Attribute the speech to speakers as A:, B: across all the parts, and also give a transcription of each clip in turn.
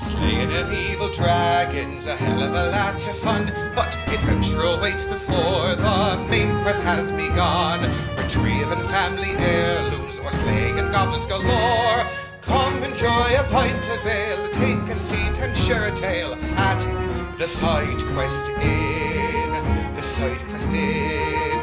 A: Slaying an evil dragon's a hell of a lot of fun, but adventure awaits before the main quest has begun. Retrieving family heirlooms or slaying goblins galore. Come enjoy a pint of ale, take a seat and share a tale at the Side Quest Inn. The Side Quest Inn.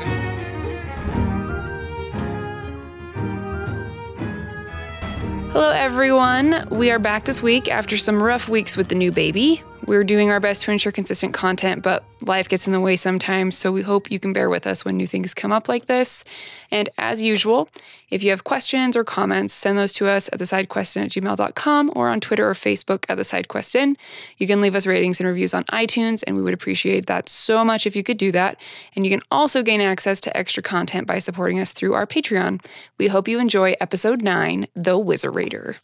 B: Hello, everyone. We are back this week after some rough weeks with the new baby. We're doing our best to ensure consistent content, but life gets in the way sometimes, so we hope you can bear with us when new things come up like this. And as usual, if you have questions or comments, send those to us at thesidequestin at gmail.com or on Twitter or Facebook at thesidequestin. You can leave us ratings and reviews on iTunes, and we would appreciate that so much if you could do that. And you can also gain access to extra content by supporting us through our Patreon. We hope you enjoy episode 9, The Wizarator.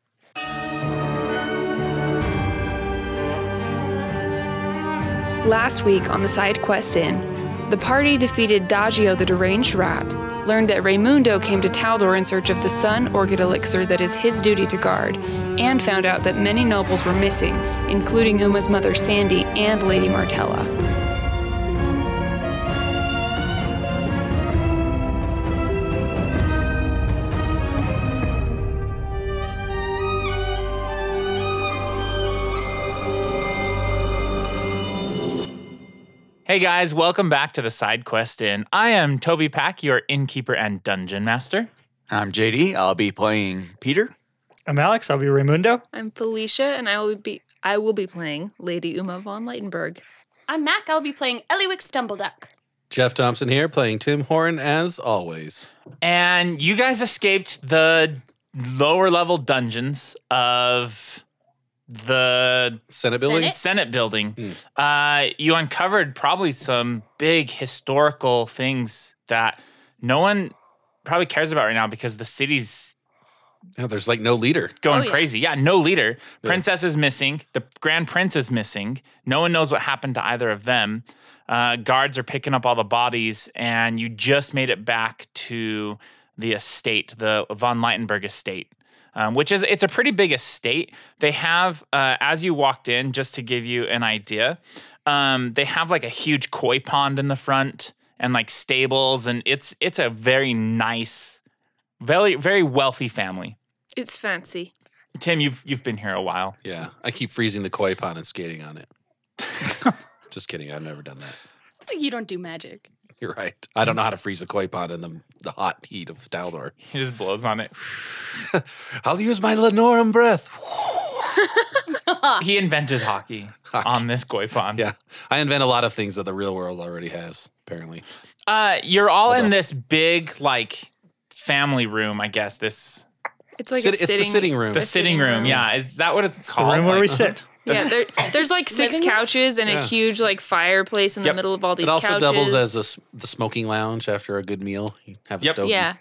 B: Last week on the side quest in, the party defeated Daggio the deranged rat, learned that Raimundo came to Taldor in search of the sun orchid elixir that is his duty to guard, and found out that many nobles were missing, including Uma's mother Sandy and Lady Martella.
C: Hey guys, welcome back to the Side Quest Inn. I am Toby Pack, your innkeeper and dungeon master.
D: I'm JD. I'll be playing Peter.
E: I'm Alex. I'll be Raimundo.
B: I'm Felicia, and I will be I will be playing Lady Uma von Leitenberg.
F: I'm Mac. I'll be playing Eliwick Stumbleduck.
G: Jeff Thompson here, playing Tim Horan as always.
C: And you guys escaped the lower level dungeons of the
G: Senate
F: Senate?
G: building. Hmm.
C: Senate building. Uh, you uncovered probably some big historical things that no one probably cares about right now because the city's
G: Yeah, there's like no leader.
C: going
F: Oh, yeah.
C: crazy. Yeah, no leader. Princess is missing. The grand prince is missing. No one knows what happened to either of them. Uh, guards are picking up all the bodies, and you just made it back to the estate, the von Leitenberg estate. Um, which is it's a pretty big estate. They have uh, as you walked in, just to give you an idea, um, they have like a huge koi pond in the front and like stables, and it's it's a very nice, very very wealthy family.
B: It's fancy.
C: Tim, you've you've been here a while.
G: Yeah, I keep freezing the koi pond and skating on it. Just kidding. I've never done that.
F: It's like you don't do magic.
G: You're right. I don't know how to freeze a koi pond in the, the hot heat of Daldor.
C: He just blows on it.
G: I'll use my Lenorum breath.
C: Uh, He invented hockey, on this koi pond.
G: Yeah, I invent a lot of things that the real world already has, apparently.
C: Uh, you're all in
G: on.
C: this big like family room, I guess. This
B: It's like
G: Sit-
B: a
G: it's
B: sitting,
G: the sitting room.
C: the sitting,
B: sitting
C: room.
B: room.
C: Yeah, is that what it's,
E: It's the
C: called?
E: room where we
C: Like-
E: sit.
B: Yeah, there, there's like six
F: Living room?
B: couches and a
G: Yeah.
B: huge like fireplace in the
C: Yep.
B: middle of all these
G: it also
B: couches.
G: doubles as a s the smoking lounge after a good meal. You have a
C: Yep.
G: stogie.
B: Yeah.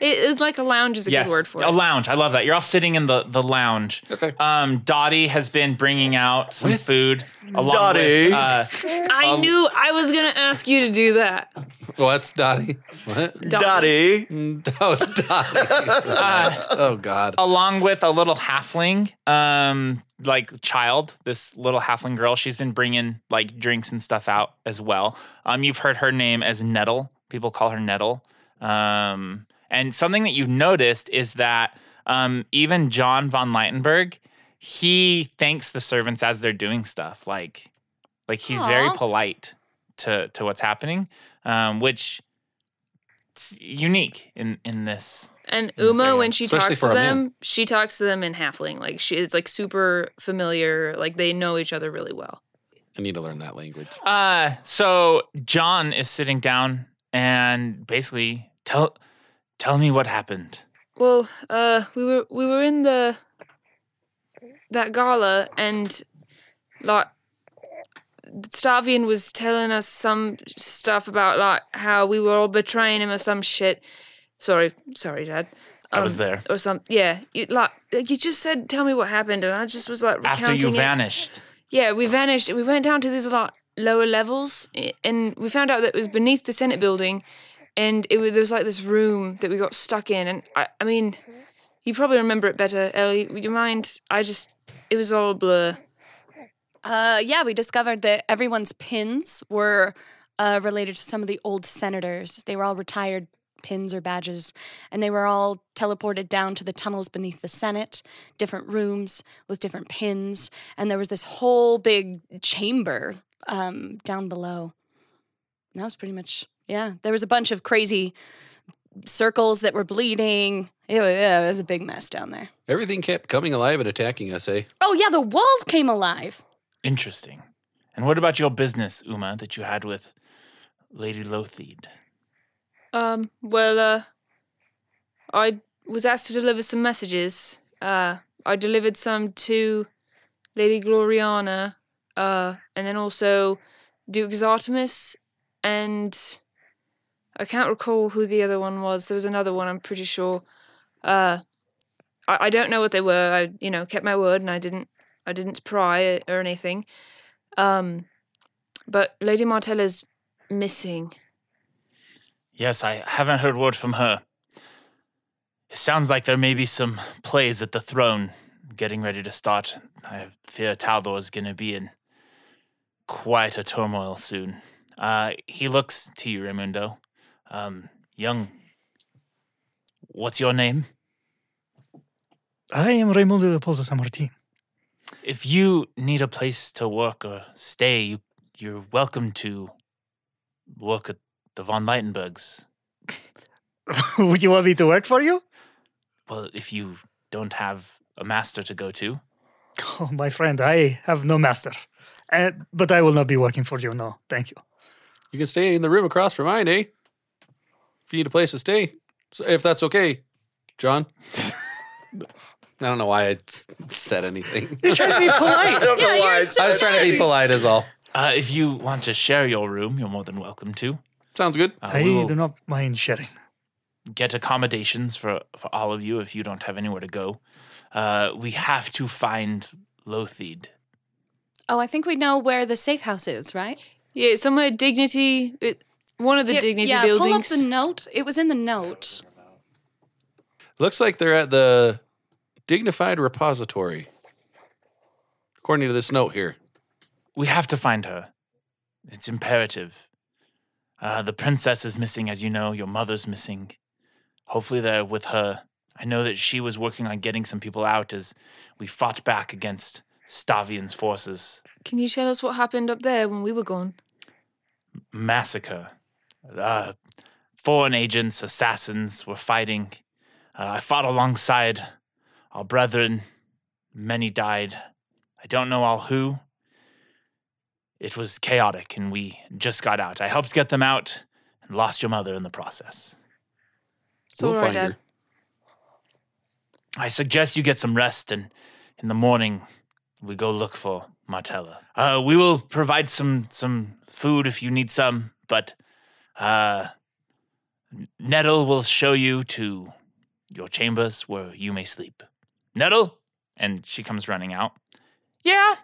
B: It, it's like a lounge is a
C: Yes,
B: good word for
C: a
B: it.
C: lounge. I love that. You're all sitting in the the lounge.
G: Okay.
C: Um, Dottie has been bringing out some
G: With
C: food. Along
D: Dottie.
C: With, uh,
B: I
G: Um,
B: knew I was going to ask you to do that.
G: What's Dottie? What?
D: Dottie.
G: Oh, Dottie.
C: Uh,
G: oh God.
C: along with a little halfling, um, like child, this little halfling girl. She's been bringing like drinks and stuff out as well. Um, you've heard her name as Nettle. People call her Nettle. Um, and something that you've noticed is that um, even John von Leitenberg, he thanks the servants as they're doing stuff. Like, like he's very
F: Aw.
C: polite to to what's happening, um, which it's unique in in this
B: And
C: In this area.
B: Uma, when she
G: Especially
B: talks
G: for
B: to
G: a man.
B: them, she talks to them in halfling. Like she is like super familiar. Like they know each other really well.
G: I need to learn that language.
C: Uh, so John is sitting down and basically tell tell me what happened.
B: Well, uh, we were we were in the that gala, and like Stavian was telling us some stuff about like how we were all betraying him or some shit. Sorry, sorry, Dad. Um,
C: I was there.
B: Or some, yeah. You, like you just said, tell me what happened, and I just was like recounting
C: After you
B: it.
C: vanished.
B: Yeah, we vanished. We went down to these lot lower levels, i- and we found out that it was beneath the Senate building, and it was there was like this room that we got stuck in. And I, I mean, you probably remember it better, Ellie. Would you mind? I just, it was all a blur.
F: Uh, yeah, we discovered that everyone's pins were uh, related to some of the old senators. They were all retired pins or badges, and they were all teleported down to the tunnels beneath the Senate, different rooms with different pins, and there was this whole big chamber um, down below. And that was pretty much yeah. There was a bunch of crazy circles that were bleeding. It wa- yeah, it was a big mess down there.
G: Everything kept coming alive and attacking us, eh?
F: Oh yeah, the walls came alive.
C: Interesting. And what about your business, Uma, that you had with Lady Lothied?
B: Um, well, uh, I was asked to deliver some messages. Uh, I delivered some to Lady Gloriana, uh, and then also Duke Zartimus, and I can't recall who the other one was. There was another one, I'm pretty sure. Uh, I, I don't know what they were. I, you know, kept my word, and I didn't, I didn't pry or anything. Um, but Lady Martella's missing.
C: Yes, I haven't heard word from her. It sounds like there may be some plays at the throne getting ready to start. I fear Taldor is going to be in quite a turmoil soon. Uh, he looks to you, Raimundo. Um, young, what's your name?
E: I am Raimundo de Pouso San Martin.
C: If you need a place to work or stay, you, you're welcome to work at the von Leitenbergs.
E: Would you want me to work for you?
C: Well, if you don't have a master to go to,
E: Oh, my friend, I have no master. Uh, but I will not be working for you. No, thank you.
G: You can stay in the room across from mine, eh? If you need a place to stay, so if that's okay, John. I don't know why I s- said anything.
E: You should be polite.
D: don't
F: Yeah, you're so
G: I was trying to be polite, is all.
C: uh, if you want to share your room, you're more than welcome to.
G: Sounds good.
C: Uh,
E: I
C: we will
E: do not mind sharing.
C: get accommodations for, for all of you if you don't have anywhere to go. Uh, we have to find Lothied.
F: Oh, I think we know where the safe house is, right?
B: Yeah, it's somewhere dignity. It, one of the
F: Here-
B: dignity
F: yeah, pull up
B: buildings.
F: the note. It was in the note.
G: Looks like they're at the Dignified Repository, according to this note here.
C: We have to find her. It's imperative. Uh, the princess is missing, as you know. Your mother's missing. Hopefully, they're with her. I know that she was working on getting some people out as we fought back against Stavian's forces.
B: Can you tell us what happened up there when we were gone?
C: massacre. Uh, foreign agents, assassins were fighting. Uh, I fought alongside our brethren. Many died. I don't know all who. It was chaotic, and we just got out. I helped get them out and lost your mother in the process.
B: It's all right, Dad.
C: I suggest you get some rest, and in the morning we go look for Martella. Uh, we will provide some some food if you need some, but uh, Nettle will show you to your chambers where you may sleep. Nettle, and she comes running out. Yeah.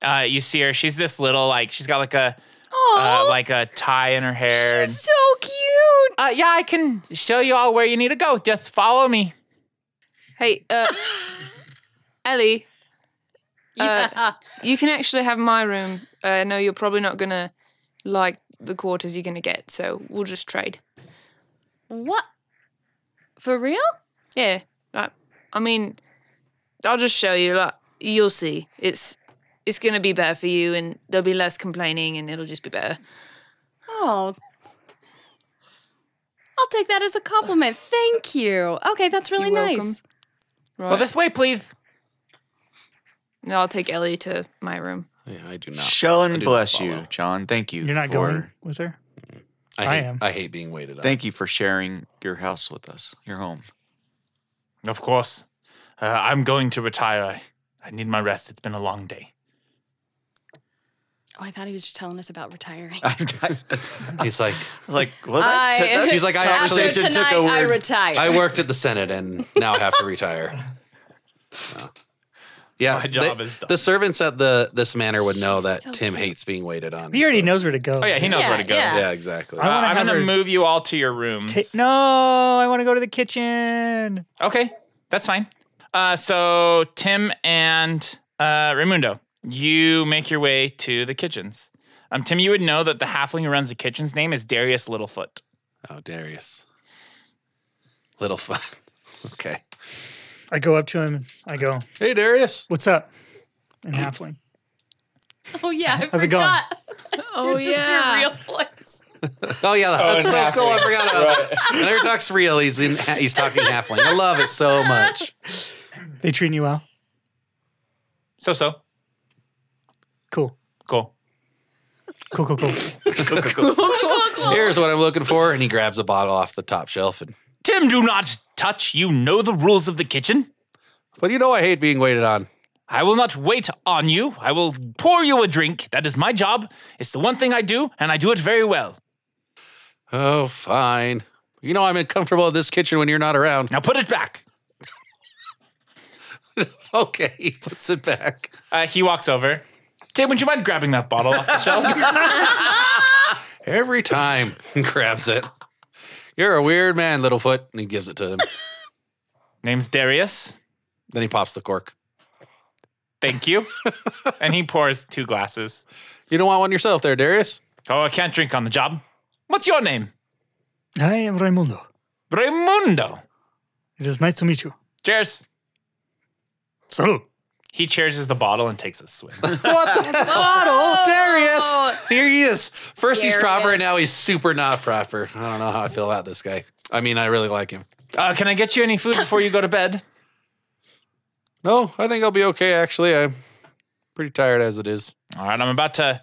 C: Uh, you see her. She's this little, like she's got like a uh,
F: Oh,
C: like a tie in her hair. and-
F: she's so cute.
C: uh, yeah, I can show you all where you need to go. Just follow me.
B: Hey, uh, Ellie, uh,
F: yeah.
B: you can actually have my room. Uh, I know you're probably not gonna like the quarters you're gonna get, so we'll just trade.
F: what? For real?
B: Yeah, like, I mean, I'll just show you. Like, you'll see. It's it's gonna be better for you, and there'll be less complaining, and it'll just be better.
F: Oh. I'll take that as a compliment. Thank you. Okay, that's really
B: You're welcome.
F: nice.
B: Right?
C: Well, this way, please.
B: No, I'll take Ellie to my room.
G: Yeah, I do not.
D: Shall
G: I
D: and
G: do
D: bless
G: not
D: you,
G: follow.
D: John. Thank you.
E: You're not
D: for,
E: going with her?
G: I, hate,
E: I
G: I
E: am.
G: hate being waited on.
D: Thank you for sharing your house with us, your home.
C: Of course. Uh, I'm going to retire. I, I need my rest. It's been a long day.
F: Oh, I thought he was just telling us about retiring.
D: I was
G: He's like,
D: like, well, that
F: I-
D: t- that
G: he's like, I actually
F: After
D: conversation took
F: tonight,
D: a
F: I
D: weird.
F: retire.
G: I worked at the Senate and now have to retire. Oh. Yeah,
C: My job
G: the,
C: is done.
G: The servants at the this manor would know that
F: so
G: Tim
F: cute.
G: hates being waited on.
E: He already
G: so-
E: knows where to go.
C: Oh, yeah, he knows
F: Yeah,
C: where to go.
F: yeah.
G: Yeah, exactly.
E: I
C: Uh,
E: wanna
C: I'm
E: have
C: going to
E: her
C: move you all to your rooms.
E: Ta- no, I want to go to the kitchen.
C: Okay, that's fine. Uh, so Tim and Uh, Raimundo, you make your way to the kitchens. Um, Tim, you would know that the halfling who runs the kitchen's name is Darius Littlefoot.
G: Oh, Darius. Little fun. Okay.
E: I go up to him. and I go,
G: Hey, Darius.
E: "What's up?" In halfling.
F: Oh yeah, I
E: How's it going?
F: forgot.
H: Oh,
F: You're just
H: yeah.
F: your real voice.
G: Oh yeah, that's
I: and
G: so
I: halfling.
G: cool. I forgot about that. Whenever he talks real, he's in, he's talking halfling. I love it so much.
E: They treating you well?
C: So so
E: Cool.
C: cool.
E: Cool. Cool. Cool.
G: Here's what I'm looking for, and he grabs a bottle off the top shelf. And
C: Tim, do not touch. You know the rules of the kitchen.
G: but you know, I hate being waited on.
C: I will not wait on you. I will pour you a drink. That is my job. It's the one thing I do, and I do it very well.
G: Oh, fine. You know, I'm uncomfortable in this kitchen when you're not around.
C: Now put it back.
G: Okay, he puts it back.
C: Uh, he walks over. Tim, would you mind grabbing that bottle off the shelf?
G: Every time he grabs it. You're a weird man, Littlefoot. And he gives it to him.
C: Name's Darius.
G: then he pops the cork.
C: Thank you. and he pours two glasses.
G: You don't want one yourself there, Darius?
C: Oh, I can't drink on the job. What's your name?
E: I am Raimundo.
C: Raimundo.
E: It is nice to meet you.
C: Cheers.
E: Salud.
C: He cheerses the bottle and takes a swig.
G: What the
F: Oh,
G: hell? Darius! Here he is. First he's proper,
F: Darius.
G: and now he's super not proper. I don't know how I feel about this guy. I mean, I really like him.
C: uh, can I get you any food before you go to bed?
G: No, I think I'll be okay, actually. I'm pretty tired as it is.
C: All right, I'm about to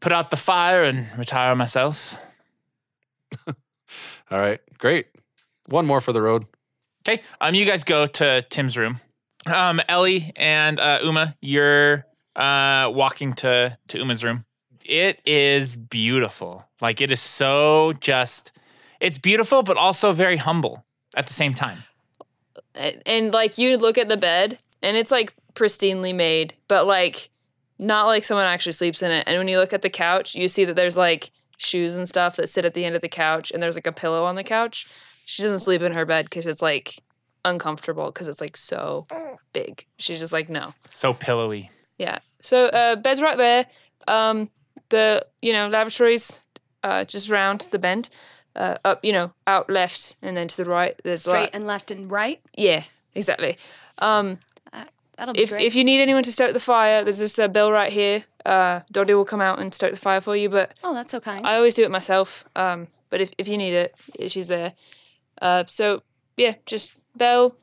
C: put out the fire and retire myself.
G: All right, great. One more for the road.
C: Okay. Um, you guys go to Tim's room. Um, Ellie and uh, Uma, you're uh walking to to Uma's room. It is beautiful. Like it is so just. It's beautiful, but also very humble at the same time.
B: and, and, like you look at the bed and it's like pristinely made but like not like someone actually sleeps in it and when you look at the couch you see that there's like shoes and stuff that sit at the end of the couch and there's like a pillow on the couch she doesn't sleep in her bed because it's like uncomfortable because it's like so big she's just like no
C: So pillowy.
B: yeah so uh bed's right there um the you know lavatories uh just round the bend uh up you know out left and then to the right there's
F: Straight
B: like
F: and left and right.
B: yeah exactly um
F: That'll be
B: if
F: great.
B: if you need anyone to stoke the fire, there's this uh, bill right here. Uh, Doddy will come out and stoke the fire for you, but
F: oh, that's so kind.
B: I always do it myself. Um, but if, if you need it, she's there. Uh, so yeah, just bell,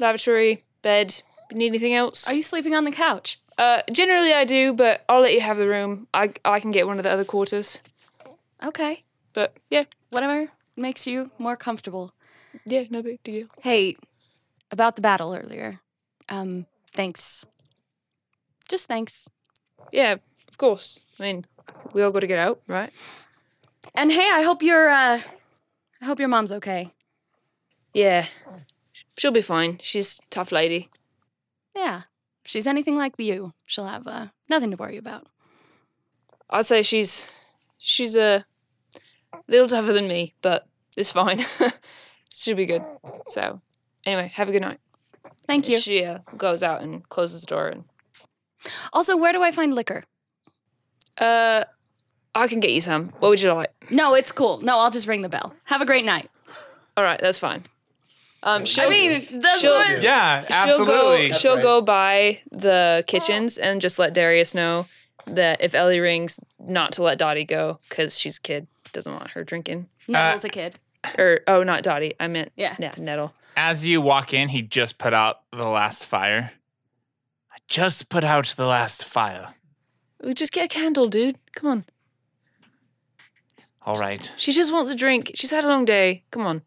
B: lavatory, bed. Need anything else?
F: Are you sleeping on the couch?
B: Uh, generally I do, but I'll let you have the room. I I can get one of the other quarters.
F: Okay.
B: But yeah,
F: Whatever makes you more comfortable.
B: yeah, no big deal.
F: Hey, about the battle earlier. Um, thanks. Just thanks.
B: Yeah, of course. I mean, we all got to get out, right?
F: And hey, I hope your uh I hope your mom's okay.
B: Yeah,
F: Oh.
B: she'll be fine. She's a tough lady.
F: Yeah. If she's anything like you, she'll have uh nothing to worry about.
B: I'd say she's she's a little tougher than me, but it's fine. She'll be good. So anyway, have a good night.
F: Thank you.
B: She uh, goes out and closes the door, and
F: Also, where do I find liquor?
B: uh, I can get you some. What would you like?
F: No, it's cool. No, I'll just ring the bell. Have a great night.
B: All right, that's fine. Um, she'll,
F: I mean, that's
B: she'll-
F: what
C: Yeah,
B: she'll go.
I: That's
B: She'll
I: right.
B: go by the
F: Oh.
B: kitchens and just let Darius know that if Ellie rings, not to let Dottie go because she's a kid. Doesn't want her drinking.
G: Uh,
F: Neville's a kid.
B: Or oh, not Dottie. I meant
F: Yeah.
B: yeah Nettle.
C: As you walk in, he just put out the last fire. I just put out the last fire.
B: We just get a candle, dude. Come on.
C: All right.
B: She just wants a drink. She's had a long day. Come on.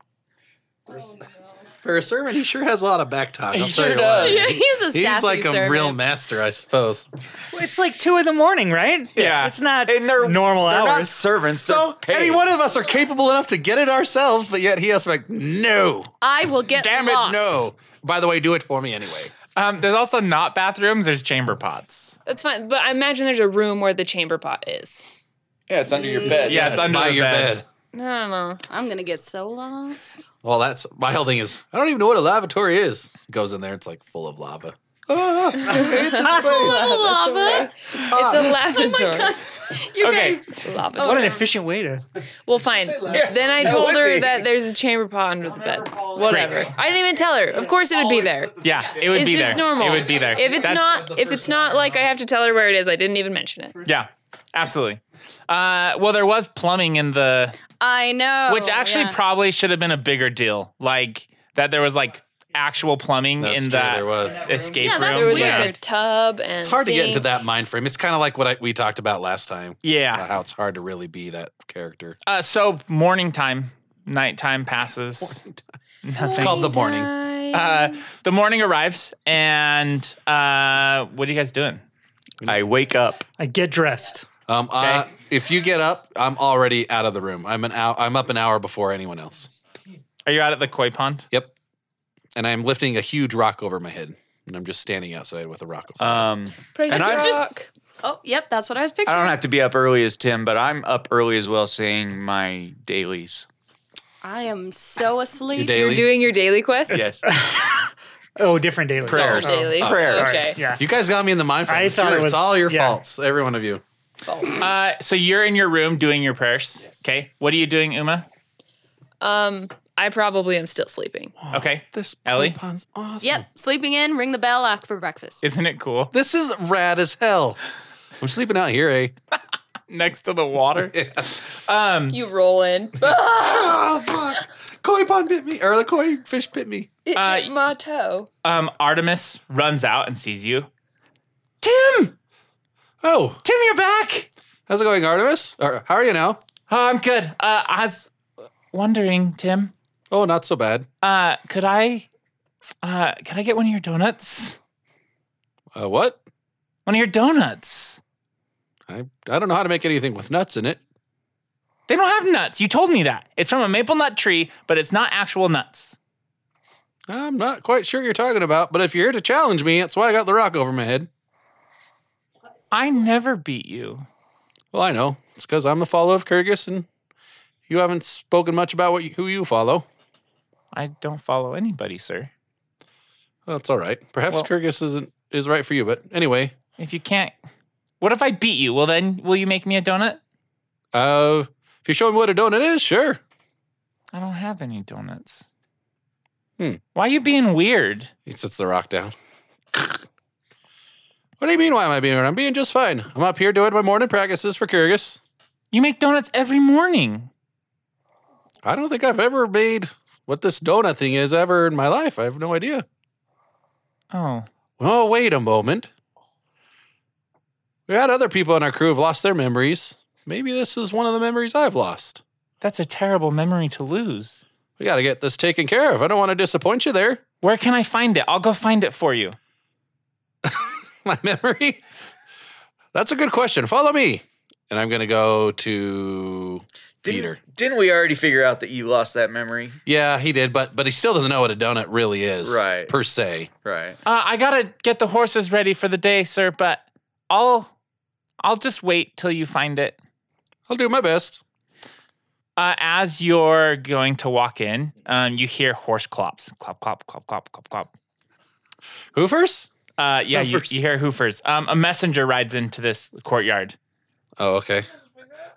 G: For a servant, he sure has a lot of back talk. I'll
I: He
G: tell
I: sure
G: you what.
I: does.
F: He's a
G: He's
F: sassy
G: like a
F: servant.
G: real master, I suppose.
E: Well, it's like two in the morning, right?
C: Yeah.
E: It's not
I: And they're-
E: normal
I: They're not
E: hours.
I: servants.
G: So,
I: they're
G: any
I: paid.
G: one of us are capable enough to get it ourselves, but yet he has to be like, no,
F: I will get
G: damn it,
F: lost.
G: no. By the way, do it for me anyway.
C: Um, there's also not bathrooms. There's chamber pots.
B: That's fine. But I imagine there's a room where the chamber pot is.
I: Yeah, it's under your bed.
C: Yeah, it's under
G: By
C: the
G: your bed.
B: I don't know.
F: I'm gonna get so lost.
G: Well, that's my whole thing is I don't even know what a lavatory is. It goes in there, it's like full of lava.
D: Oh,
G: Ah, I hate this place.
B: lava. It's
G: Oh
B: a lavatory.
F: You
C: Okay.
F: guys.
B: Lavatory.
E: What an efficient waiter.
B: Well, fine. Then I told her that there's a chamber pond with the bed. Whatever. I didn't even tell her. Of course, it would be there.
C: Yeah, it would
B: It's
C: be
B: just
C: there.
B: normal.
C: It would be there.
B: If it's
C: That's-
B: not, if it's not like I have to tell her where it is, I didn't even mention it.
C: yeah, absolutely. Uh, well, there was plumbing in the,
F: I
B: Oh,
F: know.
C: which actually
F: yeah.
C: probably should have been a bigger deal. Like that, there was like actual plumbing
G: That's
C: in
G: true,
C: that
G: there was.
C: escape
B: Yeah,
C: room.
B: that's there was
C: yeah.
B: like a tub and.
G: It's hard to get into
B: sink.
G: that mind frame. It's kind of like what I, we talked about last time.
C: Yeah.
G: How it's hard to really be that character.
C: Uh, so morning time, nighttime passes.
G: It's called the morning.
C: Uh, the morning arrives, and uh, what are you guys doing?
D: I wake up.
E: I get dressed.
G: Um, uh, if you get up, I'm already out of the room. I'm an hour, I'm up an hour before anyone else.
C: Are you out at the koi pond?
G: Yep. And I'm lifting a huge rock over my head, and I'm just standing outside with a rock. Over.
D: Um,
B: Praise
D: And I
B: the
D: just-
B: rock.
F: Oh, yep. That's what I was
D: I
F: picturing.
D: don't have to be up early as Tim, but I'm up early as well, saying my dailies.
F: I am so
G: Your
F: asleep.
B: You're
G: dailies.
B: doing your daily quest.
D: Yes.
E: Oh, different daily.
D: Prayers.
B: Oh, dailies.
D: Prayers.
B: Okay.
E: Yeah.
G: you guys got me in the mind frame.
E: I
G: It's,
E: thought
G: your-
E: it
G: it's
E: was-
G: all your
E: yeah.
G: faults, every one of you.
C: Uh, so you're in your room doing your prayers. Okay. What are you doing, Uma?
B: Um, I probably am still sleeping.
C: Okay.
G: Oh, This
C: Ellie?
G: pun's awesome.
F: Yep. Sleeping in, ring the bell, ask for breakfast.
C: Isn't it cool?
G: This is rad as hell. I'm sleeping out here, eh?
C: Next to the water.
G: Um,
B: You roll in.
G: Oh fuck! Koi pond bit me, or the koi fish bit me.
B: It
C: Uh,
B: hit my toe.
C: Um, Artemis runs out and sees you. Tim!
G: Oh,
C: Tim, you're back!
G: how's it going, Artemis? Or how are you now?
C: Oh, I'm good. Uh, I was wondering, Tim,
G: Oh, not so bad.
C: uh, could I uh, could I get one of your donuts?
G: Uh, what?
C: One of your donuts.
G: I I don't know how to make anything with nuts in it.
C: They don't have nuts. You told me that. It's from a maple nut tree, but it's not actual nuts.
G: I'm not quite sure what you're talking about, but if you're here to challenge me, that's why I got the rock over my head.
C: I never beat you.
G: Well, I know it's because I'm the follower of Kyrgyz, and you haven't spoken much about what you, who you follow.
C: I don't follow anybody, sir.
G: Well, that's all right. Perhaps
C: Well-
G: Kyrgyz isn't is right for you, but anyway,
C: If you can't, what if I beat you? Well, then will you make me a donut?
G: uh, if you show me what a donut is, sure.
C: I don't have any donuts.
G: Hmm.
C: Why you being weird?
G: He sits the rock down. What do you mean? Why am I being? weird? I'm being just fine. I'm up here doing my morning practices for Kyrgyz.
C: You make donuts every morning.
G: I don't think I've ever made what this donut thing is ever in my life. I have no idea.
C: Oh,
G: Oh, wait a moment. We had other people in our crew have lost their memories. Maybe this is one of the memories I've lost.
C: that's a terrible memory to lose.
G: We got to get this taken care of. I don't want to disappoint you there.
C: Where can I find it? I'll go find it for you.
G: My memory. That's a good question. Follow me. And I'm going to go to Peter.
D: Didn't we already figure out that you lost that memory?
G: Yeah, he did, but but he still doesn't know what a donut really is,
D: Right.
G: Per se.
D: Right.
C: Uh, I gotta get the horses ready for the day, sir. But I'll, I'll just wait till you find it.
G: I'll do my best.
C: Uh, as you're going to walk in, um, you hear horse clops. Clop, clop, clop, clop, clop, clop.
G: Who first?
C: Uh, yeah, you,
G: Hoofers.
C: you hear hoofers. Um, a messenger rides into this courtyard.
G: Oh, okay.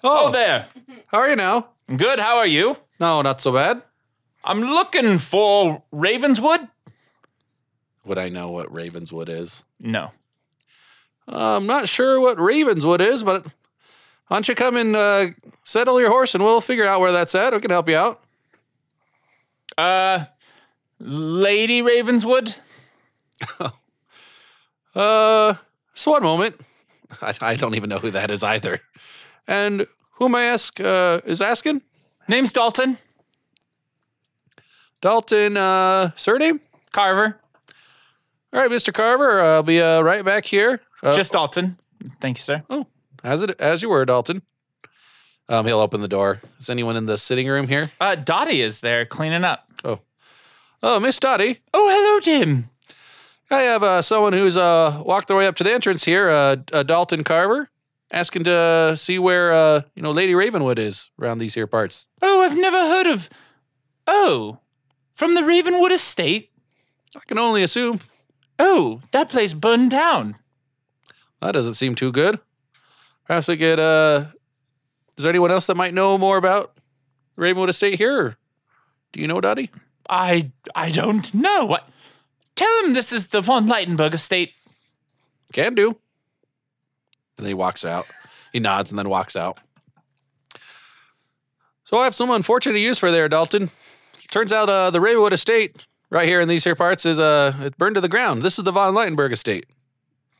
C: Oh,
G: Oh,
C: there.
G: how are you now?
C: Good. How are you?
G: No, not so bad.
C: I'm looking for Ravenswood.
G: Would I know what Ravenswood is? Uh,
C: No.
G: I'm not sure what Ravenswood is, but why don't you come and uh, settle your horse and we'll figure out where that's at. We can help you out.
C: Uh, Lady Ravenswood.
G: Uh, just one moment. I, I don't even know who that is either. And who am I ask uh, is asking?
C: Name's Dalton
G: Dalton uh, surname?
C: Carver.
G: All right, Mr. Carver. I'll be uh, right back here. Uh,
C: Just Dalton. Thank you, sir.
G: oh, as it as you were, Dalton. Um, he'll open the door. Is anyone in the sitting room here?
C: Uh, Dottie is there cleaning up.
G: Oh, Miss Dottie.
C: Oh, hello, Jim.
G: I have uh, someone who's uh, walked their way up to the entrance here, uh, D- uh, Dalton Carver, asking to see where uh, you know Lady Ravenwood is around these here parts.
C: Oh, I've never heard of. Oh, from the Ravenwood estate.
G: I can only assume.
C: oh, that place burned down.
G: That doesn't seem too good. Perhaps we could. Uh, is there anyone else that might know more about Ravenwood Estate here? Or Do you know, Dottie?
C: I I don't know. What? Tell him this is the von Leitenberg estate.
G: Can do. And then he walks out. He nods and then walks out. So I have some unfortunate use for there, Dalton. Turns out uh, the Ravenwood Estate right here in these here parts is uh it burned to the ground. This is the von Leitenberg Estate.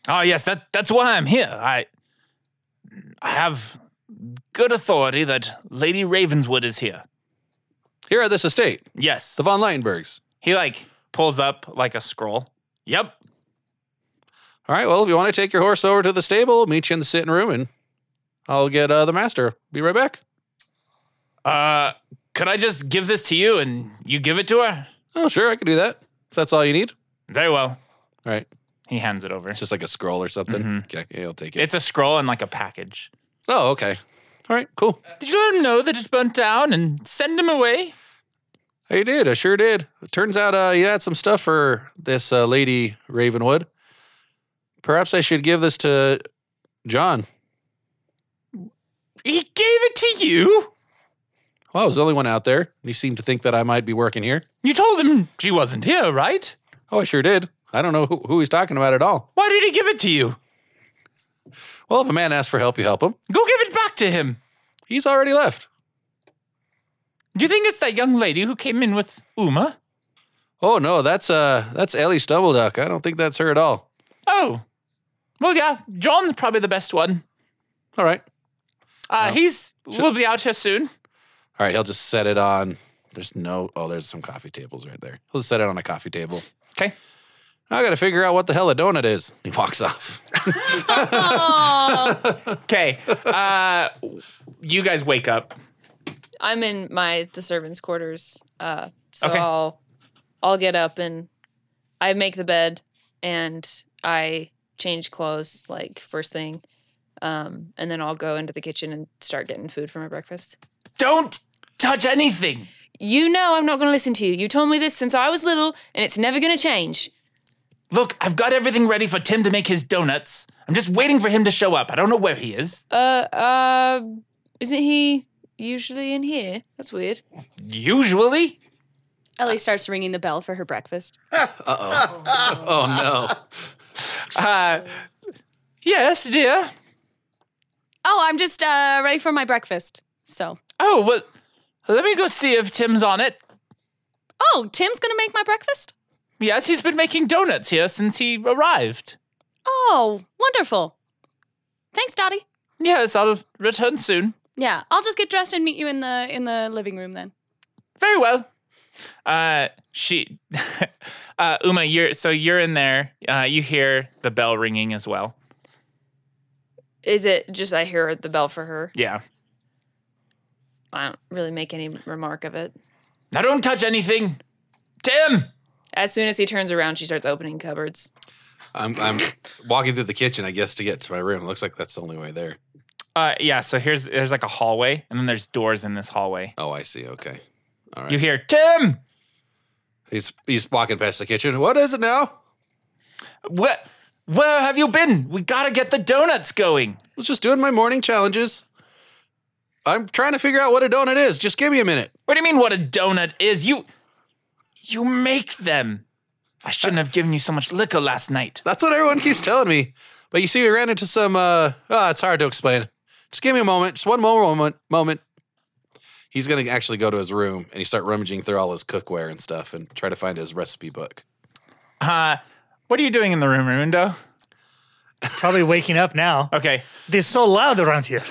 C: Oh yes, that that's why I'm here. I I have good authority that Lady Ravenswood is here.
G: Here at this estate,
C: Yes.
G: the von Leitenbergs.
C: he like pulls up like a scroll. Yep.
G: All right. Well, if you want to take your horse over to the stable, meet you in the sitting room, and I'll get uh, the master. Be right back.
C: Uh could I just give this to you and you give it to her?
G: Oh, sure, I can do that. If that's all you need.
C: Very well.
G: All right.
C: He hands it over. Mm-hmm.
G: It's just like a scroll or something. Okay. Yeah, I'll take it.
C: It's a scroll and like a package.
G: oh, okay. All right. Cool.
C: Did you let him know that it burnt down and send him away?
G: I did. I sure did. It turns out uh, you had some stuff for this uh, lady Ravenwood. Perhaps I should give this to John.
C: He gave it to you?
G: Well, I was the only one out there, and he seemed to think that I might be working here.
C: You told him she wasn't here, right?
G: Oh, I sure did. I don't know who, who he's talking about at all.
C: Why did he give it to you?
G: Well, if a man asks for help, you help him.
C: Go give it back to him.
G: He's already left.
C: Do you think it's that young lady who came in with Uma?
G: Oh no, that's uh that's Ellie Stubbleduck. I don't think that's her at all.
C: Oh. Well, yeah, John's probably the best one.
G: All right.
C: Uh, he's will be out here soon.
G: All right, he'll just set it on there's no oh, there's some coffee tables right there. He'll just set it on a coffee table.
C: Okay.
G: I gotta figure out what the hell a donut is. He walks off.
C: Okay. Uh, you guys wake up.
B: I'm in my the servants' quarters, uh, so
C: Okay.
B: I'll I'll get up and I make the bed and I change clothes like first thing, um, and then I'll go into the kitchen and start getting food for my breakfast.
C: Don't touch anything.
B: You know I'm not going to listen to you. You told me this since I was little, and it's never going to change.
C: Look, I've got everything ready for Tim to make his donuts. I'm just waiting for him to show up. I don't know where he is.
B: Uh, uh, isn't he usually in here? That's weird.
C: Usually.
F: Ellie starts ringing the bell for her breakfast.
D: Ah.
G: oh no.
C: Uh, yes, dear.
F: Oh, I'm just uh, ready for my breakfast. So,
C: Oh, well, let me go see if Tim's on it.
F: oh, Tim's gonna make my breakfast.
C: Yes, he's been making donuts here since he arrived.
F: Oh, wonderful. Thanks, Dottie.
C: Yes, I'll return soon.
F: Yeah, I'll just get dressed and meet you in the in the living room then.
C: Very well. Uh, she, uh, Uma, you're so you're in there. Uh, you hear the bell ringing as well.
B: Is it just I hear the bell for her?
C: Yeah.
B: I don't really make any remark of it.
C: Now don't touch anything, Tim.
B: As soon as he turns around, she starts opening cupboards.
G: I'm I'm walking through the kitchen, I guess, to get to my room. Looks like that's the only way there.
C: Uh, yeah. So here's there's like a hallway, and then there's doors in this hallway.
G: Oh, I see. Okay. All right.
C: You hear Tim.
G: he's he's walking past the kitchen. What is it now?
C: What? Where have you been? We gotta get the donuts going.
G: I was just doing my morning challenges. I'm trying to figure out what a donut is. Just give me a minute.
C: What do you mean? What a donut is? You, you make them. I shouldn't have given you so much liquor last night.
G: That's what everyone keeps telling me. But you see, we ran into some. Uh, oh, it's hard to explain. Just give me a moment. Just one more moment. Moment. He's gonna actually go to his room and he start rummaging through all his cookware and stuff and try to find his recipe book.
C: Uh, what are you doing in the room, Raimundo?
E: Probably waking up now.
C: Okay.
E: They're so loud around here.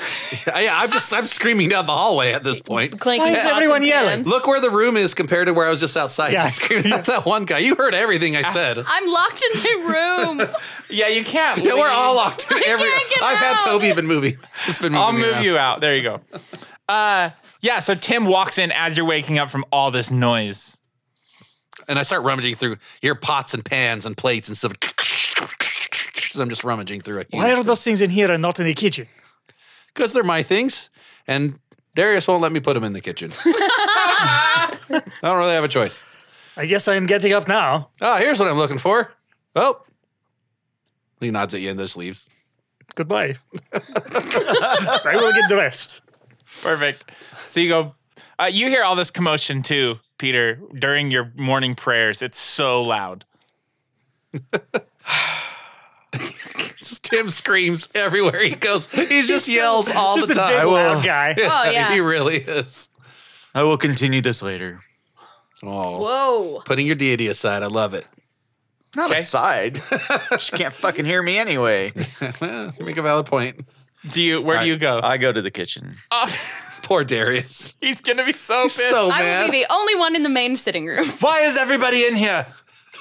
G: yeah, I'm just I'm screaming down the hallway at this point.
B: Clanking
E: Why is
B: pots and
E: everyone yelling?
B: pans.
G: Look where the room is compared to where I was just outside.
E: Yeah.
G: Just screaming at that one guy. You heard everything
B: Ah.
G: I said.
F: I'm locked in my room.
C: Yeah, you
B: Ah.
C: can't.
G: Yeah, we're all locked in every.
F: can't get
G: I've had
F: out.
G: Toby been moving. It's been moving.
C: I'll
G: me
C: move
G: around.
C: you out. There you go. Uh, yeah. So Tim walks in as you're waking up from all this noise.
G: and I start rummaging through your pots and pans and plates and stuff. So I'm just rummaging through it.
E: Why are those things in here and not in the kitchen?
G: Because they're my things, and Darius won't let me put them in the kitchen. I don't really have a choice.
E: I guess I'm getting up now.
G: Ah, here's what I'm looking for. Oh. He nods at you and just leaves.
E: Goodbye. I will get dressed.
C: Perfect. So you go. Uh, you hear all this commotion too, Peter, during your morning prayers. It's so loud.
G: Just Tim screams everywhere he goes. He just yells all
E: Just
G: the
E: a
G: time.
E: big
G: I will-
E: loud guy.
B: Oh, yeah.
G: he really is.
D: I will continue this later.
G: Oh,
B: Whoa.
G: putting your deity aside, I love it.
D: Not
C: Okay.
D: aside. she can't fucking hear me anyway.
G: You make a valid point.
C: Do you? Where do you go? Oh.
D: I go to the kitchen.
G: Poor Darius.
C: He's gonna be so pissed.
G: So
F: I will
G: mad.
F: be the only one in the main sitting room.
C: Why is everybody in here?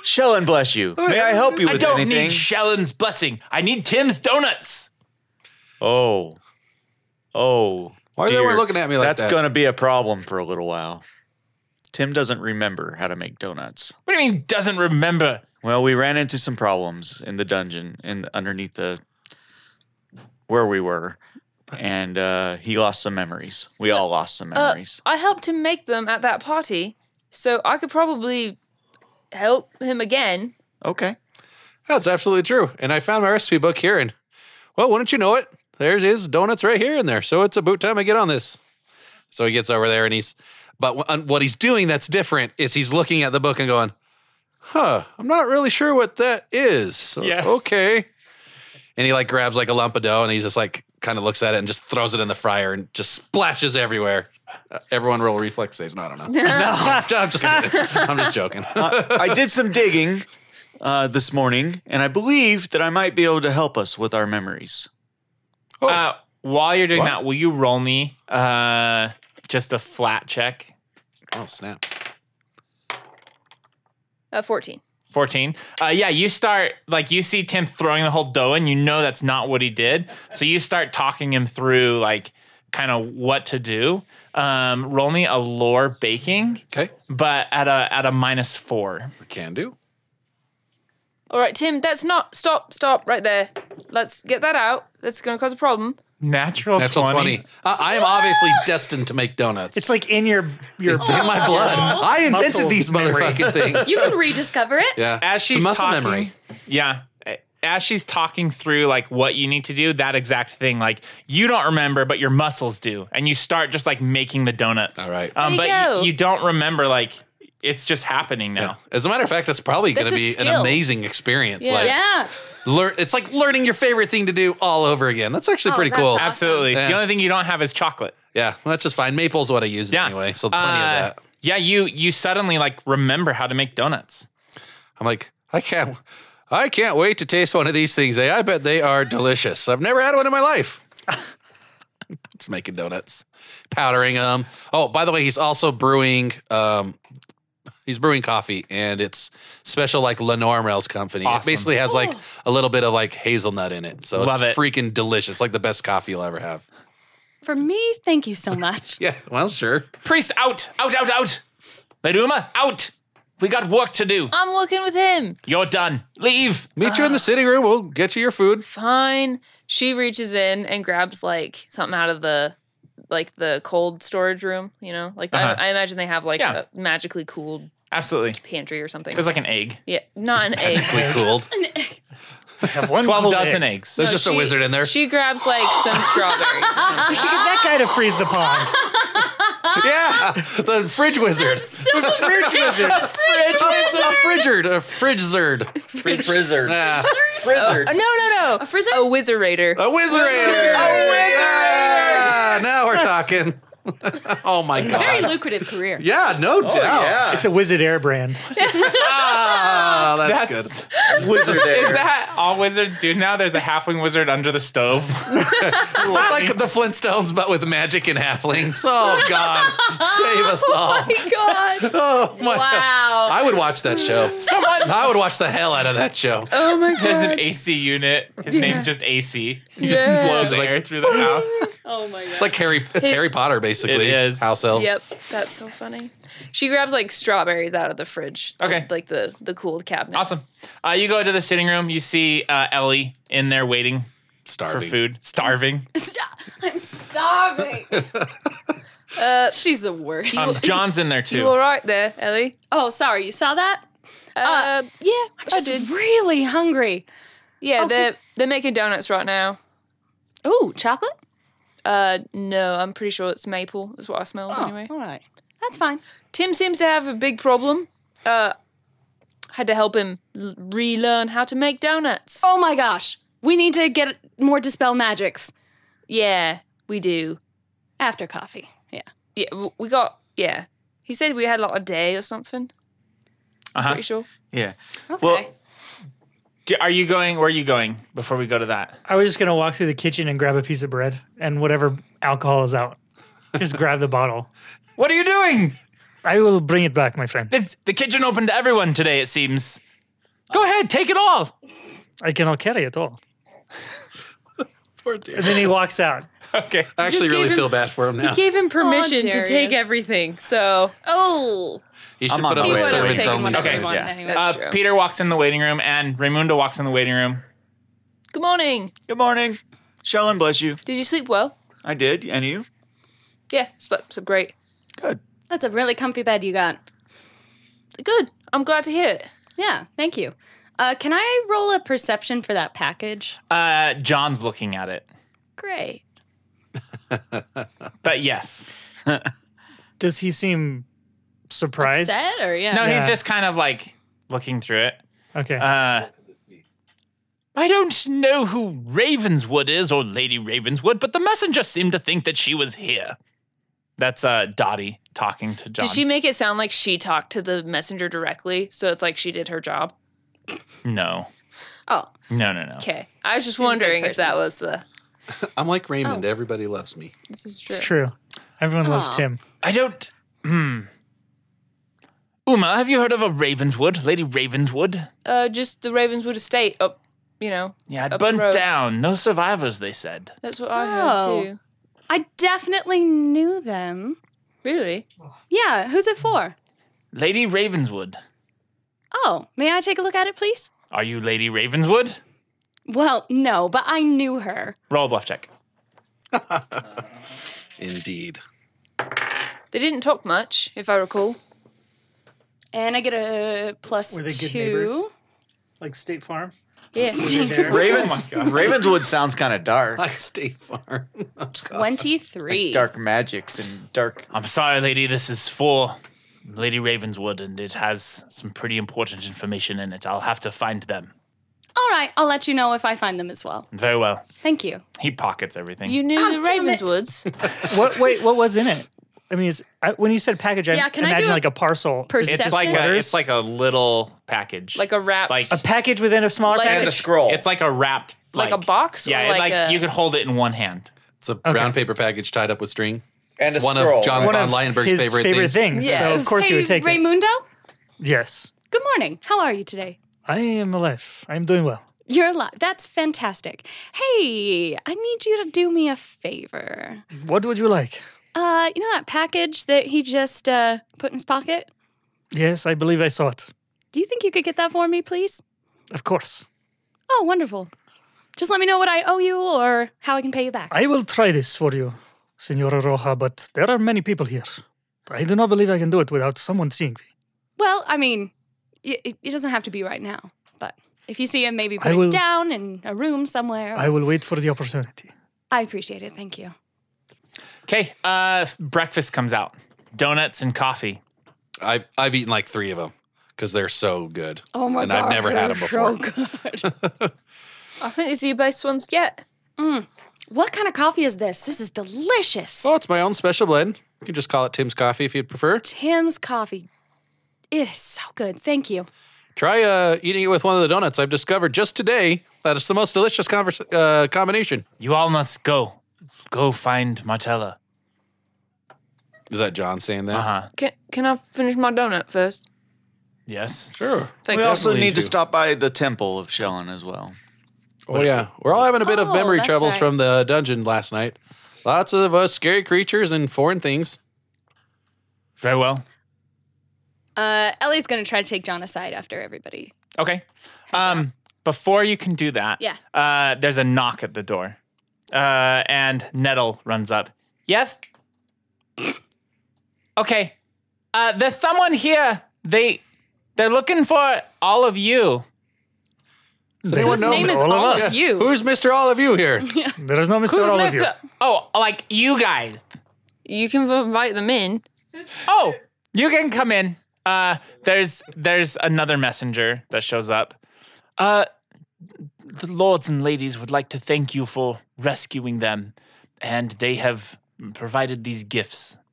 D: Shell and bless you. May I help you with
C: I don't
D: anything?
C: need Shellen's blessing. I need Tim's donuts.
D: oh, oh.
G: Why is
D: dear.
G: everyone looking at me like
D: That's
G: that?
D: gonna be a problem for a little while. Tim doesn't remember how to make donuts.
C: What do you mean doesn't remember?
D: Well, we ran into some problems in the dungeon and underneath the where we were, and uh, he lost some memories. We all lost some
B: Uh,
D: memories.
B: I helped him make them at that party, so I could probably help him again.
D: okay.
G: That's absolutely true. And I found my recipe book here, and well, wouldn't you know it? There is donuts right here and there. So it's about time I get on this. So he gets over there and he's, but wh- and what he's doing that's different is he's looking at the book and going, huh, I'm not really sure what that is. So,
C: Yes.
G: Okay. And he like grabs like a lump of dough and he just like kind of looks at it and just throws it in the fryer and just splashes everywhere. Uh, everyone roll reflex saves. No, I don't know. I'm just kidding. I'm just joking.
D: Uh, I did some digging uh, this morning, and I believe that I might be able to help us with our memories.
G: Oh.
C: Uh, while you're doing
G: What?
C: that, will you roll me uh, just a flat check?
G: oh, snap.
B: Uh, 14.
C: 14. Uh, yeah, you start, like, you see Tim throwing the whole dough, and you know that's not what he did. So you start talking him through, like, kind of what to do. Um, roll me a lore baking,
G: Okay.
C: but at a at a minus four.
G: Can do.
B: All right, Tim, that's not. Stop, stop, right there. Let's get that out. That's going to cause a problem.
C: Natural,
G: Natural 20. I, I am obviously destined to make donuts.
E: It's like in your your
G: It's in my blood. I invented
E: Muscle
G: these
E: memory.
G: motherfucking things.
F: You can rediscover it.
G: yeah.
C: as she's
G: it's a muscle
C: talking,
G: memory.
C: Yeah. As she's talking through like what you need to do, that exact thing, like you don't remember, but your muscles do, and you start just like making the donuts.
G: All right.
C: um, but
B: There you
C: you,
B: go.
C: you don't remember like it's just happening now.
G: As a matter of fact, that's probably going to
B: That's a
G: be an
B: skill.
G: amazing experience.
B: Yeah.
G: Like
F: Yeah.
G: learn, it's like learning your favorite thing to do all over again. That's actually
F: Oh,
G: pretty
F: that's
G: cool.
F: awesome.
C: Absolutely.
G: Yeah.
C: The only thing you don't have is chocolate.
G: Yeah, well, that's just fine. Maple's what I use
C: Yeah.
G: anyway, so plenty
C: Uh,
G: of that.
C: Yeah, you you suddenly like remember how to make donuts.
G: I'm like, I can't, I can't wait to taste one of these things. eh? I bet they are delicious. I've never had one in my life. it's making donuts, powdering them. Oh, by the way, he's also brewing. Um, he's brewing coffee, and it's special like Lenormel's company. It
C: Awesome.
G: basically has like a little bit of like hazelnut in it, so
C: Love
G: it's
C: it.
G: freaking delicious. It's like the best coffee you'll ever have.
F: For me, thank you so much.
G: Yeah, well, sure.
C: Priest out, out, out, out. Leduma out. We got work to do.
B: I'm working with him.
C: You're done. Leave.
G: Meet you in the sitting room. We'll get you your food.
B: Fine. She reaches in and grabs like something out of the like the cold storage room, you know? Like I-
C: Uh-huh.
B: I, imagine they have like
C: Yeah.
B: a magically cooled
C: Absolutely.
B: pantry or something.
C: It was like an egg.
B: yeah, not an egg.
G: We cooled.
E: have one
C: Twelve
E: cold
C: dozen
E: egg.
C: eggs.
G: There's
B: No,
G: just a
B: she-
G: wizard in there.
B: She grabs like some strawberries. or something.
E: She get that guy to freeze the pond.
G: yeah, the fridge wizard.
F: So
G: A, a frigid, a frigizard.
D: Frizzard.
G: Nah,
B: Oh, no, no, no. A frizzard? A wizardator.
G: a wizard. Yeah, now we're talking. oh my god.
F: very lucrative career.
G: yeah, no doubt.
E: It's a wizard air brand.
G: Ah, that's,
C: That's-
G: good.
D: Wizard
C: Is that all wizards do now? There's a halfling wizard under the stove.
G: It's like the Flintstones, but with magic and halflings. Oh god, save us all.
B: God.
G: Oh my.
B: Wow.
G: I would watch that show. I would watch the hell out of that show.
B: Oh my god.
C: There's an AC unit. His name's just AC. He just
B: Yeah.
C: blows
G: He's like-
C: air through the house.
F: Oh my god.
G: It's like Harry. It's Harry Potter, basically.
C: It is.
G: House elves.
B: Yep, that's so funny. She grabs like strawberries out of the fridge.
C: Okay.
B: Like the the cooled cabinet.
C: Awesome. Uh, you go to the sitting room. You see uh, Ellie in there waiting for
G: Starving.
C: food, starving.
F: I'm starving. She's the worst.
C: Um, John's in there too.
B: Uh, You all right there, Ellie?
F: oh, sorry. You saw that?
B: Uh, yeah,
F: I'm
B: I
F: just
B: did.
F: really hungry.
B: Yeah,
F: okay.
B: they're they're making donuts right now.
F: Oh, Ooh, chocolate?
B: Uh, no, I'm pretty sure it's maple. Is what I smelled anyway.
F: Oh, all right. That's fine.
B: Tim seems to have a big problem. Uh, had to help him l- relearn how to make donuts.
F: Oh my gosh. We need to get more dispel magics
B: Yeah, we do.
F: after coffee. Yeah.
B: Yeah, w- we got. Yeah, he said we had like a day or something.
C: Uh-huh.
B: Pretty sure.
D: Yeah.
F: Okay.
D: Well,
C: Do- Are you going? Where are you going before we go to that?
E: I was just gonna walk through the kitchen and grab a piece of bread and whatever alcohol is out. Just grab the bottle.
C: What are you doing?
E: I will bring it back, my friend.
C: It's, the kitchen open to everyone today, it seems. Go ahead, take it all.
E: I cannot carry it all.
G: Poor dude.
E: And then he walks out.
C: Okay.
G: I actually
B: just
G: really
B: gave him-
G: feel bad for him now.
B: Gave him permission to take
F: Darius.
B: everything. So oh,
G: He should
D: I'm
G: put
D: on my
G: up a
D: way. He would've
G: servants
D: taken
G: only
C: what he
G: sign.
C: wanted.
D: yeah.
B: That's
C: Uh,
B: true.
C: Peter walks in the waiting room and Raimundo walks in the waiting room.
B: good morning.
D: good morning. Sheldon, bless you.
B: Did you sleep well?
D: I did. And you?
B: Yeah, slept so great.
D: Good.
F: That's a really comfy bed you got.
B: Good. I'm glad to hear it.
F: Yeah, thank you. Uh, can I roll a perception for that package?
C: Uh, John's looking at it.
F: Great.
C: But yes.
E: Does he seem surprised?
F: Set or yeah?
C: No, he's
E: Yeah.
C: just kind of like looking through it.
E: Okay.
C: Uh, I don't know who Ravenswood is or Lady Ravenswood, but the messenger seemed to think that she was here. That's uh, Dottie talking to John.
B: Did she make it sound like she talked to the messenger directly? So it's like she did her job.
C: no.
F: Oh,
C: No, no, no.
B: Okay, I was just
F: a good
B: wondering if
F: person.
B: that was the.
G: I'm like Raymond.
B: Oh.
G: Everybody loves me.
B: This is true.
E: it's true. Everyone loves
F: Aw.
E: Tim.
C: I don't. Hmm. Uma, have you heard of a Ravenswood? Lady Ravenswood?
B: Uh, just the Ravenswood Estate up, Oh, you know.
C: Yeah, it
B: Up the
C: burnt
B: road.
C: down. No survivors, they said.
B: That's what I
F: Oh.
B: heard too.
F: I definitely knew them.
B: Really?
F: Yeah, who's it for?
C: Lady Ravenswood.
F: Oh, may I take a look at it, please?
C: Are you Lady Ravenswood?
F: Well, no, but I knew her.
C: Roll a bluff check.
G: Indeed.
B: They didn't talk much, if I recall.
F: And I get a plus
E: Were they good neighbors?
F: two.
E: Like State Farm?
F: Yeah,
D: Ravens, Ravenswood sounds kind of dark.
G: Oh Like State Farm. Oh, God.
F: 23.
D: Dark magics and dark.
C: I'm sorry, lady. This is for Lady Ravenswood, and it has some pretty important information in it. I'll have to find them.
F: All right, I'll let you know if I find them as well.
C: Very well.
F: Thank you.
C: He pockets everything.
B: You knew
F: Ah,
B: the
F: damn it.
B: Ravenswoods.
E: what? Wait, what was in it? I mean, is, I, when you said package, I
F: Yeah, can I do
E: imagine
F: a
E: like a parcel. Is it
C: it's
F: perception?
C: like a,
E: letters?
C: it's like a little package,
B: like a wrap.
C: like
E: a package within a smaller
B: Like
E: package.
D: And a scroll.
C: it's like a wrapped
B: Like a box or
C: Yeah, it,
B: like
C: like,
B: a-
C: you could hold it in one hand.
G: It's a brown paper package tied up with string.
D: and a
G: It's one
D: scroll.
G: of John
E: One
G: von
E: of
G: Lionberg's
E: his
G: favorite, things.
E: things. So of course
F: hey,
E: you would take it.
F: Raymundo,
E: Yes,
F: good morning. How are you today?
E: I am alive. I am doing well.
F: You're alive. That's fantastic. Hey, I need you to do me a favor.
E: What would you like?
F: Uh, you know that package that he just uh, put in his pocket?
E: Yes, I believe I saw it.
F: Do you think you could get that for me, please?
E: Of course,
F: Oh, wonderful. Just let me know what I owe you or how I can pay you back.
E: I will try this for you, Senora Roja. But there are many people here. I do not believe I can do it without someone seeing me.
F: well, I mean, it, it it doesn't have to be right now, but if you see him, maybe put
E: will-
F: it down in a room somewhere.
E: I will wait for the opportunity.
F: I appreciate it. Thank you.
C: Okay, uh, breakfast comes out, donuts and coffee.
G: I've I've eaten like three of them because they're so good.
F: Oh my
G: and
F: god.
G: I've never had them
F: they're
G: before.
F: So good.
B: I think it's the best ones yet.
F: Mm. what kind of coffee is this? This is delicious.
G: Oh, it's my own special blend. You can just call it Tim's Coffee if you'd prefer.
F: Tim's coffee. It is so good. Thank you.
G: Try uh, eating it with one of the donuts. I've discovered just today that it's the most delicious convers- uh, combination.
C: You all must go, go find Martella.
G: Is that John saying that?
C: Uh huh.
B: Can, can I finish my donut first?
C: Yes.
G: Sure.
B: Thanks.
D: We also
G: Definitely
D: need to
G: do.
D: stop by the temple of Shellen as well.
G: Oh yeah, we're all having a bit of
F: Oh,
G: memory
F: that's
G: troubles
F: right.
G: from the dungeon last night. Lots of us scary creatures and foreign things.
C: Very well.
F: Uh, Ellie's gonna try to take John aside after everybody.
C: Okay. Um, before you can do that,
F: Yeah.
C: Uh, there's a knock at the door, uh, and Nettle runs up. Yes. Okay. Uh, there's someone here. They They're looking for all of you.
G: Does anyone
F: Whose
G: know
F: name is
E: all of
F: all of
E: us.
F: you?
G: who's Mr. All of You here?
E: There is no Mr. All of you.
C: Mr. Oh, like you guys.
B: You can invite them in.
C: Oh, you can come in. Uh, there's there's another messenger that shows up. Uh, the lords and ladies would like to thank you for rescuing them, and they have provided these gifts.
G: Well,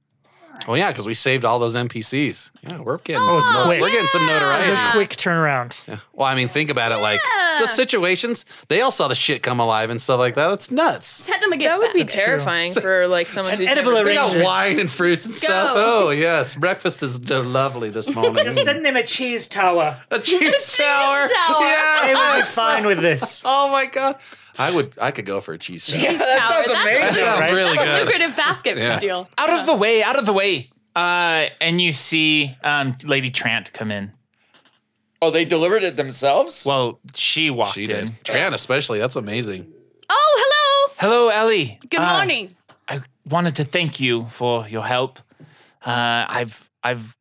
G: Oh, yeah, because we saved all those NPCs. Yeah, we're getting
E: it's
G: some, no-
E: quick.
G: we're getting some
E: It's
G: notoriety.
E: a quick turnaround.
G: Yeah. Well, I mean, think about it. Like the situations, they all saw the shit come alive and stuff like that. That's nuts.
F: Send him again.
B: That would be terrifying for like someone who's
E: edible
B: never
G: They
B: seen-
G: got wine and fruits and stuff.
B: Go.
G: Oh yes, breakfast is d- lovely this morning.
E: them a cheese tower.
G: a cheese tower.
F: tower.
G: Yeah, that's-
E: with this.
G: Oh my god, I would. I could go for a cheese tower.
F: Cheese tower.
A: sounds
F: That's
A: amazing.
G: That sounds
E: Right?
G: really
F: a
G: good.
F: lucrative basket
G: Yeah.
F: deal.
C: Out of the way! Out of the way! Uh, and you see um, Lady Trant come in.
D: Oh, they delivered it themselves?
C: Well, she walked
G: She
C: in.
G: did. Tran, especially. That's amazing.
F: Oh, hello.
C: Hello, Ellie.
F: Good
C: Uh,
F: morning.
C: I wanted to thank you for your help. Uh, I've I've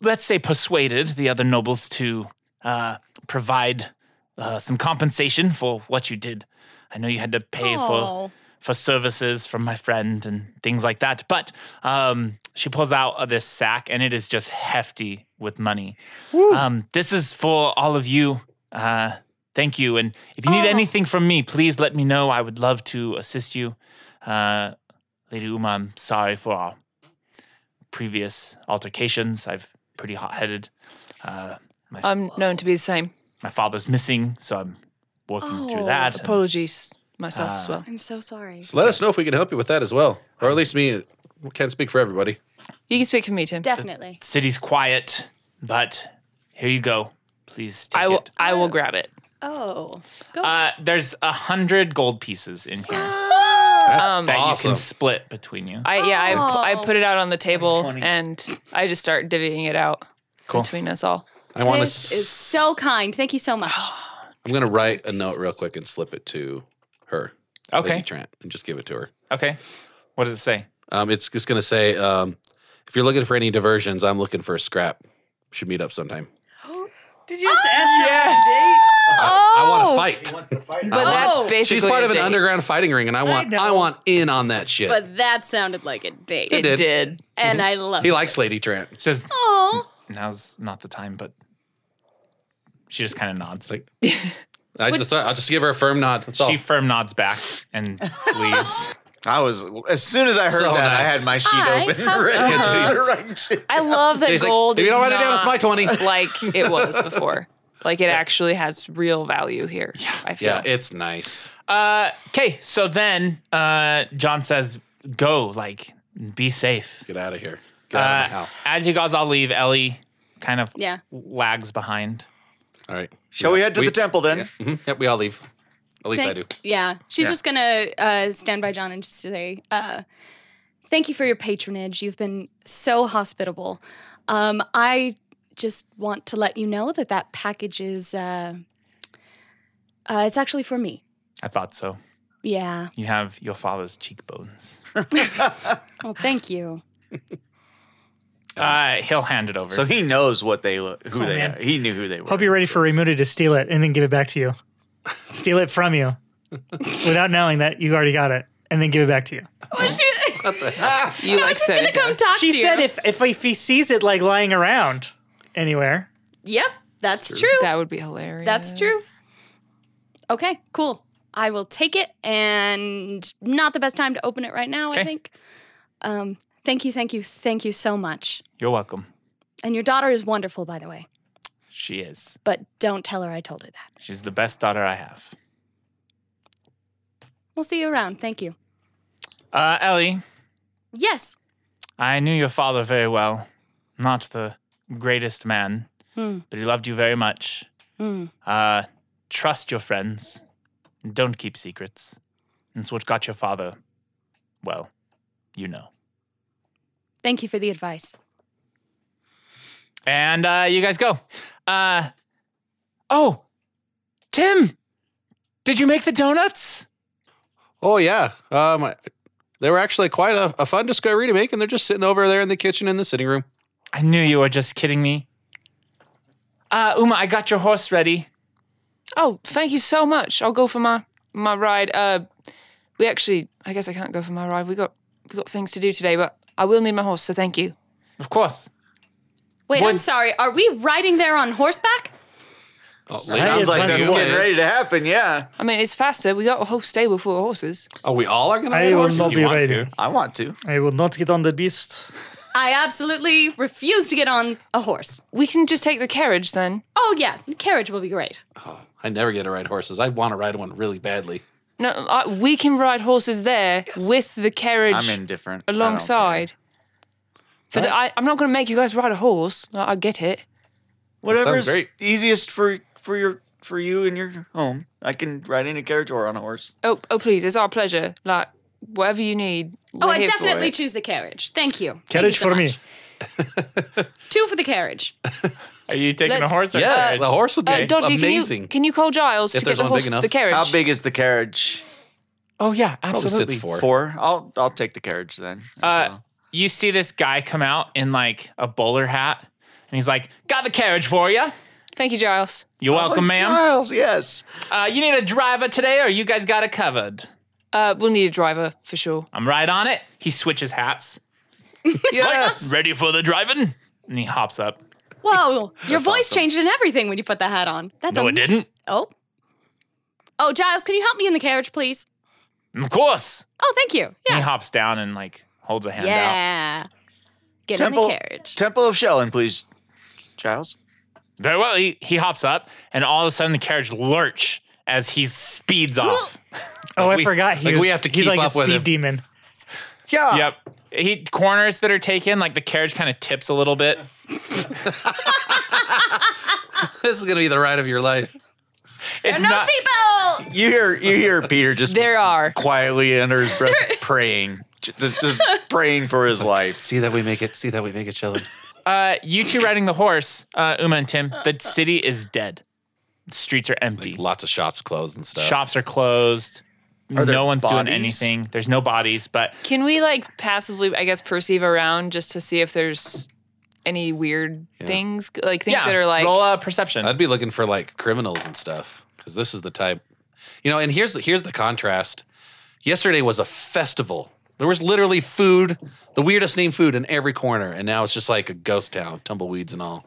C: let's say persuaded the other nobles to uh, provide uh, some compensation for what you did. I know you had to pay for
F: Oh.
C: for services from my friend and things like that. But um, she pulls out of this sack and it is just hefty with money. Um, this is for all of you. Uh, thank you. And if you need anything from me, please let me know. I would love to assist you. Uh, Lady Uma, I'm sorry for our previous altercations. I've pretty hot headed. Uh,
B: I'm known to be the same.
C: my father's missing, so I'm working through
F: Oh,
C: that. and-
B: Apologies myself as well.
F: I'm so sorry.
G: So let us know if we can help you with that as well, or at least me. We Can't speak for everybody.
B: You can speak for me, Tim.
F: Definitely.
C: city's quiet, but here you go. Please take
B: I will.
C: it.
B: I will grab it.
F: Oh, go.
C: Uh, there's a hundred gold pieces in here
G: That's
C: that you
G: awesome.
C: can split between you.
B: I yeah. I, pu- I
F: Oh.
B: put it out on the table and I just start divvying it out between us all.
G: I want to.
F: this is so kind. Thank you so much.
G: I'm gonna write a note real quick and slip it to her.
C: Okay.
G: Lady Trant, and just give it to her.
C: Okay. What does it say?
G: Um, it's just gonna say, um, if you're looking for any diversions, I'm looking for a scrap. Should meet up sometime.
I: Did you just ask
C: Yes.
G: I want to fight.
B: But
F: Oh.
B: that's basically
G: She's part
B: a
G: of an
B: date.
G: underground fighting ring, and I want I, want in on that shit.
F: But that sounded like a date,
G: It did.
B: It did.
F: and I love
G: he
F: it.
G: likes Lady Trant.
C: She says
F: Aw.
C: now's not the time, but she just kind of nods.
G: Like- I just I'll just give her a firm nod. That's all.
C: she firm nods back and leaves.
D: I was as soon as I heard
G: So
D: that,
G: nice.
D: I had my sheet
F: Hi,
D: open.
F: how-
D: ready
G: Uh-huh.
D: to write shit.
B: I love that
G: He's like,
B: gold.
G: if you don't
B: is
G: write it down, it's my
B: not
G: twenty.
B: Like it was before. Like it actually has real value here. I feel.
G: Yeah, it's nice.
C: Uh, Okay, so then uh, John says, "Go, like, be safe."
G: Get out of here. Get out of my
C: Uh,
G: house.
C: as you guys all leave, Ellie kind of
F: Yeah.
C: lags behind.
G: All right.
D: Shall we head to the temple then?
G: Mhm. Yep, we all leave. At least I do.
F: Thank- Yeah, she's just gonna uh, stand by John and just say, uh, "Thank you for your patronage. You've been so hospitable. Um, I just want to let you know that that package is uh, uh, it's actually for me.
C: I thought so.
F: Yeah.
C: You have your father's cheekbones.
F: Well, thank you.
C: Uh, he'll hand it over. Oh,
D: So he knows what they look, who they
E: man.
D: are. He knew who they were.
E: Hope you're ready for Remuda to steal it and then give it back to you. steal it from you without knowing that you already got it and then give it back to you.
B: You like said it.
F: Come talk
E: She
F: to
E: said
F: you.
E: if, if if he sees it like lying around anywhere,
F: yep, that's true.
B: that would be hilarious.
F: That's true. Okay, cool. I will take it, and not the best time to open it right now. I
C: Okay.
F: think. Um, thank you, thank you, thank you so much.
C: You're welcome.
F: And your daughter is wonderful, by the way.
C: She is.
F: But don't tell her I told her that.
C: She's the best daughter I have.
F: We'll see you around. Thank you.
C: Uh, Ellie,
F: Yes.
C: I knew your father very well. Not the greatest man,
F: Hmm.
C: but he loved you very much.
F: Hmm.
C: Uh, trust your friends. Don't keep secrets. It's what got your father. Well, you know.
F: Thank you for the advice.
C: And uh, you guys go. Uh, oh, Tim, did you make the donuts?
G: Oh yeah. Um, they were actually quite a, a fun discovery to make, and they're just sitting over there in the kitchen in the sitting room.
C: I knew you were just kidding me. Uh, Uma, I got your horse ready.
B: Oh, thank you so much. I'll go for my my ride. Uh, we actually, I guess I can't go for my ride. We got we got things to do today, but I will need my horse. So thank you.
C: Of course.
F: Wait, I'm
C: What-
F: sorry. Are we riding there on horseback?
D: Sounds like
E: plenty
D: that's getting
E: of ways.
D: ready to happen. Yeah,
B: I mean, it's faster. We got a whole stable full of horses.
G: Oh, we all are going to
E: I
G: ride
E: will
G: horses?
E: not
G: You
E: be
G: want
E: ready.
G: to.
D: I want to.
E: I will not get on the beast.
F: I absolutely refuse to get on a horse.
B: We can just take the carriage then.
F: Oh yeah, the carriage will be great.
G: I never get to ride horses. I want to ride one really badly.
B: No, I, we can ride horses there with the carriage
D: I'm indifferent. I don't care.
B: alongside. But I, I'm not going to make you guys ride a horse. Like, I get it.
D: Whatever's
G: great.
D: easiest for for your for you and your home. I can ride in a carriage or on a horse.
B: Oh, oh, please, it's our pleasure. Like whatever you need.
F: Oh,
B: we're
F: I
B: here for
F: definitely
B: it.
F: choose the carriage. Thank you. Thank you
E: Carriage
F: so
E: for me.
F: much. Two for the carriage.
C: Are you taking
B: Let's-
C: a horse or
G: Yes,
C: carriage?
G: the horse would be
B: Uh, Dodgy, Can you,
G: amazing.
B: can you call Giles
G: If
B: to
G: there's
B: get the
G: one big
B: horse,
G: enough.
B: the carriage?
D: How big is the carriage?
C: Oh yeah,
G: Probably
C: absolutely.
G: sits four.
D: Four. I'll I'll take the carriage then. as
C: Uh,
D: well.
C: You see this guy come out in like a bowler hat, and he's like, "Got the carriage for you.
B: Thank you, Giles.
C: You're welcome,
D: Oh,
C: ma'am.
D: Giles, yes.
C: Uh, you need a driver today, or you guys got it covered."
B: Uh, we'll need a driver for sure.
C: I'm right on it. He switches hats.
G: Yes.
C: Ready for the driving? And he hops up.
F: Whoa, your voice changed and everything when you put that hat on. That's
C: No, it
F: am-
C: didn't.
F: Oh. Oh, Giles, can you help me in the carriage, please?
C: Of course.
F: Oh, thank you.
C: And he
F: Yeah.
C: hops down and like holds a hand out.
F: Yeah. Get
D: Temple-
F: in the carriage.
D: Temple of Shellen, please, Giles.
C: Very well. He, he hops up, and all of a sudden the carriage lurch as he speeds off.
E: Oh, I
G: we-
E: forgot he
G: like,
E: was,
G: we have to
E: he's
G: keep
E: like a
G: up with
E: speed
G: him.
E: demon.
G: Yeah.
C: yep. He corners that are taken, like the carriage kind of tips a little bit.
G: This is going to be the ride of your life.
C: It's
F: no
C: not-
F: seatbelt.
D: You hear you hear Peter just
B: There are.
D: quietly under his breath praying, just, just praying for his life.
G: See that we make it. See that we make it, Sheldon.
C: uh, you two riding the horse, uh, Uma and Tim. The city is dead. The streets are empty.
G: Lots of shops closed and stuff.
C: Shops are closed.
D: there
C: no one's doing
D: bodies?
C: anything. There's no bodies, but
B: Can we like passively, I guess, perceive around just to see if there's any weird things, like things
C: yeah,
B: that are like
C: roll a perception.
G: I'd be looking for like criminals and stuff because this is the type, you know. And here's here's the contrast. Yesterday was a festival. There was literally food, the weirdest name food in every corner, and now it's just like a ghost town, tumbleweeds and all.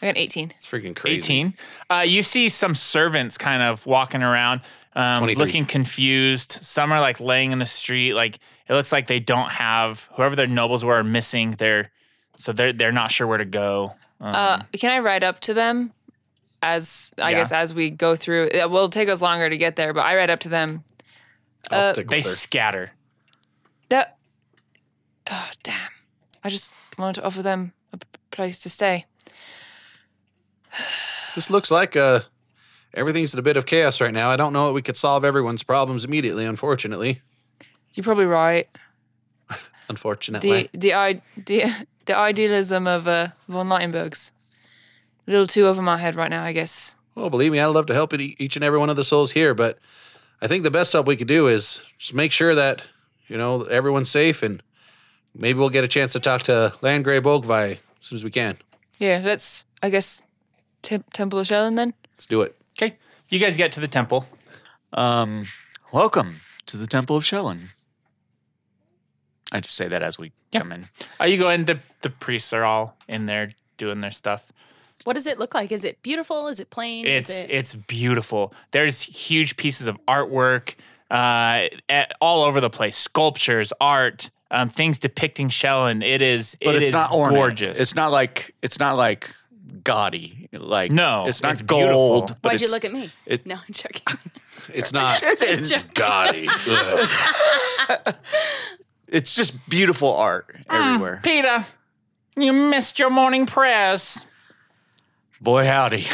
B: I got an 18.
G: It's freaking crazy.
C: 18. Uh, you see some servants kind of walking around, um,
G: 23.
C: looking confused. Some are like laying in the street. Like it looks like they don't have whoever their nobles were are missing. They're so they're they're not sure where to go. Um,
B: Uh, can I ride up to them? As I
C: Yeah.
B: guess as we go through, it will take us longer to get there. But I ride up to them.
G: I'll
B: Uh,
G: stick
C: they
G: with her.
C: scatter.
B: No. Oh, damn. I just wanted to offer them a p- place to stay.
G: This looks like uh, everything's in a bit of chaos right now. I don't know that we could solve everyone's problems immediately. Unfortunately,
B: You're probably right.
G: unfortunately,
B: the the i the the idealism of uh, von Leitenberg's a little too over my head right now, I guess.
G: Well, believe me, I'd love to help e- each and every one of the souls here, but I think the best help we could do is just make sure that, you know, everyone's safe and maybe we'll get a chance to talk to Landgrave Ogvi as soon as we can.
B: Yeah, let's I guess Tem- Temple of Shellen then.
G: Let's do it.
C: Okay, you guys get to the temple.
D: Um, welcome to the Temple of Shellen. I just say that as we come in.
C: Uh, you go in. The the priests are all in there doing their stuff.
F: What does it look like? Is it beautiful? Is it plain?
C: It's
F: Is it-
C: it's beautiful. There's huge pieces of artwork uh, at, all over the place. Sculptures, art, um, things depicting Shellen. It is
D: But
C: it
D: it's
C: is
D: not ornate.
C: gorgeous.
D: It's not like it's not like gaudy. Like
C: No,
D: it's not
C: it's beautiful.
D: gold. But
F: Why'd you
D: it's-
F: look at me?
D: it-
F: no, I'm joking.
G: It's not
D: It's gaudy. Ugh. it's just beautiful art
F: Ah.
D: everywhere.
C: Peter, you missed your morning prayers.
D: Boy howdy.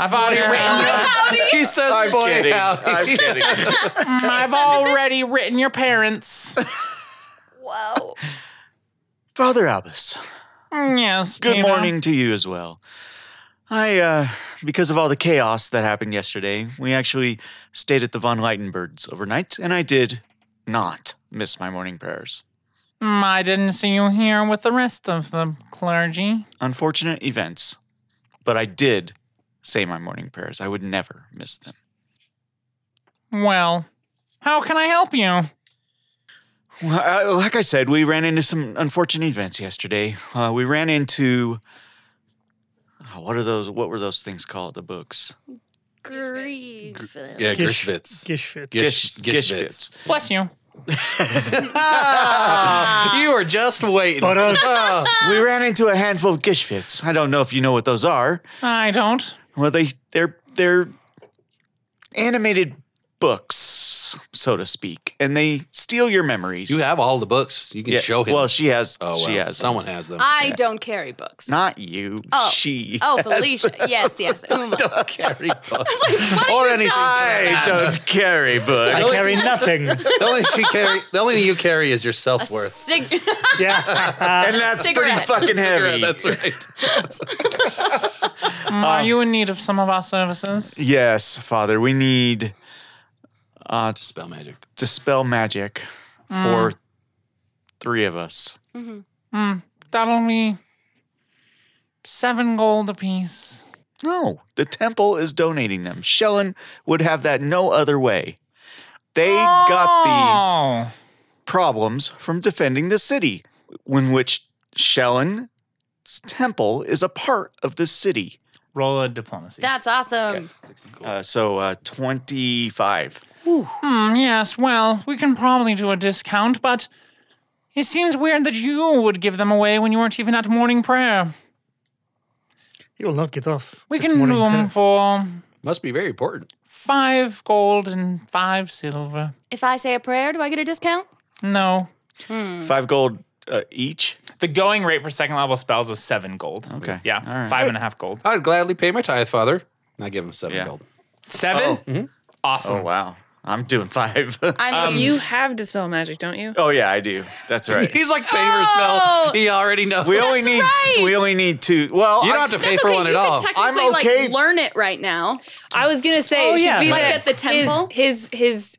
C: I've already written.
G: he says, boy, howdy."
D: kidding.
C: Mm, I've already written your parents.
F: Whoa.
D: Father Albus.
C: Mm, Yes.
D: Good
C: Peter.
D: morning to you as well. I, uh, because of all the chaos that happened yesterday, we actually stayed at the Von Leitenbergs overnight, and I did not miss my morning prayers.
C: Mm, I didn't see you here with the rest of the clergy.
D: Unfortunate events, but I did say my morning prayers. I would never miss them.
C: Well, how can I help you?
D: Well, I, like I said, we ran into some unfortunate events yesterday. Uh, we ran into oh, what are those? What were those things called? The books.
I: Grieve.
G: Yeah,
E: Gish-
G: Gershvitz.
E: Gishfits.
G: Gish- Gishvitz.
D: Gishvits.
C: Bless you.
G: you were just waiting.
E: But, uh,
G: Oh,
D: We ran into a handful of Gishvits. I don't know if you know what those are.
C: I don't.
D: Well, they they're they're animated books, so to speak, and they steal your memories.
G: you have all the books. You can
D: Yeah,
G: show him.
D: Well, she has.
G: oh, well,
D: She has.
G: Someone has them.
F: I don't carry books.
D: Not you.
F: Oh.
D: She.
F: oh, Felicia. yes, yes. Uma.
G: carry books.
F: What are
G: or
F: you
G: anything.
D: I don't carry books.
E: I carry nothing.
G: The only, thing you carry, the only thing you carry is your
F: A
G: self worth.
F: sig-
E: Yeah. Uh,
D: and that's
F: Cigarette.
D: pretty fucking heavy.
G: That's right.
C: Mm, Are you in need of some of our services?
D: yes, Father, we need uh, to
G: Spell magic.
D: dispel magic
F: Mm.
D: for three of us.
C: Mm, That'll be seven gold apiece.
D: No, the temple is donating them. Shellen would have that no other way. They got these
C: Oh.
D: problems from defending the city, in which Shellen's temple is a part of the city.
C: Roll a diplomacy.
F: That's awesome.
D: Uh, so uh, 25.
C: Hmm, yes, well, we can probably do a discount, but it seems weird that you would give them away when you weren't even at morning prayer.
E: you will not get off.
C: We
E: this
C: can um, do
E: morning.
C: them for
G: Must be very important.
C: five gold and five silver.
F: If I say a prayer, do I get a discount? Hmm.
C: No. Hmm.
D: Five gold uh, each.
C: The going rate for second level spells is seven gold.
D: Okay.
C: Yeah,
D: All right.
C: five and a half gold.
G: I'd gladly pay my tithe, Father. And I give him seven
D: Yeah.
G: gold. Mm-hmm.
C: Seven? Awesome.
D: Oh, wow. I'm doing five.
F: I
D: Um,
G: Um,
F: mean,
B: you have dispel magic, don't you?
D: oh, yeah, I do. That's right.
G: He's like favor
F: Oh!
G: spell. He already knows.
D: we only need we only need two. Well,
G: you
D: I-
G: don't have to pay
F: that's
G: for
F: okay.
G: one
F: you
G: at all.
F: could technically
D: I'm okay.
F: like learn it right now.
B: I was gonna say,
E: Oh,
B: it should
E: yeah.
B: be
E: Like
B: that
F: at the temple?
B: His his, his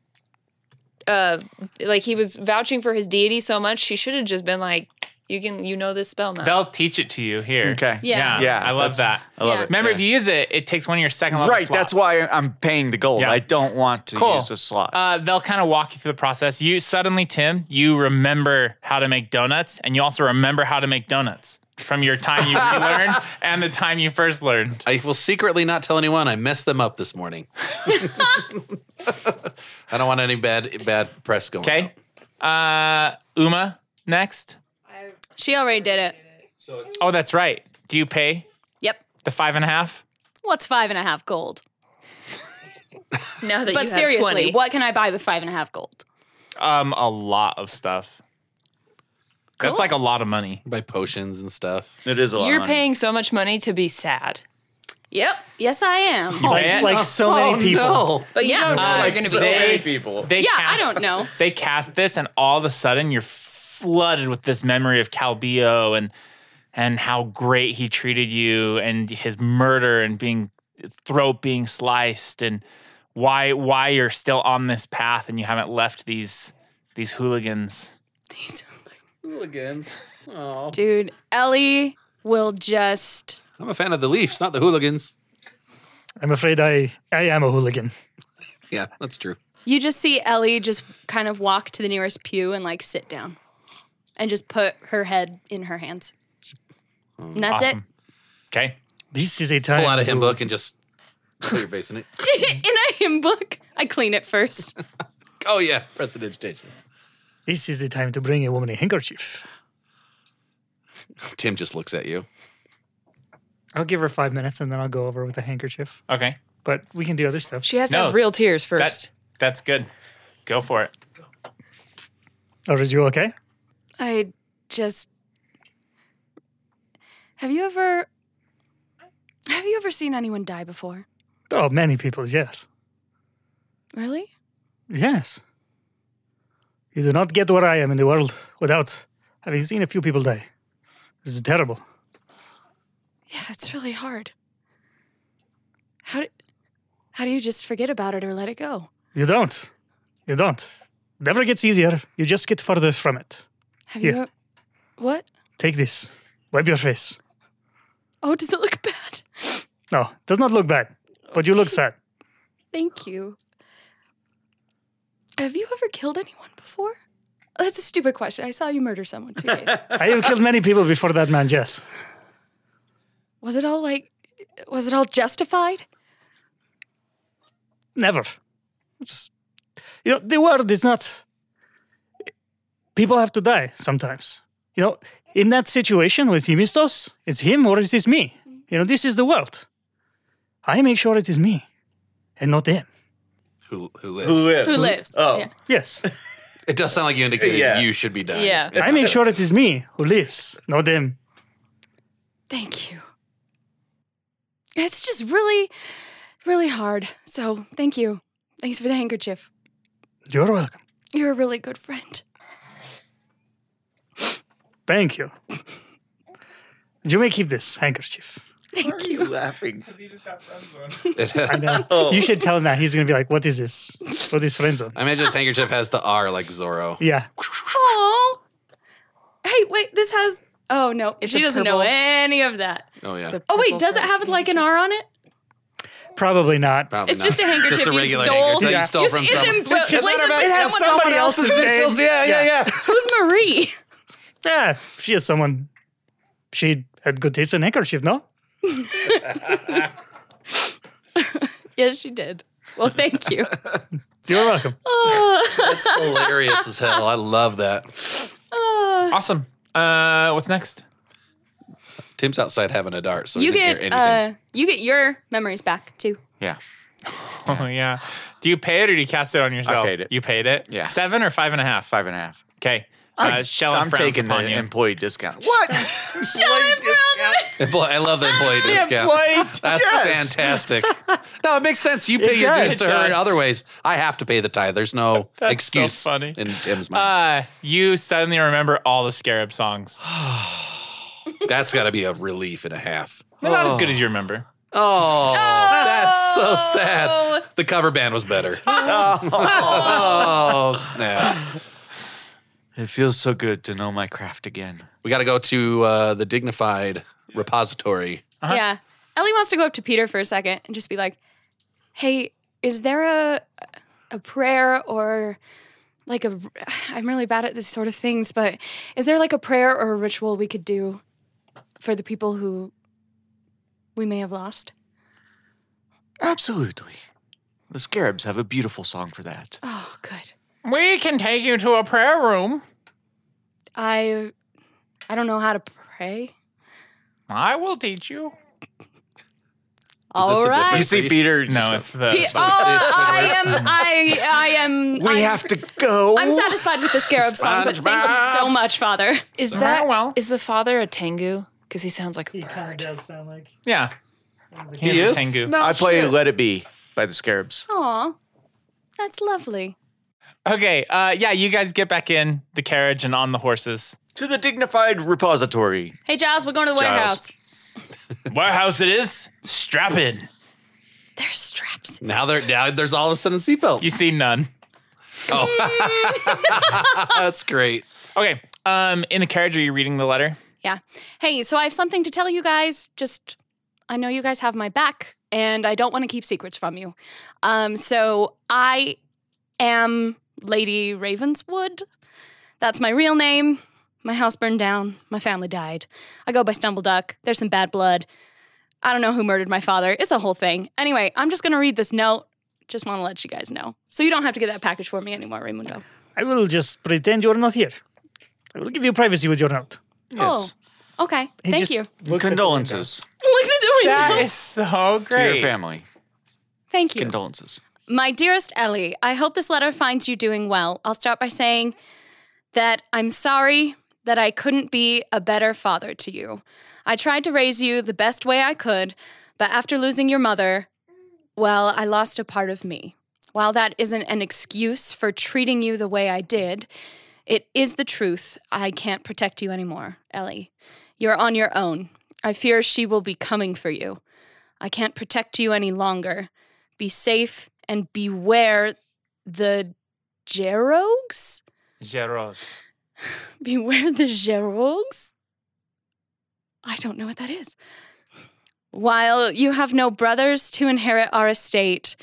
B: uh, like he was vouching for his deity so much, she should have just been like, "You can, you know this spell now."
C: They'll teach it to you here.
D: Okay.
F: Yeah.
C: Yeah.
D: Yeah,
C: I love
D: that's-
C: that.
D: I love
F: Yeah.
D: it.
C: Remember,
D: Yeah.
C: if you use it, it takes one of your second level
D: Right, that's
C: slots.
D: why I'm paying the gold.
C: Yeah.
D: I don't want to
C: Cool.
D: use a slot.
C: Uh, they'll kind of walk you through the process. You suddenly, Tim, you remember how to make donuts, and you also remember how to make donuts from your time you relearned and the time you first learned.
G: I will secretly not tell anyone. I messed them up this morning. I don't want any bad bad press going.
C: Okay. Uh, Uma, next.
F: She already did it.
C: Oh, that's right. Do you pay
F: Yep.
C: the five and a half?
F: What's five and a half gold?
B: now that
F: But
B: you
F: seriously,
B: have 20.
F: what can I buy with five and a half gold?
C: Um, a lot of stuff. That's
F: Cool.
C: like a lot of money.
G: By potions and stuff.
D: it is a lot. of
B: You're
D: money.
B: paying so much money to be sad,
F: Yep. Yes, I am.
B: Oh,
C: You pay
E: Like,
C: it?
E: like so many people.
G: No.
B: but you
F: Yeah.
B: don't know
C: Uh,
B: they're gonna
C: so
B: be.
C: many
B: sad.
D: people.
C: They
F: Yeah, I
C: cast,
F: don't know.
C: They cast this, and all of a sudden, you're flooded with this memory of Calbio and and how great he treated you, and his murder, and being throat being sliced, and why why you're still on this path, and you haven't left these these hooligans.
G: Hooligans.
F: Dude, Ellie will just.
G: I'm a fan of the Leafs, not the hooligans.
E: I'm afraid I, I am a hooligan.
G: Yeah, that's true.
F: You just see Ellie just kind of walk to the nearest pew and like sit down and just put her head in her hands. And that's
C: Awesome. Okay.
E: This is a time.
G: Pull out a hymn book and just put your face in it.
F: it. in a hymn book, I clean it first.
G: Oh yeah, press the digitation.
E: This is the time to bring a woman a handkerchief.
G: Tim just looks at you.
E: I'll give her five minutes and then I'll go over with a handkerchief.
G: Uh,
C: Okay.
E: But we can do other stuff.
B: She has to
C: No.
B: have real tears
C: That,
B: first.
C: that's good. Go for it.
E: Or Oh, is you okay?
F: I just. Have you ever. Have you ever seen anyone die before?
E: Oh, many people, yes.
F: Really?
E: Yes. You do not get where I am in the world without having seen a few people die. This is terrible.
F: Yeah, it's really hard. How do, how do you just forget about it or let it go?
E: You don't. You don't. Never gets easier. You just get further from it.
F: Have
E: Yeah.
F: you e, what?
E: Take this. Wipe your face.
F: Oh, does it look bad?
E: No, does not look bad, but you look sad.
F: Thank you. Have you ever killed anyone before? That's a stupid question. I saw you murder someone today.
E: I have killed many people before that man, Jess.
F: was it all like, was it all justified?
E: Never. It's- you know, the world is not. People have to die sometimes. You know, in that situation with Himistos, it's him or it is me. You know, this is the world. I make sure it is me and not him.
G: Who, who lives?
D: Who lives?
B: Who lives?
D: Oh.
B: Yeah.
E: Yes.
G: It does sound like you indicated
D: Yeah.
G: you should be dying.
B: Yeah.
E: I make sure it is me who lives, not them.
F: Thank you. It's just really, really hard. So thank you. Thanks for the handkerchief.
E: You're welcome.
F: You're a really good friend.
E: Thank you. You may keep this handkerchief.
D: Why are you laughing?
E: I know.
G: Oh.
E: You should tell him that. He's going to be like, what is this? What is friend zone?
G: I imagine this handkerchief has the R like Zorro.
E: Yeah.
F: Oh. Hey, wait, this has. Oh, no.
B: It's
F: she
B: a
F: doesn't know
B: purple-
F: any of that.
G: Oh yeah.
F: Oh, wait, does it have like an R on it?
E: Probably not.
G: Probably
F: It's
G: not.
F: just a handkerchief
G: Just a
F: you
G: regular
F: stole.
G: handkerchief
E: Yeah.
G: you stole from
F: it's
G: someone.
F: embro-
E: It's just-
F: places
E: it
F: where
E: has
F: someone
E: somebody else's name.
G: Yeah, yeah, yeah.
F: Who's Marie?
E: Yeah, she is someone. She had good taste in handkerchief, no?
F: yes, she did. Well, thank you.
E: You're welcome.
G: That's hilarious as hell. I love that.
C: Awesome. Uh, what's next?
G: Tim's outside having a dart, so
F: you
G: he didn't hear
F: get
G: anything.
F: uh, you get your memories back too.
D: Yeah.
C: Oh yeah. Do you pay it or do you cast it on yourself?
D: paid it.
C: You paid it.
D: Yeah.
C: Seven or five and a half.
D: Five and a half.
C: Okay.
D: I-
C: Uh, Shell
D: I'm
C: frowns
D: taking the
C: upon you.
D: employee discount. What?
G: Employ- I love the employee discount. That's
D: Yes.
G: fantastic. No, it makes sense. You pay your
E: does.
G: dues to
C: It
G: her in
C: does.
G: other ways. I have to pay the tithe. There's no
C: That's so
G: excuse
C: funny.
G: in Tim's mind.
C: Uh, you suddenly remember all the Scarab songs.
G: That's got to be a relief and a half.
C: They're not
D: Oh.
C: as good as you remember.
G: Oh, that's
F: Oh.
G: so sad. The cover band was better. oh, snap.
D: It feels so good to know my craft again.
G: We got to go to uh, the dignified repository.
F: Yeah. Ellie wants to go up to Peter for a second and just be like, "Hey, is there a a prayer or like a I'm really bad at this sort of things, but is there like a prayer or a ritual we could do for the people who we may have lost?"
D: Absolutely. The Scarabs have a beautiful song for that.
F: Oh, good.
C: We can take you to a prayer room.
F: I I don't know how to pray.
C: I will teach you.
G: this
F: All
G: a
F: right.
D: You
G: difference?
D: see, Peter. just
C: No,
D: go,
C: it's the.
F: Pe- oh, I am. I I am.
D: we
F: I'm,
D: have to go.
F: I'm satisfied with the scarab song, but thank you so much, Father.
H: Is
C: Very
H: that
C: well.
H: is the father a Tengu? Because he sounds like a bird.
E: does sound like.
C: yeah. He,
G: is?
C: Tengu.
D: I play "Let It Be" by the Scarabs.
F: Aw, that's lovely.
C: Okay. Uh, yeah, you guys get back in the carriage and on the horses.
D: To the dignified repository.
F: Hey, Giles, we're going to the warehouse.
C: Warehouse it is. Strap in.
F: There's straps.
G: Now there, now there's all of a sudden
C: You
G: seatbelts. Oh,
C: see none.
G: That's great.
C: Okay. Um, in the carriage, are you reading the letter?
F: Yeah. Hey, so I have something to tell you guys. Just, I know you guys have my back, and I don't want to keep secrets from you. Um, so I am Lady Ravenswood. That's my real name. My house burned down. My family died. I go by Stumbleduck. There's some bad blood. I don't know who murdered my father. It's a whole thing. Anyway, I'm just gonna read this note. Just want to let you guys know, so you don't have to get that package for me anymore, Raimundo.
E: I will just pretend you are not here. I will give you privacy with your note.
D: Yes.
F: Oh, okay.
E: He
F: Thank
E: just
F: you.
E: looks at the
D: Condolences
F: Looks at the window.
C: That is so
D: to
C: great.
D: your family.
F: Thank you.
D: Condolences.
F: My dearest Ellie, I hope this letter finds you doing well. I'll start by saying that I'm sorry that I couldn't be a better father to you. I tried to raise you the best way I could, but after losing your mother, well, I lost a part of me. While that isn't an excuse for treating you the way I did, it is the truth. I can't protect you anymore, Ellie. You're on your own. I fear she will be coming for you. I can't protect you any longer. Be safe and beware the Jerogs?
C: Gerard.
F: Beware the Jerogs? I don't know what that is. While you have no brothers to inherit our estate,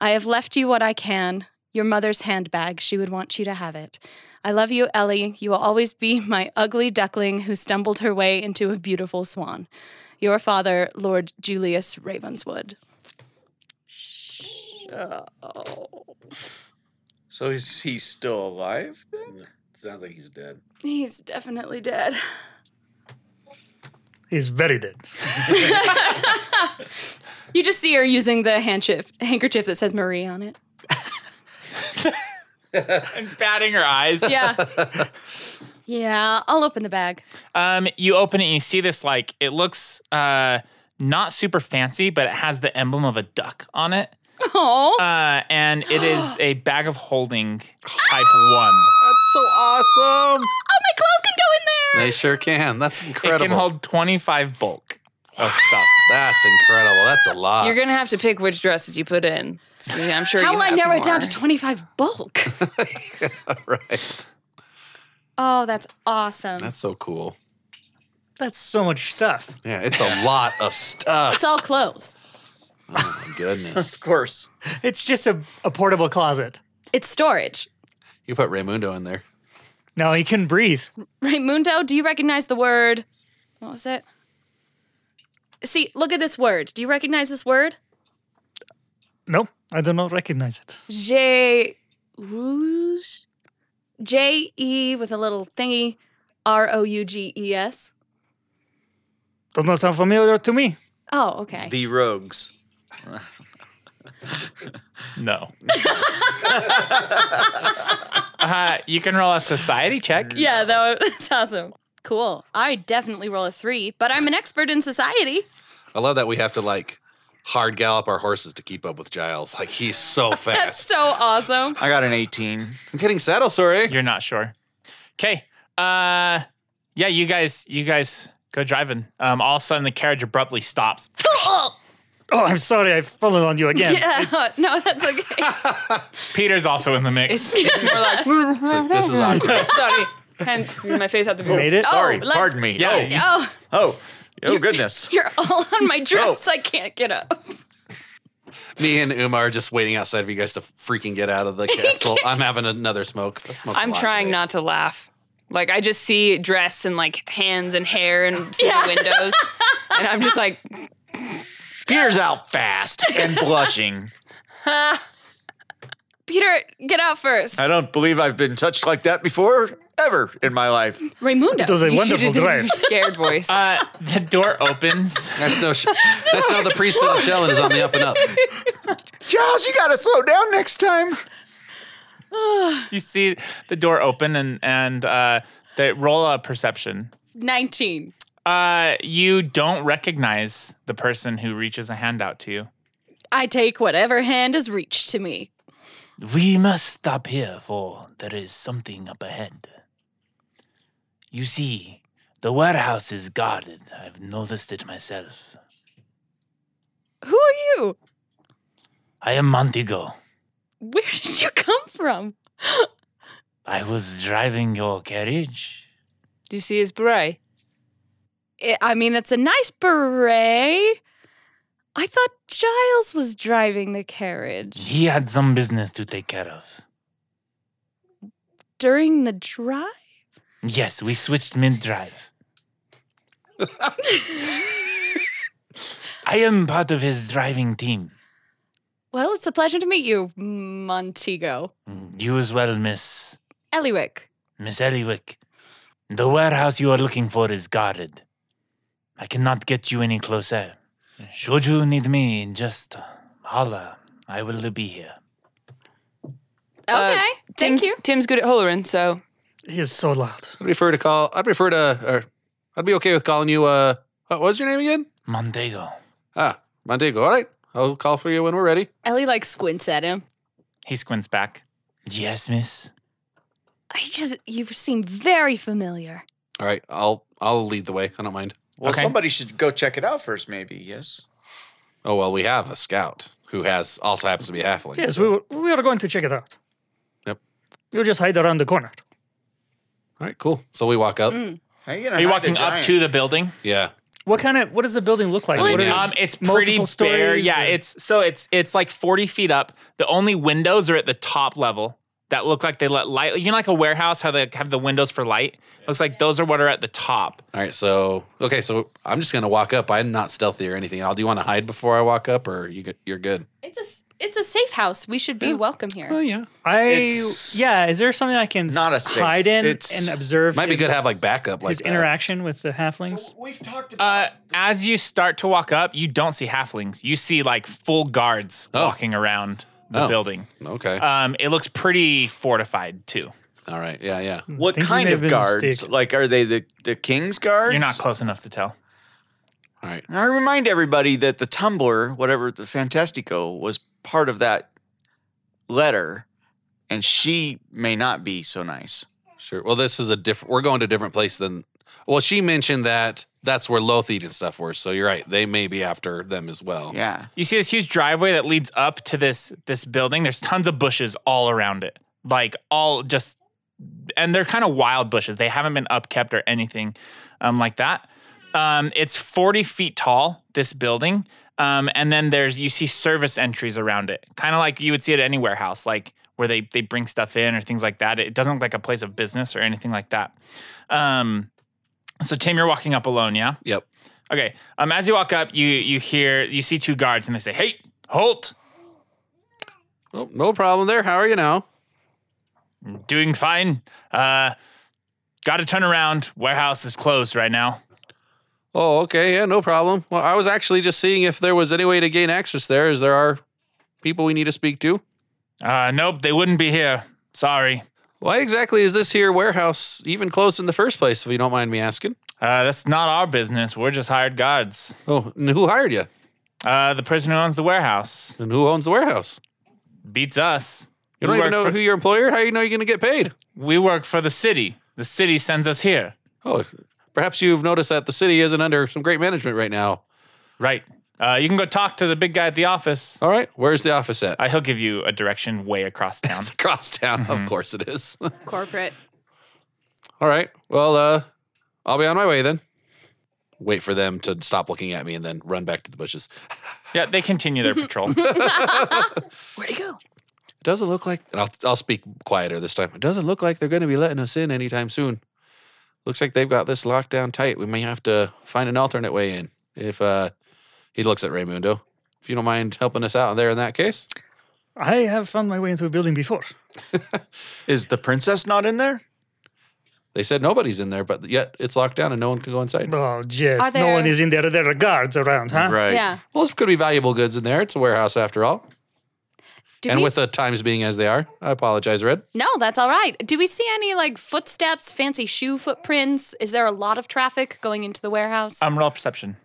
F: I have left you what I can your mother's handbag. She would want you to have it. I love you, Ellie. You will always be my ugly duckling who stumbled her way into a beautiful swan. Your father, Lord Julius Ravenswood.
D: So is he still alive? Then?
G: Sounds like he's dead.
F: He's definitely dead.
E: He's very dead.
F: You just see her using the handkerchief, handkerchief that says Marie on it.
C: batting her eyes.
F: Yeah. yeah, I'll open the bag.
C: Um, you open it and you see this like it looks uh not super fancy, but it has the emblem of a duck on it.
F: Oh.
C: Uh, and it is a bag of holding type one.
G: That's so awesome.
F: oh, my clothes can go in there.
G: They sure can. That's incredible.
C: It can hold 25 bulk of stuff.
G: That's incredible. That's a lot.
B: You're gonna have to pick which dresses you put in. So I'm sure.
F: How
B: you
F: will I
B: have
F: narrow it down
B: more.
F: to 25 bulk?
G: right.
F: oh, that's awesome.
G: That's so cool.
E: That's so much stuff.
G: Yeah, it's a lot of stuff.
F: it's all clothes.
G: Oh my goodness.
D: course.
E: It's just a, a portable closet.
F: It's storage.
G: You put Raymundo in there.
E: No, he can breathe.
F: Raymundo, do you recognize the word? What was it? See, look at this word. Do you recognize this word?
E: No, I do not recognize it.
F: J. Rouge? J E with a little thingy. R O U G E S.
E: Does not sound familiar to me.
F: Oh, okay.
D: The rogues.
C: No. uh, you can roll a society check.
F: yeah, that was, that's awesome. Cool. I definitely roll a three, but I'm an expert in society.
G: I love that we have to like hard gallop our horses to keep up with Giles. Like he's so
F: That's
G: fast.
F: so
B: Oh,
F: awesome.
D: I got an 18.
G: I'm getting saddle sorry.
C: You're not sure. Okay. Uh, yeah, you guys, you guys go driving. Um, all of a sudden the carriage abruptly stops.
E: Oh, I'm sorry, I've fallen on you again.
F: Yeah, no, that's okay.
C: Peter's also in the mix.
B: It's, it's more like
G: this is awkward.
B: sorry. And my face Oh, had to be
E: Made it?
D: Sorry,
F: Oh, let's-
D: pardon me.
C: Yeah, you-
F: Oh,
D: Oh, oh, oh goodness.
F: you're all on my dress. I can't get up.
G: Me and Uma are just waiting outside for you guys to freaking get out of the castle. I'm having another smoke. I smoked a
B: I'm
G: lot
B: trying
G: today.
B: not to laugh. Like I just see dress and like hands and hair and city
F: Yeah.
B: windows, and I'm just like,
D: Peter's out fast and blushing.
F: Peter, get out first.
D: I don't believe I've been touched like that before, ever in my life.
F: Raymundo.
E: It was a
B: you should
E: wonderful
B: have done your
E: drive.
B: scared voice.
C: Uh, the door opens.
G: That's no. Sh- that's no. The priesthood of Shellen is on the up and up.
D: Giles, you gotta slow down next time.
C: you see the door open and and uh, they roll a perception.
F: 19.
C: Uh, you don't recognize the person who reaches a handout to you.
F: I take whatever hand is reached to me.
C: We must stop here, for there is something up ahead. You see, the warehouse is guarded. I've noticed it myself.
F: Who are you?
C: I am Montego.
F: Where did you come from?
C: I was driving your carriage.
B: Do you see his beret?
F: I I mean, it's a nice beret. I thought Giles was driving the carriage
C: He had some business to take care of.
F: during the drive.
C: Yes, we switched mid drive. I am part of his driving team.
F: Well, it's a pleasure to meet you, Montego.
C: You as well, Miss
F: Eliwick.
C: Miss Eliwick. The warehouse you are looking for is guarded. I cannot get you any closer. Should you need me, just holla. I will be here.
F: Okay, thank
B: uh, Tim's,
F: you.
B: Tim's good at hollering, so
E: He is so loud.
G: I'd prefer to call. I'd prefer to. Or, I'd be okay with calling you. Uh, what was your name again?
C: Montego.
G: Ah, Montego. All right, I'll call for you when we're ready.
F: Ellie like squints at him.
C: He squints back. Yes, miss.
F: I just you seem very familiar.
G: All right, I'll I'll lead the way. I don't mind.
D: Well,
C: Okay.
D: somebody should go check it out first, maybe. Yes.
G: Oh well, we have a scout who has also happens to be a halfling.
E: Yes, we, were, we are going to check it out.
G: Yep.
E: You just hide around the corner.
G: All right, cool. So we walk up.
D: How you gonna
B: Mm.
C: Are you
D: hide a
C: walking up
D: giant?
C: to the building?
G: Yeah.
E: What kind of what does the building look like?
F: Well,
E: What
C: It's,
F: it's-
E: are
C: um,
E: the-
C: it's pretty
E: multiple
C: bare.
E: stories
C: Yeah,
E: or-
C: it's so it's it's like forty feet up. The only windows are at the top level that look like they let light. You know, like a warehouse how they have the windows for light. Looks like those are what are at the top.
G: All right, so okay, so I'm just gonna walk up. I'm not stealthy or anything. I'll do you want to hide before I walk up, or you good- you're good?
F: It's a s- it's a safe house. We should be welcome here.
G: Oh yeah,
E: I
D: it's
E: yeah. Is there something I can
D: not a
E: s-
D: safe.
E: hide in
D: It's-
E: and observe?
G: might be
E: his-
G: good to have like backup like
E: His
G: that.
E: interaction with the halflings.
A: So we've talked about.
C: Uh, as you start to walk up, you don't see halflings. You see like full guards
G: Oh.
C: walking around the
G: Oh.
C: building.
G: Okay,
C: Um, it looks pretty fortified too.
G: all right, yeah, yeah.
D: What
E: think you
D: kind
E: may
D: of
E: have been
D: guards?
E: mistaken.
D: Like, are they the, the king's guards?
C: You're not close enough to tell.
G: All right,
D: I remind everybody that the Tumblr, whatever the Fantastico, was part of that letter, and she may not be so nice.
G: sure. Well, this is a different. We're going to a different place than. Well, she mentioned that that's where Lothian and stuff were. So you're right. They may be after them as well.
D: Yeah.
C: You see this huge driveway that leads up to this this building. There's tons of bushes all around it. Like all just and they're kind of wild bushes. They haven't been upkept or anything um, like that. Um, it's 40 feet tall, this building. Um, and then there's you see service entries around it. Kind of like you would see at any warehouse, like where they they bring stuff in or things like that. It doesn't look like a place of business or anything like that. Um, so Tim, you're walking up alone, yeah?
G: Yep.
C: Okay. Um, as you walk up, you you hear you see two guards, and they say, "Hey, halt!
G: Oh, no problem there. How are you now?
C: Doing fine. Uh, got to turn around. Warehouse is closed right now.
G: Oh, okay. Yeah, no problem. Well, I was actually just seeing if there was any way to gain access there. Is there are people we need to speak to?
C: Uh, nope, they wouldn't be here. Sorry.
G: Why exactly is this here warehouse even closed in the first place, if you don't mind me asking?
C: Uh, that's not our business. We're just hired guards.
G: Oh, and who hired you?
C: Uh, the person who owns the warehouse
G: And who owns the warehouse?
C: beats us.
G: You don't even
C: work
G: know
C: for,
G: who your employer? How you know you're going to get paid?
C: we work for the city. The city sends us here.
G: Oh, perhaps you've noticed that the city isn't under some great management right now.
C: Right. Uh, you can go talk to the big guy at the office.
G: All right, where's the office at?
C: Uh, he'll give you a direction way across town. Mm-hmm.
G: It's across town. Of course it is.
F: Corporate.
G: All right. Well, uh, I'll be on my way then. Wait for them to stop looking at me and then run back to the bushes.
C: yeah, they continue their patrol.
F: Where'd he go?
G: It doesn't look like, and I'll, I'll speak quieter this time. It doesn't look like they're going to be letting us in anytime soon. Looks like they've got this locked down tight. We may have to find an alternate way in. If uh, he looks at Raymundo, if you don't mind helping us out there in that case.
E: I have found my way into a building before.
D: Is the princess not in there?
G: They said nobody's in there, but yet it's locked down and no one can go inside.
E: Oh, yes.
F: Are
E: No one
F: there-
E: is in there. There are guards around, huh?
D: Right.
F: Yeah.
G: Well, there could be valuable goods in there. It's a warehouse after all.
F: Do
G: and
F: we
G: with the times being as they are, I apologize, Red.
F: No, that's all right. Do we see any like footsteps, fancy shoe footprints? Is there a lot of traffic going into the warehouse? Hmm.
C: um, roll perception.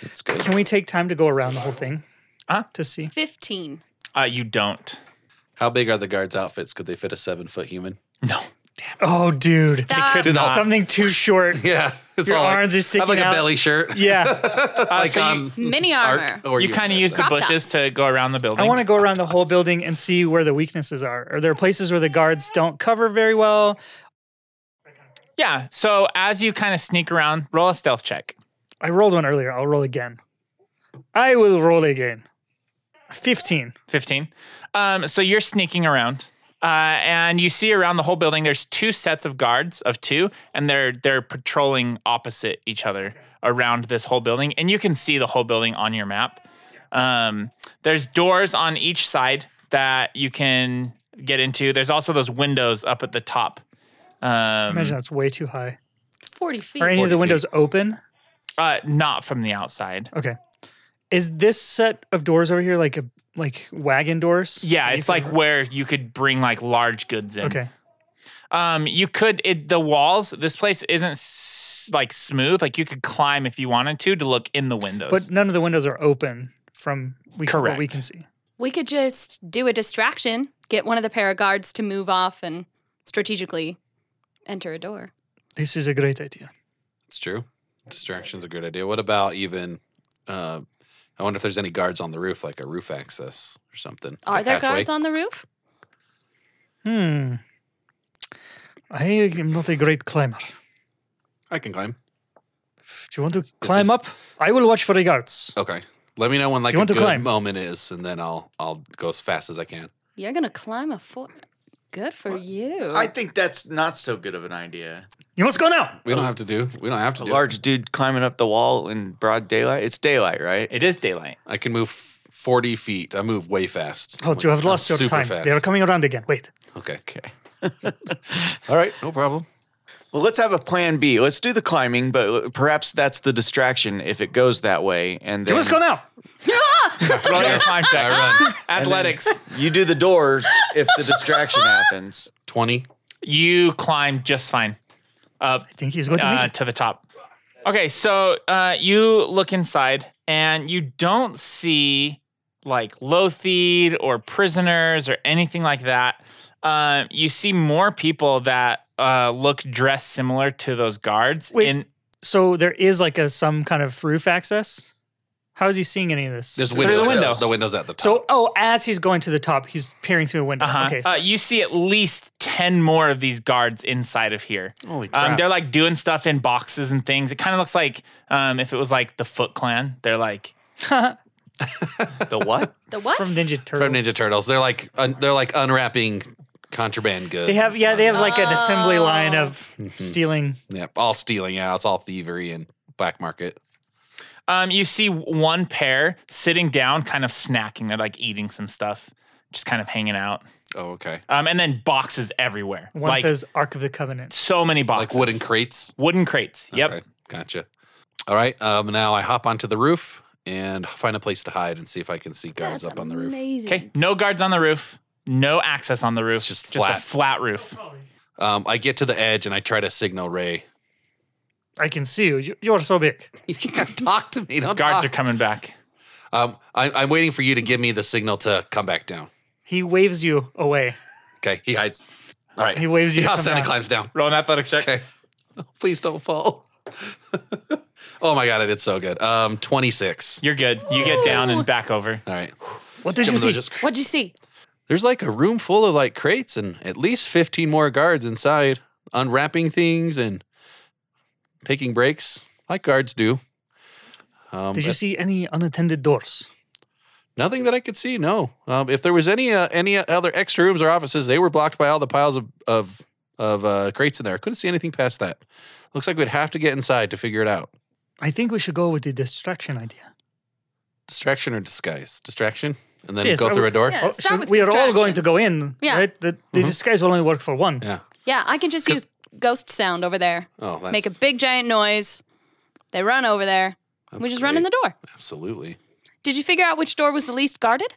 G: It's good.
E: Can we take time to go around the whole thing? To see.
F: 15.
C: Uh, you don't.
G: How big are the guards' outfits? Could they fit a seven foot human?
C: No.
E: Oh, dude.
F: That-
G: Could not.
E: Something too short.
G: Yeah, it's
E: Your
G: all like, I have
E: arms are
G: like
E: sticking out.
G: a belly shirt.
E: yeah.
G: like
C: Uh, so you-
G: um,
F: mini armor.
G: or
C: You kind of use the
F: Crop top.
C: bushes to go around the building.
E: I want to go around the whole building and see where the weaknesses are. Are there places where the guards don't cover very well?
C: Yeah. So as you kind of sneak around, roll a stealth check.
E: I rolled one earlier. I'll roll again. I will roll again. 15.
C: 15. Um, so you're sneaking around. Uh, and you see around the whole building, there's two sets of guards of two, and they're they're patrolling opposite each other around this whole building, and you can see the whole building on your map. Um, there's doors on each side that you can get into. There's also those windows up at the top. Um,
E: Imagine that's way too high.
F: 40 feet.
E: Are any
G: 40
E: of the
G: feet.
E: windows open?
C: uh, not from the outside.
E: Okay. Is this set of doors over here like a like wagon doors?
C: Yeah,
E: That you
C: it's
E: can-
C: like where you could bring like large goods in.
E: Okay.
C: Um, you could it, the walls. This place isn't s- like smooth. Like you could climb if you wanted to to look in the windows.
E: But none of the windows are open from we can, what we
C: Correct.
E: can see.
F: We could just do a distraction, get one of the para guards to move off and strategically enter a door.
E: This is a great idea.
G: It's true. Distraction's a good idea. What about even? Uh, I wonder if there's any guards on the roof, like a roof access or something.
F: Are
G: like
F: there
G: hatchway.
F: guards on the roof?
E: Hmm. I am not a great climber.
G: I can climb.
E: If you want to climb up, I will watch for the guards.
G: Okay. Let me know when like
E: You
G: a
E: want to
G: good
E: climb?
G: moment is, and then I'll I'll go as fast as I can.
F: You're gonna climb a fort. Good for you.
D: I think that's not so good of an idea.
E: You must go now.
G: We don't have to do. We don't have to
D: A
G: do.
D: large dude climbing up the wall in broad daylight. It's daylight, right?
C: It is daylight.
G: I can move forty feet. I move way fast.
E: Oh, you have
G: I'm
E: lost your
G: super
E: time.
G: fast.
E: They are coming around again. Wait.
G: Okay. Okay. All right. No problem.
D: Well, let's have a plan B. Let's do the climbing, but uh, perhaps that's the distraction if it goes that way. And
E: You
D: then
E: must go now.
C: Roll your time check.
G: I run
C: Athletics.
D: you do the doors if the distraction happens.
G: twenty.
C: You climb just fine up
E: I think he's going to
C: uh,
E: make it.
C: to the top. Okay, so uh, you look inside and you don't see like Lothied or prisoners or anything like that. Um, you see more people that uh, look dressed similar to those guards.
E: Wait.
C: in,
E: So there is like a some kind of roof access. How is he seeing any of this?
G: There's
C: the
G: windows.
C: window.
G: The windows at the top.
E: so oh, as he's going to the top, he's peering through a window.
C: uh-huh.
E: Okay. So,
C: uh, you see at least 10 more of these guards inside of here.
G: Holy crap.
C: Um, they're like doing stuff in boxes and things. It kind of looks like um, if it was like the Foot Clan. They're like,
D: The what?
I: The what?
E: from Ninja Turtles.
G: Uh, from Ninja Turtles. They're like un- they're like unwrapping contraband goods.
E: They have
G: and
E: yeah, they have
G: stuff.
E: like an
I: Oh.
E: assembly line of
G: Mm-hmm.
E: stealing.
G: Yep, all stealing. Yeah, it's all thievery and black market.
C: Um, you see one pair sitting down, kind of snacking. They're like eating some stuff, just kind of hanging out.
G: Oh, okay.
C: Um, and then boxes everywhere.
E: One
C: like
E: says Ark of the Covenant.
C: so many boxes.
G: Like wooden crates.
C: wooden crates. Yep.
G: Okay, gotcha. All right. Um, now I hop onto the roof and find a place to hide and see if I can see guards
I: That's
G: up on the roof.
I: Amazing.
C: Okay. No guards on the roof. No access on the roof.
G: It's just
C: a
G: flat.
C: flat roof.
G: Um, I get to the edge and I try to signal Ray.
E: I can see you. You- You're so big.
G: You can't talk to me. Don't
C: Guards are
G: talk.
C: coming back.
G: um, I, I'm waiting for you to give me the signal to come back down.
E: He waves you away.
G: Okay, he hides. All right,
E: He waves you
G: He
E: to
G: hops
E: come
G: down and
E: down.
G: climbs down.
C: Roll an athletics check.
G: Okay. Please don't fall. oh my god, I did so good. Um, 26.
C: You're good. You get down and back over.
G: All right.
E: What did you
G: Some
E: see?
G: of those just-
F: What'd you see?
G: There's like a room full of like crates and at least 15 more guards inside unwrapping things and taking breaks like guards do. Um,
E: Did you
G: but
E: see any unattended doors?
G: nothing that I could see? No. Um, if there was any uh, any other extra rooms or offices, they were blocked by all the piles of of, of uh, crates in there. I couldn't see anything past that. Looks like we'd have to get inside to figure it out.
E: I think we should go with the distraction idea.
G: Distraction or disguise? Distraction, and then
E: Yes,
G: go
E: I
G: through a
E: would-
G: door.
I: Yeah, start
E: should-
I: with
E: we are all
I: distraction.
E: going to go in,
F: Yeah.
E: right? The, the
G: Mm-hmm.
E: disguise will only work for one.
G: Yeah.
F: Yeah, I can just use ghost sound over there.
G: Oh, that's
F: Make a big giant noise. They run over there. we just run in the
G: great.
F: door.
G: absolutely.
F: Did you figure out which door was the least guarded?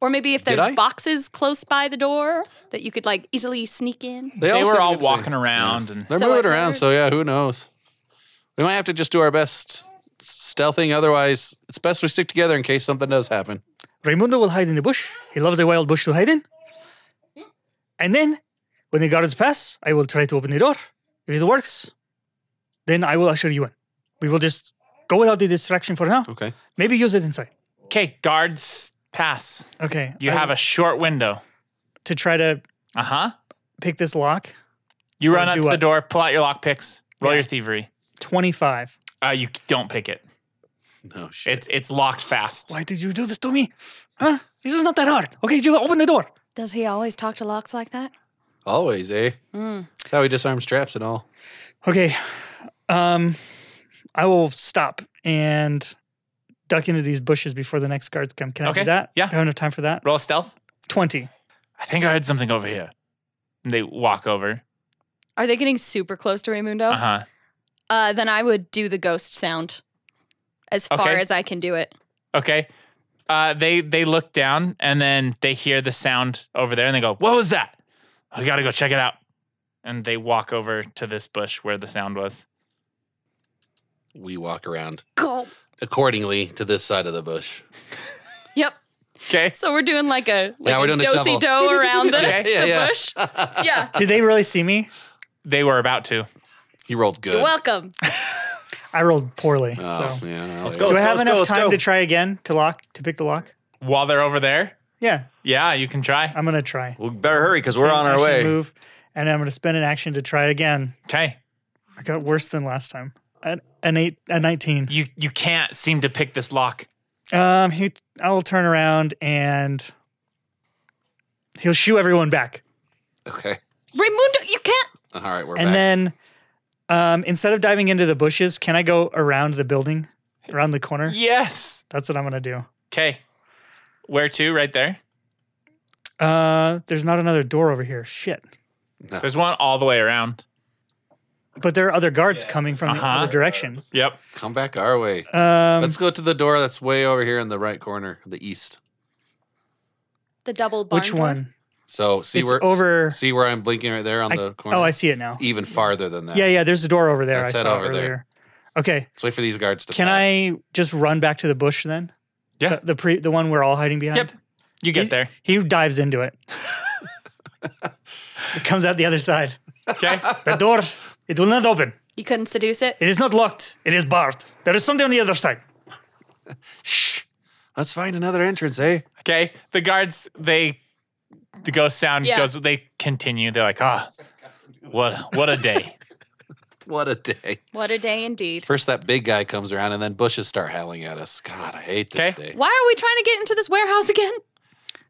F: Or maybe if
G: Did I?
F: there's boxes close by the door that you could like easily sneak in.
C: They,
G: seem
C: were all
G: to be
C: walking
G: saying-
C: around and
G: They're
F: So
G: moving
F: I
G: around,
F: heard-
G: so yeah, who knows? We might have to just do our best stealthing. Otherwise, it's best we stick together in case something does happen.
E: Raimundo will hide in the bush. He loves the wild bush to hide in. And then, when the guards pass, I will try to open the door. If it works, then I will usher you in. We will just go without the distraction for now.
G: Okay.
E: Maybe use it inside.
C: okay, guards pass.
E: Okay.
C: You have a short window.
E: to try to
C: Uh huh.
E: pick this lock.
C: You run
E: Or
C: up
E: do
C: to the
E: what?
C: door, pull out your lock picks, roll your thievery.
E: Twenty-five.
C: Uh, you don't pick it.
G: No shit.
C: It's it's locked fast.
E: Why did you do this to me? Huh? This is not that hard. Okay, you open the door.
F: Does he always talk to locks like that?
G: Always, eh? That's how we disarm straps and all.
E: Okay. Um, I will stop and duck into these bushes before the next guards come. Can I
C: Okay,
E: do that?
C: yeah.
E: I have enough time for that.
C: Roll a stealth.
E: Twenty.
C: I think I heard something over here. And they walk over.
F: Are they getting super close to Raimundo?
C: Uh huh.
F: Uh, then I would do the ghost sound as far
C: Okay.
F: as I can do it.
C: Okay. Uh, they they look down and then they hear the sound over there and they go, "What was that? We gotta go check it out." And they walk over to this bush where the sound was.
G: We walk around
I: Go.
G: accordingly to this side of the bush.
F: Yep.
C: Okay.
F: So we're doing like a like
G: we're
F: a
G: doing a shovel.
F: do-si-do around the,
C: Okay.
G: Yeah,
F: the
G: yeah.
F: bush. Yeah.
E: Did they really see me?
C: They were about to.
G: He rolled good.
F: You're welcome.
E: I rolled poorly.
G: Oh,
E: so
G: yeah, well,
D: Let's
G: yeah.
D: go.
E: do I have
D: let's go,
E: enough
D: let's
E: time
D: go.
E: to try again to lock to pick the lock?
C: While they're over there,
E: Yeah,
C: yeah, you can try.
E: I'm gonna try.
D: We better hurry because we're on our
E: Action
D: way.
E: Move, and I'm gonna spend an action to try again.
C: Okay.
E: I got worse than last time. an, an eight, a nineteen.
C: You you can't seem to pick this lock.
E: Um, he, I will turn around and he'll shoo everyone back,
G: Okay.
F: Raimundo, you can't.
G: All right, we're
E: and
G: back.
E: then, um, instead of diving into the bushes, can I go around the building, around the corner?
C: Yes.
E: That's what I'm gonna do.
C: Okay. Where to? Right there.
E: Uh, there's not another door over here. Shit.
C: There's one all the way around.
E: But there are other guards coming from the
C: Uh-huh.
E: other directions.
C: Yep.
G: Come back our way.
E: Um,
G: Let's go to the door that's way over here in the right corner, the east.
F: The double barn
E: which
F: door.
E: one?
G: So see
E: It's
G: where
E: over-
G: See where I'm blinking right there on
E: I-
G: the corner.
E: Oh, I see it now.
G: Even farther than that.
E: Yeah, yeah. There's a door over there.
G: That's
E: I
G: it
E: saw
G: over there.
E: earlier. Okay.
G: Let's wait for these guards to.
E: Can
G: pass.
E: I just run back to the bush then?
C: Yeah.
E: The, the pre the one we're all hiding behind.
C: Yep. You get there.
E: He dives into it. it comes out the other side.
C: Okay.
E: The door. It will not open.
F: You couldn't seduce it.
E: It is not locked. It is barred. There is something on the other side.
G: Let's find another entrance, eh?
C: okay. The guards they the ghost sound
J: Yeah.
C: goes. They continue. They're like, ah, what what a day.
G: What a day.
F: What a day indeed.
G: First, that big guy comes around, and then bushes start howling at us. God, I hate this
C: Okay.
G: day.
F: Why are we trying to get into this warehouse again?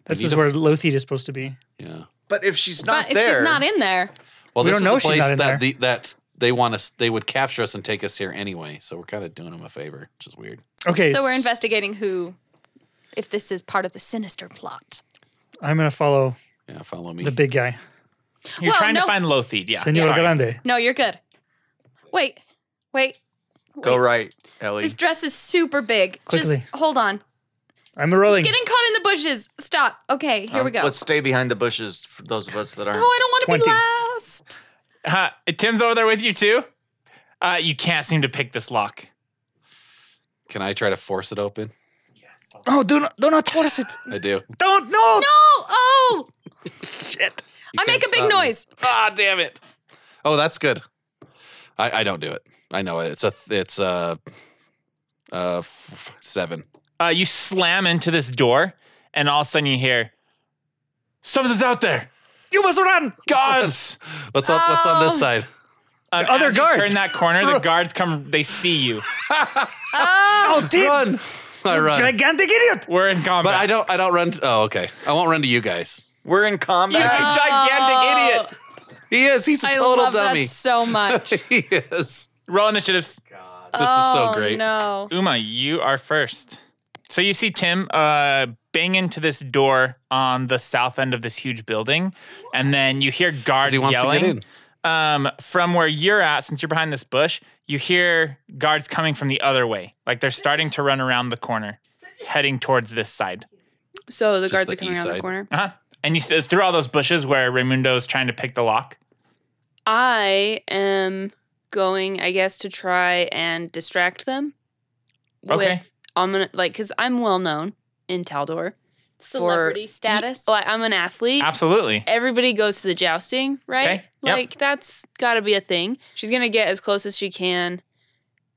E: This
G: need
E: is
G: to-
E: where Lothid is supposed to be.
G: Yeah.
D: But if she's not
F: But if
D: there,
F: she's not in there,
G: Well,
E: We
G: this
E: don't
G: is
E: know
G: the
E: she's not
G: place
E: in
G: that
E: there.
G: the that they want us. They would capture us and take us here anyway. So we're kind of doing them a favor, which is weird.
E: Okay.
F: so we're
E: s-
F: investigating who, if this is part of the sinister plot.
E: I'm gonna follow
G: Yeah, follow me.
E: the big guy,
C: You're
F: Well,
C: trying
F: no.
C: to find Lothid. Yeah.
E: Senor
C: Sorry.
E: Grande.
F: No, you're good. Wait, wait.
D: go
F: wait.
D: right, Ellie.
F: This dress is super big.
E: Quickly.
F: Just hold on.
E: I'm rolling.
F: Getting caught in the bushes. Stop. Okay, here we
D: Um,
F: go.
D: Let's stay behind the bushes for those of us that aren't.
F: oh, I don't want to
E: 20.
F: be last.
C: Uh, Tim's over there with you too. Uh, you can't seem to pick this lock.
G: Can I try to force it open?
E: Oh, do not do not force it.
G: I do.
E: Don't no.
F: No. Oh,
E: Shit.
G: You
F: I make a
G: can't
F: big
G: stop me.
F: noise.
G: Ah, damn it. Oh, that's good. I, I don't do it. I know it. It's a it's a uh f- seven.
C: uh, you slam into this door, and all of a sudden you hear something's out there.
E: You must run.
C: Guards,
G: What's on what's on this side?
C: Um,
E: Oh. Other
C: as you
E: guards.
C: turn that corner. The guards come. They see you.
E: Oh, dear.
G: Run. I run.
E: Gigantic idiot.
C: We're in combat.
G: but I don't I don't run to, oh okay. I won't run to you guys.
D: We're in combat.
G: Gigantic idiot. He is. He's a
F: I
G: total
F: love
G: dummy.
F: that so much. this
G: he is.
C: Roll initiatives.
G: This
B: Oh,
G: is so great.
F: No.
C: Uma, you are first. So you see Tim uh, bang into this door on the south end of this huge building, and then you hear
G: 'Cause
C: guards
G: He wants
C: yelling.
G: to get in.
C: um, from where you're at, since you're behind this bush, you hear guards coming from the other way. Like they're starting to run around the corner, heading towards this side.
B: So the
G: Just
B: guards
G: the
B: are coming
G: east
B: around
G: side.
B: the corner.
C: Uh huh. And you see through all those bushes where Raimundo's trying to pick the lock.
B: I am going, I guess, to try and distract them.
C: Okay.
B: With, I'm gonna like because I'm well known in Taldor.
F: Celebrity status.
B: Like I'm an athlete.
C: Absolutely.
B: Everybody goes to the jousting, right?
C: Okay, yep.
B: Like that's got to be a thing. She's gonna get as close as she can.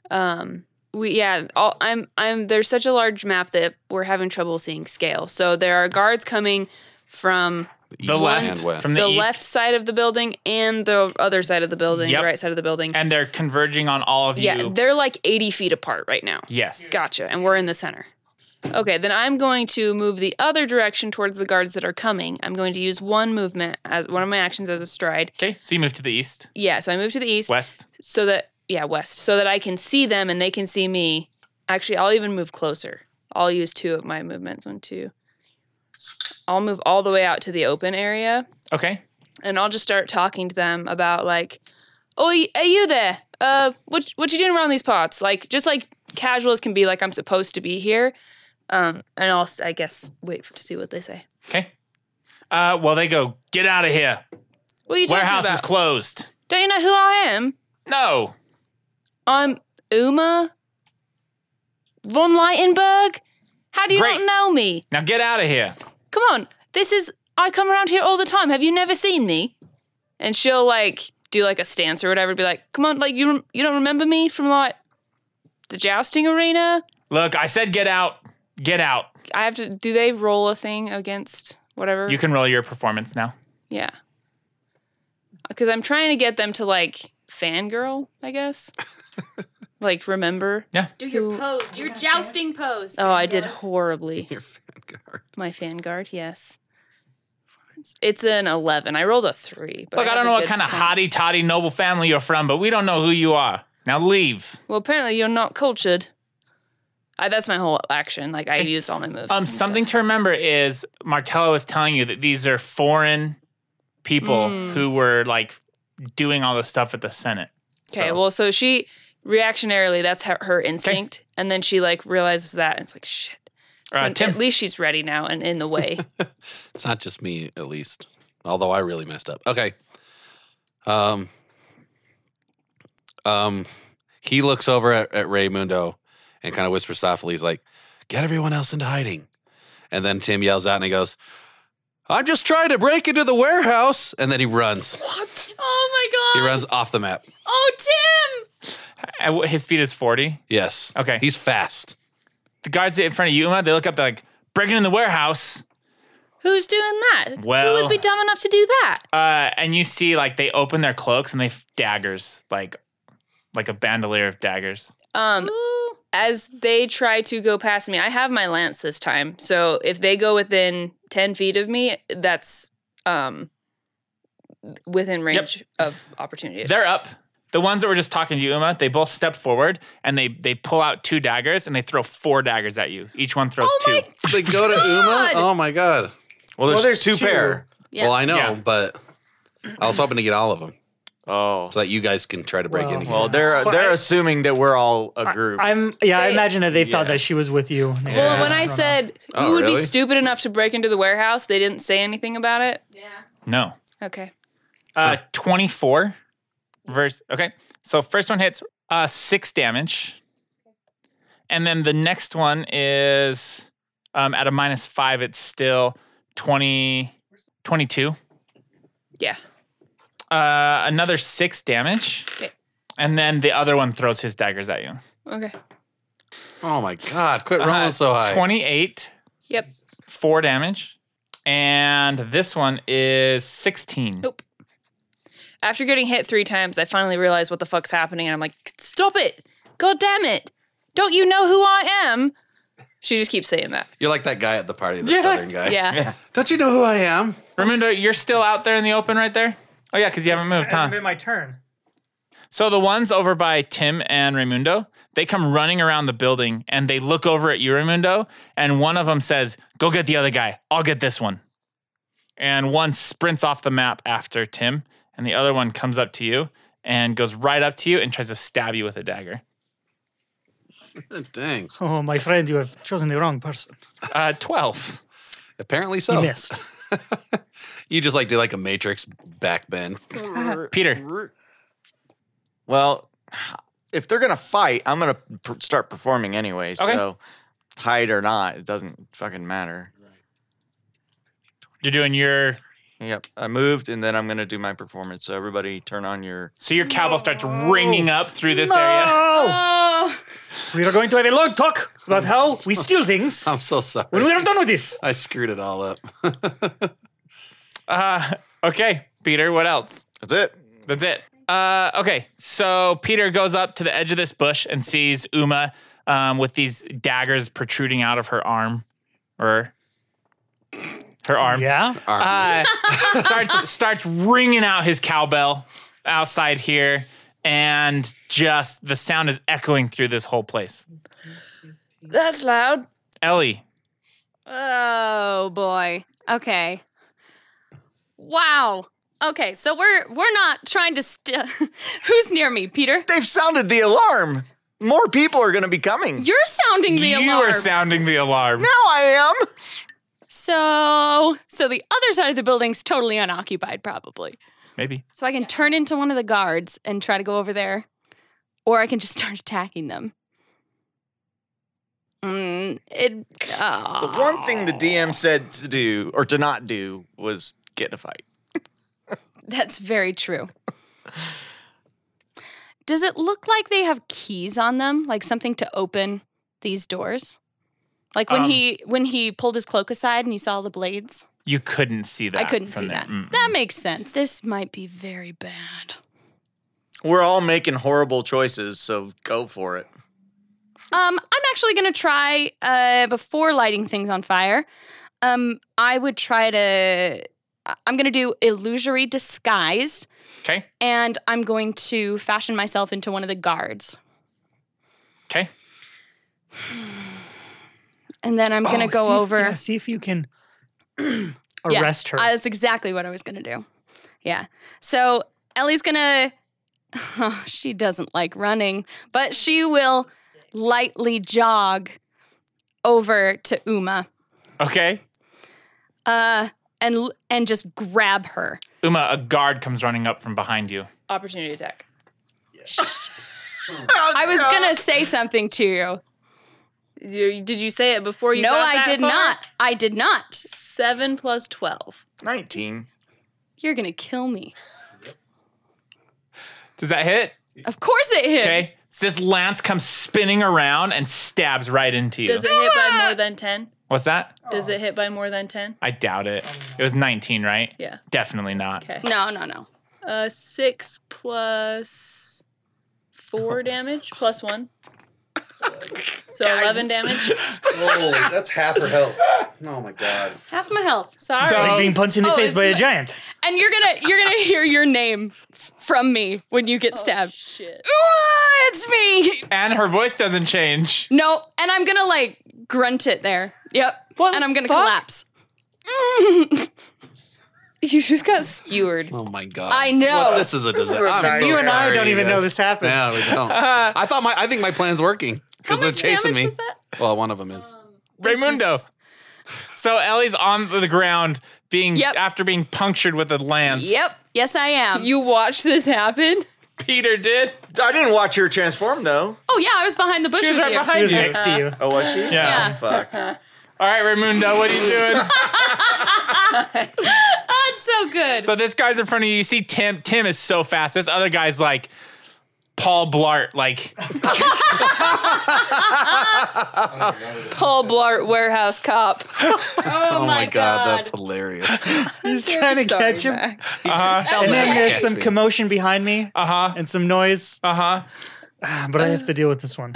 B: Um, we yeah. All, I'm I'm there's such a large map that we're having trouble seeing scale. So there are guards coming from
C: The
G: East
C: left
G: and west.
C: from
B: the,
C: the, east,
B: left side of the building and the other side of the building,
C: Yep.
B: the right side of the building.
C: and they're converging on all of
B: yeah,
C: you.
B: they're like 80 feet apart right now.
C: yes.
B: Gotcha. And we're in the center. Okay, then I'm going to move the other direction towards the guards that are coming. I'm going to use one movement as one of my actions as a stride.
C: Okay. So you move to the east,
B: Yeah, so I move to the east
C: west.
B: so that yeah, west, so that I can see them and they can see me. Actually, I'll even move closer. I'll use two of my movements. One, two. I'll move all the way out to the open area
C: Okay.
B: and I'll just start talking to them about like, "Oh, y- hey, you there? Uh, what what you doing around these parts? Like, just like casual as can be. Like, I'm supposed to be here." Um, and I'll s- I guess wait for, to see what they say.
C: Okay. Uh, well, they go, get out of here.
B: What are you talking
C: Warehouse
B: about?
C: is closed.
B: Don't you know who I am?
C: No.
B: I'm Uma von Leitenberg. How do you
C: Great.
B: not know me?
C: Now get out of here.
B: Come on, this is I come around here all the time. Have you never seen me? And she'll like do like a stance or whatever. Be like, come on, like you rem- you don't remember me from like the jousting arena?
C: Look, I said get out. Get out.
B: I have to. Do they roll a thing against whatever?
C: You can roll your performance now.
B: yeah. Because I'm trying to get them to like fangirl, I guess. Like, remember?
I: Do your
B: Who-
I: pose. Do your jousting pose.
B: Oh, I did horribly.
G: Your vanguard.
B: My Vanguard, yes. It's an 11. I rolled a 3. But
C: Look, I
B: have
C: don't
B: a
C: know what
B: good
C: kind of
B: point.
C: hotty toddy noble family you're from, but we don't know who you are. Now leave.
B: Well, apparently you're not cultured. I, that's my whole action. Like, I used all my moves.
C: Um,
B: and
C: something
B: stuff.
C: to remember is Martello is telling you that these are foreign people
B: Mm.
C: who were like doing all this stuff at the Senate.
B: Okay,
C: So-
B: well, so she reactionarily, that's her, her instinct. And then she, like, realizes that and it's like, shit. So
C: Uh, Tim-
B: At least she's ready now and in the way.
G: It's not just me, at least. Although I really messed up. Okay. Um. Um. He looks over at, at Raymundo and kind of whispers softly. He's like, "Get everyone else into hiding." And then Tim yells out and he goes, "I'm just trying to break into the warehouse." And then he runs.
I: Oh
G: He
I: my god.
G: runs off the map.
I: Oh, Tim.
C: Uh, wh- His speed is 40.
G: Yes.
C: Okay.
G: He's fast.
C: The guards in front of Yuma, they look up, they're like, breaking in the warehouse.
B: Who's doing that? Who
C: Well-
B: would be dumb enough to do that?
C: Uh, and you see, like, they open their cloaks and they f- daggers, like, like a bandolier of daggers.
B: Um, as they try to go past me, I have my lance this time. So if they go within ten feet of me, that's um within range of opportunity.
C: They're up. The ones that were just talking to you, Uma, they both step forward and they they pull out two daggers and they throw four daggers at you. Each one throws two.
G: They go to Uma. Oh my Oh god.
D: Well, there's,
E: Well, there's
D: two,
E: two.
D: pair.
B: Yeah.
G: Well, I know,
C: Yeah.
G: but I was hoping to get all of them
D: Oh.
G: so that you guys can try to break in.
E: Well-
G: Again.
D: Well, they're
E: Well,
D: they're
E: I-
D: assuming that we're all a
G: Uh,
E: I-
D: group.
E: I'm yeah. I
B: They-
E: imagine that they thought
C: Yeah.
E: that she was with you.
B: well, when
E: Yeah.
B: I
E: don't
B: said
G: Oh,
B: who would
G: really?
B: be stupid enough to break into the warehouse, they didn't say anything about it.
C: No.
B: Okay.
C: Uh, 24 verse. Okay. So first one hits uh, six damage. And then the next one is um, at a minus five, it's still 20, 22.
B: Yeah.
C: Uh, another six damage.
B: Okay.
C: And then the other one throws his daggers at you.
B: Okay.
G: oh my god! Quit
C: Uh,
G: rolling so high.
C: 28,
B: Yep.
C: four damage. And this one is 16.
B: Nope. After getting hit three times, I finally realized what the fuck's happening, and I'm like, "Stop it! God damn it! Don't you know who I am?" She just keeps saying that.
G: You're like that guy at the party, the
C: Yeah.
G: southern guy.
B: Yeah.
G: Don't you know who I am?
C: Raimundo, you're still out there in the open right there? Oh, yeah, because you haven't moved,
E: It hasn't
C: huh?
E: been my turn.
C: So the ones over by Tim and Raimundo, they come running around the building and they look over at you, Raimundo, and one of them says, Go get the other guy. I'll get this one. And one sprints off the map after Tim, and the other one comes up to you and goes right up to you and tries to stab you with a dagger.
G: Dang.
E: Oh, my friend, you have chosen the wrong person.
C: Uh, 12.
G: Apparently
E: You
G: so.
E: missed.
G: You just like do like a matrix backbend. Uh-huh.
C: Peter.
D: Well, if they're gonna fight, I'm gonna pr- start performing anyway.
C: Okay.
D: So, hide or not, it doesn't fucking matter.
C: You're doing your.
D: Yep, I moved, and then I'm gonna do my performance. So everybody, turn on your.
C: So your cowbell starts ringing up through this area.
E: No!
I: Oh.
E: We are going to have a long talk about how we steal things
G: I'm so sorry.
E: when we are done with this.
G: I screwed it all up.
C: Uh, okay, Peter, what else?
D: That's it.
C: That's it. Uh, okay, so Peter goes up to the edge of this bush and sees Uma um, with these daggers protruding out of her arm, or her arm.
E: Yeah.
C: Uh, starts starts ringing out his cowbell outside here, and just the sound is echoing through this whole place.
B: That's loud.
C: Ellie,
I: Oh boy. Okay. Wow. Okay, so we're we're not trying to st- Who's near me, Peter?
D: They've sounded the alarm. More people are gonna be coming.
I: You're sounding the
C: you
I: alarm.
C: are sounding the alarm.
D: now I am.
I: so, so the other side of the building's totally unoccupied probably.
C: Maybe.
I: So I can turn into one of the guards and try to go over there, or I can just start attacking them. Mm, it.
D: The
I: ah.
D: one thing the DM said to do or to not do was get in a fight.
I: That's very true. Does it look like they have keys on them, like something to open these doors? Like when
C: Um,
I: he when he pulled his cloak aside and you saw the blades?
C: You couldn't see that. Mm,
I: I couldn't
C: from
I: see
C: there.
I: that.
C: Mm-mm.
I: That makes sense. This might be very bad.
D: We're all making horrible choices, so go for it.
F: Um, I'm actually gonna try uh, before lighting things on fire. Um, I would try to. I- I'm gonna do illusory disguise,
C: Okay.
F: and I'm going to fashion myself into one of the guards,
C: Okay.
F: and then I'm gonna
E: Oh,
F: go
E: see if-
F: over.
E: yeah, see if you can
F: Yeah,
E: arrest her.
F: uh, that's exactly what I was gonna do. Yeah. So Ellie's gonna. oh, she doesn't like running, but she will lightly jog over to Uma,
C: Okay.
F: uh, and l- and just grab her.
C: Uma, a guard comes running up from behind you.
B: Opportunity attack.
F: I was gonna say something to you.
B: You- Did you say it before you?
F: no,
B: got
F: I
B: that
F: did
B: far?
F: not. I did not.
B: Seven plus twelve.
D: 19.
F: You're gonna kill me.
C: Does that hit?
F: Of course it is.
C: Okay. This lance comes spinning around and stabs right into you.
B: Does it hit by more than ten?
C: What's that?
B: Does it hit by more than ten?
C: I doubt it. It was 19, right?
B: Yeah.
C: Definitely not.
B: Okay.
F: No, no, no.
B: Uh, six plus four damage plus one. So eleven damage.
K: Holy, that's half her health. Oh my god.
F: Half my health.
B: Sorry.
E: It's like being punched in the
F: Oh,
E: face by a
F: it's-
E: giant.
F: And you're gonna you're gonna hear your name f- from me when you get stabbed.
B: Shit.
F: Ooh, it's me.
C: And her voice doesn't change.
F: No, and I'm gonna like grunt it there. Yep.
B: What
F: and
B: the
F: I'm gonna
B: fuck?
F: collapse.
B: You just got skewered.
G: Oh my god!
F: I know.
G: Well, this is a disaster. I'm so
E: You and I
G: sorry,
E: don't even
G: guys.
E: know this happened.
G: Yeah, we don't. I thought my I think my plan's working because they're
F: much
G: chasing
F: damage
G: me.
F: was that? Oh
G: Well, one of them is.
C: Raimundo.
F: is-
C: So Ellie's on the ground, being
F: Yep.
C: after being punctured with a lance.
F: Yep. Yes, I am.
B: You watched this happen.
C: Peter did.
D: I didn't watch her transform, though.
F: oh yeah, I was behind the bush.
C: She was
F: with
C: right
F: you.
E: She
C: behind
E: was
C: you.
E: next to you.
D: Oh, was she?
C: Yeah.
D: Oh, fuck.
C: All right, Raimundo, what are you doing?
F: That's so good.
C: so this guy's in front of you. You see Tim. Tim is so fast. This other guy's like Paul Blart, like
B: Paul Blart warehouse cop.
G: Oh, my god, that's hilarious.
E: He's trying to
B: Sorry,
E: catch him.
B: Mac.
C: Uh-huh.
E: And then
G: Catch
E: there's some
G: me.
E: commotion behind me
C: uh huh,
E: and some noise, Ah,
C: uh huh.
E: but I have to deal with this one.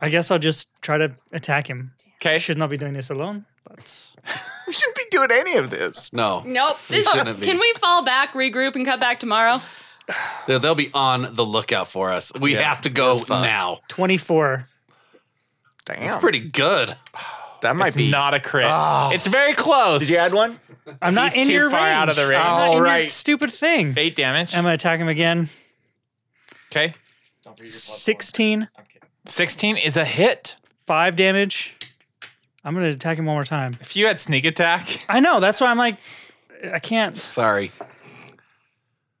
E: I guess I'll just try to attack him.
C: Okay,
E: I should not be doing this alone, but
D: We shouldn't be doing any of this.
G: No,
F: Nope. This,
G: shouldn't be.
F: can we fall back, regroup, and come back tomorrow?
G: They're- they'll be on the lookout for us. We
D: Yeah.
G: have to go now.
E: 24.
D: Damn.
G: It's pretty good. Ah.
D: that might
C: it's
D: be.
C: not a crit. It's very close.
D: Did you add one?
E: I'm not
C: He's
E: in
C: too
E: your
C: far
E: range.
C: out of the range.
E: I'm not
D: Oh,
E: in your
D: right.
E: stupid thing.
C: Eight damage.
E: I'm gonna attack him again.
C: Okay,
E: 16,
C: sixteen is a hit.
E: five damage. I'm gonna attack him one more time.
C: If you had sneak attack,
E: I know. That's why I'm like, I can't.
G: Sorry.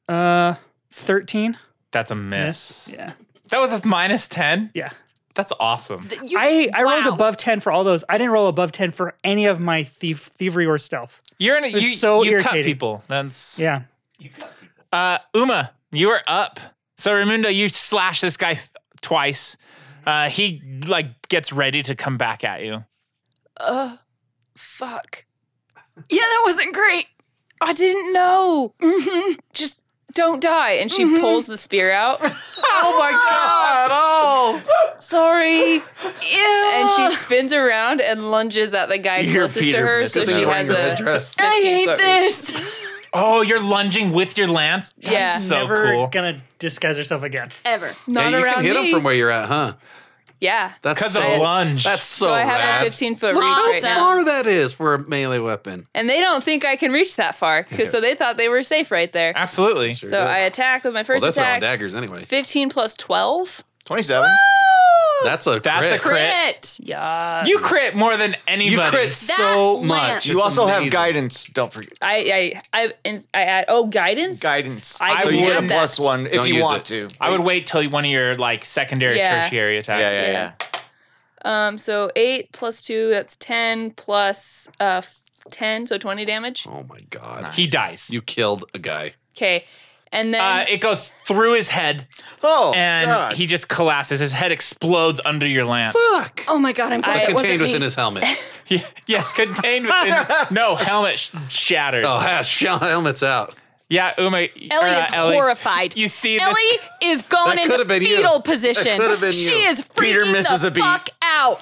E: Uh, 13.
C: that's a miss.
E: Miss. Yeah.
C: That was a minus ten.
E: Yeah.
C: That's awesome.
F: Th- you-
E: I, I rolled
F: wow.
E: above 10 for all those. I didn't roll above 10 for any of my thief, thievery or stealth.
C: You're in. A, you
E: It's so
C: you cut
E: irritating.
C: people. That's
E: Yeah.
C: Uh, Uma, you are up. So Raimundo, you slash this guy th- twice. Uh, he like gets ready to come back at you.
B: Uh, fuck.
F: yeah, that wasn't great. Mm-hmm.
B: I didn't know. Just don't die. And she pulls the spear out.
G: Oh my god! Oh,
B: Sorry.
F: Ew.
B: and she spins around and lunges at the guy
D: You're
B: closest to
D: Peter
B: her, so
D: Missing
B: she
D: Out.
B: has
G: red
B: a.
G: dress.
F: I
B: 15
F: hate
B: foot
F: this.
C: Oh, you're lunging with your lance.
B: Yeah.
C: That's so
E: Never
C: cool.
E: gonna disguise herself again.
F: Ever.
B: Not
G: yeah, you
B: around
G: can hit
B: me.
G: him from where you're at, huh?
B: Yeah.
G: That's
C: Because
G: so.
C: of lunge.
G: That's so,
B: So I have
G: rad.
B: a 15 foot reach
G: Look how
B: right now.
G: far that is for a melee weapon.
B: And they don't think I can reach that far, 'cause- so they thought they were safe right there.
C: absolutely.
G: Sure
B: So
G: did.
B: I attack with my
G: well,
B: first
G: they're throwing
B: attack.
G: daggers anyway.
B: 15 plus 12.
D: 27.
G: That's a
C: That's a
G: crit.
C: crit.
F: Crit.
B: Yeah.
C: You crit more than anybody.
G: You crit so
F: That
G: much.
F: lance.
D: You
G: It's
D: also have
G: amazing.
D: guidance. Don't forget.
B: I, I, I, and I add, oh, guidance?
D: Guidance.
B: I
D: so you get a
B: want that.
D: plus one if
G: Don't
D: you
G: use
D: want
G: it.
D: to.
C: I would wait till one of your like secondary,
B: Yeah.
C: tertiary attacks.
D: Yeah, yeah, yeah.
B: Yeah. Um, so 8 plus 2, that's 10 plus uh, f- 10, so 20 damage.
G: Oh my god.
C: He dies.
G: You killed a guy.
B: Okay. And then.
C: uh, it goes through his head
D: Oh,
C: and
D: God.
C: he just collapses. His head explodes under your lance.
G: Fuck.
F: Oh my god, I'm glad
B: I-
F: it
B: It
G: Contained
F: wasn't
G: within
F: me.
G: his helmet.
C: Yeah, yes, contained within. no, helmet sh- shattered.
G: Oh, ha, shell helmet's out.
C: Yeah, Uma. uh,
I: Ellie is horrified.
C: You see this-
I: Ellie is going
G: That
I: into
G: could've been you.
I: fetal
G: That
I: position.
G: could've been
I: she
G: you.
I: is freaking
D: Peter misses
I: the
D: a beat.
I: fuck out.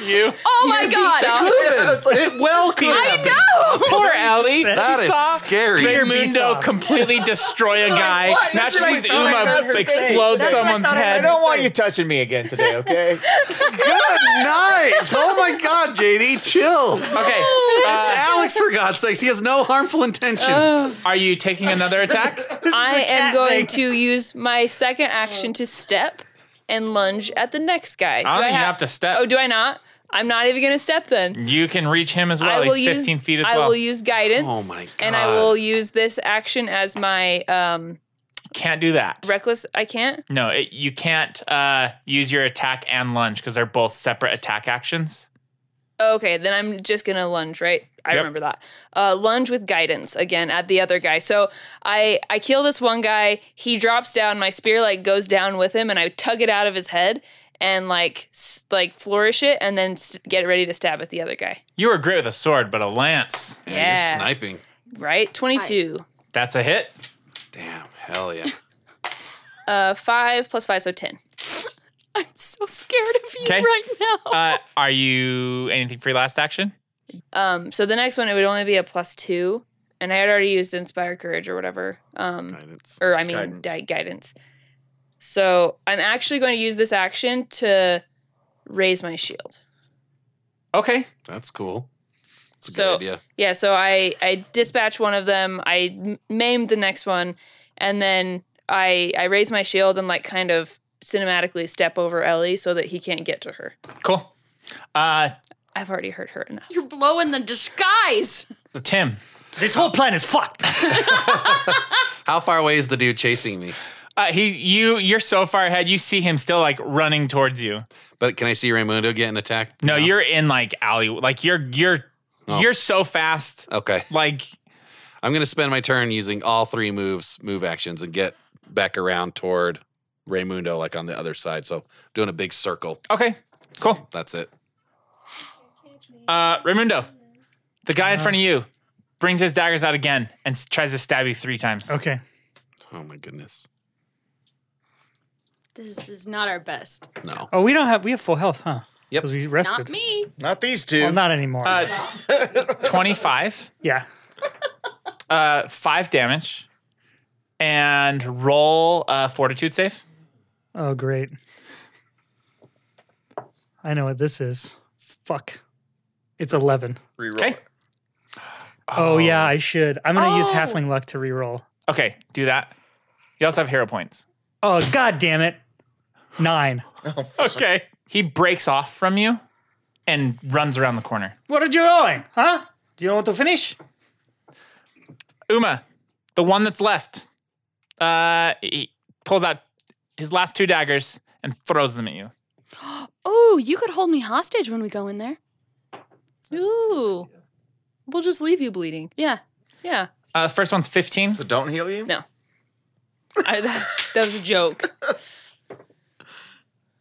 C: you.
I: Oh my god.
G: Could've been. It well could
I: I
G: have been.
I: know.
C: Poor Ellie.
G: That
C: she
G: is
C: saw
G: scary.
C: Peter
E: beats
C: Mundo
E: off.
C: completely destroy a guy.
L: why
C: now
L: is
C: she
L: my
C: sees
L: stomach
C: Uma
L: massive thing?
C: explode
L: That's
C: someone's
M: I
C: head.
M: don't want you touching me again today, okay?
G: Good night. Oh my God, JD, chill.
C: Okay.
G: It's
C: uh,
G: Alex, for God's sakes. He has no harmful intentions.
C: are you taking another attack?
B: I am going to use my second action to step and lunge at the next guy. Do
C: I don't think you have to step.
B: Oh, do I not? I'm not even going to step then.
C: You can reach him as well.
B: I will
C: He's 15
B: use,
C: feet as
B: I
C: well.
B: will use guidance.
G: Oh my
B: And I
G: God.
B: will use this action as my um,
C: can't do that.
B: reckless. I can't.
C: No, it, you can't uh, use your attack and lunge because they're both separate attack actions.
B: Okay, then I'm just gonna lunge, right? I
C: Yep.
B: remember that. Uh, lunge with guidance again at the other guy. So I I kill this one guy. He drops down. My spear like goes down with him, and I tug it out of his head and like s- like flourish it, and then s get ready to stab at the other guy.
C: You were great with a sword, but a lance.
G: Yeah,
B: Yeah.
G: You're sniping.
B: Right, twenty two.
C: That's a hit.
G: Damn. Hell yeah.
B: Uh, five plus five, so ten.
I: I'm so scared of you
C: 'Kay.
I: right now.
C: Uh, are you anything for your last action?
B: Um, so the next one it would only be a plus two, and I had already used inspire courage or whatever. Um,
G: Guidance.
B: or I mean
D: Guidance.
B: guidance. guidance. So I'm actually going to use this action to raise my shield.
C: Okay.
G: That's cool. That's a
B: So-
G: good idea.
B: Yeah, so I I dispatch one of them, I m- maim the next one, and then I I raise my shield and like kind of cinematically step over Ellie so that he can't get to her.
C: Cool. Uh,
B: I've already hurt her enough.
I: You're blowing the disguise.
C: Tim,
E: This whole plan is fucked.
G: How far away is the dude chasing me?
C: uh, he, you, you're so far ahead. You see him still like running towards you.
G: But can I see Raimundo getting attacked?
C: No, you're in like alley. Like you're, you're,
G: Oh.
C: you're so fast.
G: Okay.
C: Like
G: I'm going to spend my turn using all three moves, move actions, and get back around toward Raimundo, like on the other side. So doing a big circle.
C: okay, cool.
G: That's it.
C: Uh, Raimundo, the guy in front of you brings his daggers out again and s- tries to stab you three times.
E: okay.
G: Oh my goodness.
F: This is not our best.
G: No.
E: Oh, we don't have we have full health, huh?
G: Yep.
E: Because we rested.
F: Not me.
M: Not these two.
E: Well, not anymore.
C: Uh, twenty-five.
E: yeah.
C: uh, five damage and roll a fortitude save.
E: Oh, great. I know what this is. Fuck. It's eleven.
C: Okay.
E: Oh, yeah, I should. I'm gonna use
I: Oh.
E: halfling luck to reroll.
C: Okay, do that. You also have hero points.
E: Oh god damn it. Nine.
M: Oh.
C: Okay. He breaks off from you and runs around the corner.
E: What are you going? Huh? Do you want to finish?
C: Uma, the one that's left, uh, he pulls out his last two daggers and throws them at you.
F: Oh, you could hold me hostage when we go in there.
B: Ooh. We'll just leave you bleeding.
F: Yeah.
B: Yeah.
C: Uh, first one's 15.
D: So don't heal you?
B: No. I, that, was, that was a joke.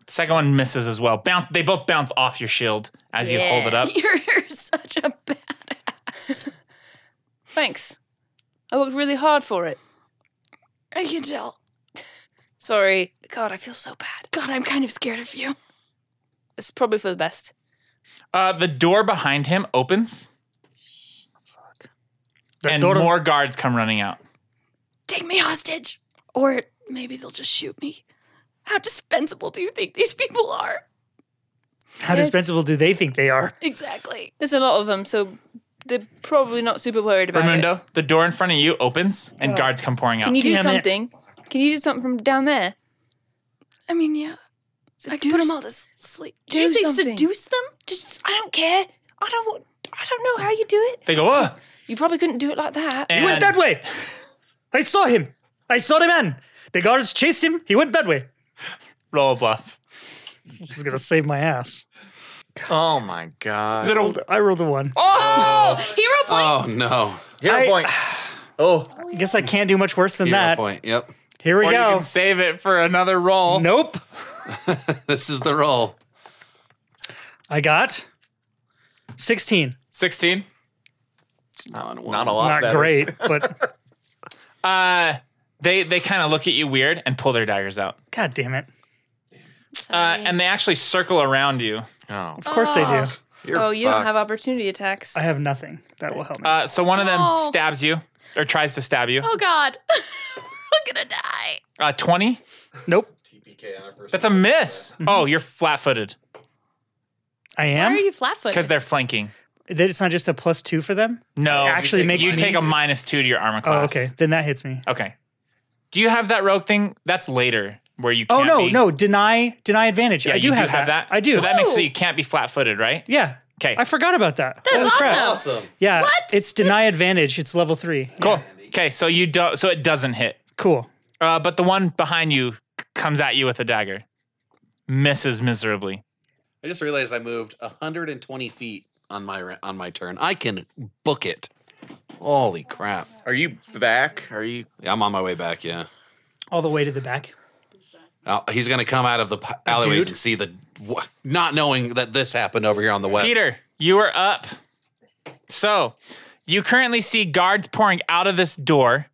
C: Second one misses as well. Bounce. They both bounce off your shield as you hold it up.
F: You're, you're such a bad.
B: Thanks. I worked really hard for it.
F: I can tell.
B: Sorry. God, I feel so bad.
F: God, I'm kind of scared of you.
B: It's probably for the best.
C: Uh, the door behind him opens
E: The
C: and
E: door-
C: more guards come running out.
F: Take me hostage. Or maybe they'll just shoot me. How dispensable do you think these people are?
E: How dispensable do they think they are?
F: Exactly.
B: There's a lot of them, so they're probably not super worried about it.
C: Raimundo, the door in front of you opens and guards come pouring out.
B: Can you do
E: Damn it.
B: something? Can you do something from down there?
F: I mean, yeah. I can put them all to s- sleep. Did you
B: do
F: say
B: something.
F: seduce them?
B: Just I don't care. I don't want. I don't know how you do it.
C: they go, Ugh!
B: You probably couldn't do it like that.
E: He went
C: And-
E: that way. I saw him. I saw the man. The guards chased him. He went that way.
C: roll a bluff.
E: He's gonna save my ass.
D: Oh my god.
E: I rolled, I rolled a one. Oh,
I: Hero point.
G: Oh no.
M: Hero
E: I-
M: point. Oh,
E: I guess I can't do much worse than
G: Hero
E: that.
G: point. Yep.
E: Here we
C: Or you
E: go.
C: can save it for another roll.
E: Nope.
G: This is the roll.
E: I got 16.
C: 16.
G: Not,
D: not a lot
E: Not
D: better.
E: great, but
C: Uh, they they kind of look at you weird and pull their daggers out.
E: God damn it.
C: Uh, and they actually circle around you.
A: Oh.
E: Of course they do.
B: oh, you don't have opportunity attacks.
E: I have nothing. That will help me.
C: Uh, so one of them
B: No.
C: stabs you or tries to stab you.
B: oh God.
C: Uh, 20?
E: Nope.
C: That's a miss. Oh, you're flat footed
E: I
B: Why are
E: am.
B: you flat
C: because
B: footed?
C: they're flanking.
E: That It's not just a plus two for them.
C: No.
E: Actually
C: you take,
E: makes
C: you
E: me
C: take
E: need
C: a
E: to-
C: minus two to your armor
E: Oh,
C: class.
E: okay. Then that hits me.
C: Okay. Do you have that rogue thing? That's later where you
E: Oh
C: can't
E: no,
C: be-
E: no, deny deny advantage.
C: Yeah,
E: I do,
C: you
E: have,
C: have that.
E: I do.
C: So that makes it so you can't be flat footed, right?
E: yeah.
C: Okay.
E: I forgot about that.
B: That's
E: Holy crap.
B: awesome.
N: Awesome.
E: Yeah. It's deny advantage. It's level three.
C: Cool. Okay, so you don't so it doesn't hit.
E: Cool.
C: Uh, but the one behind you c- comes at you with a dagger. Misses miserably.
G: I just realized I moved 120 feet on my ra- on my turn. I can book it. Holy crap!
D: Are you back? Are you?
G: I'm on my way back. Yeah,
E: All the way to the back.
G: Uh, he's gonna come out of the p- alleyways and see the wha- not knowing that this happened over here on the west.
C: Peter, you are up. So you currently see guards pouring out of this door,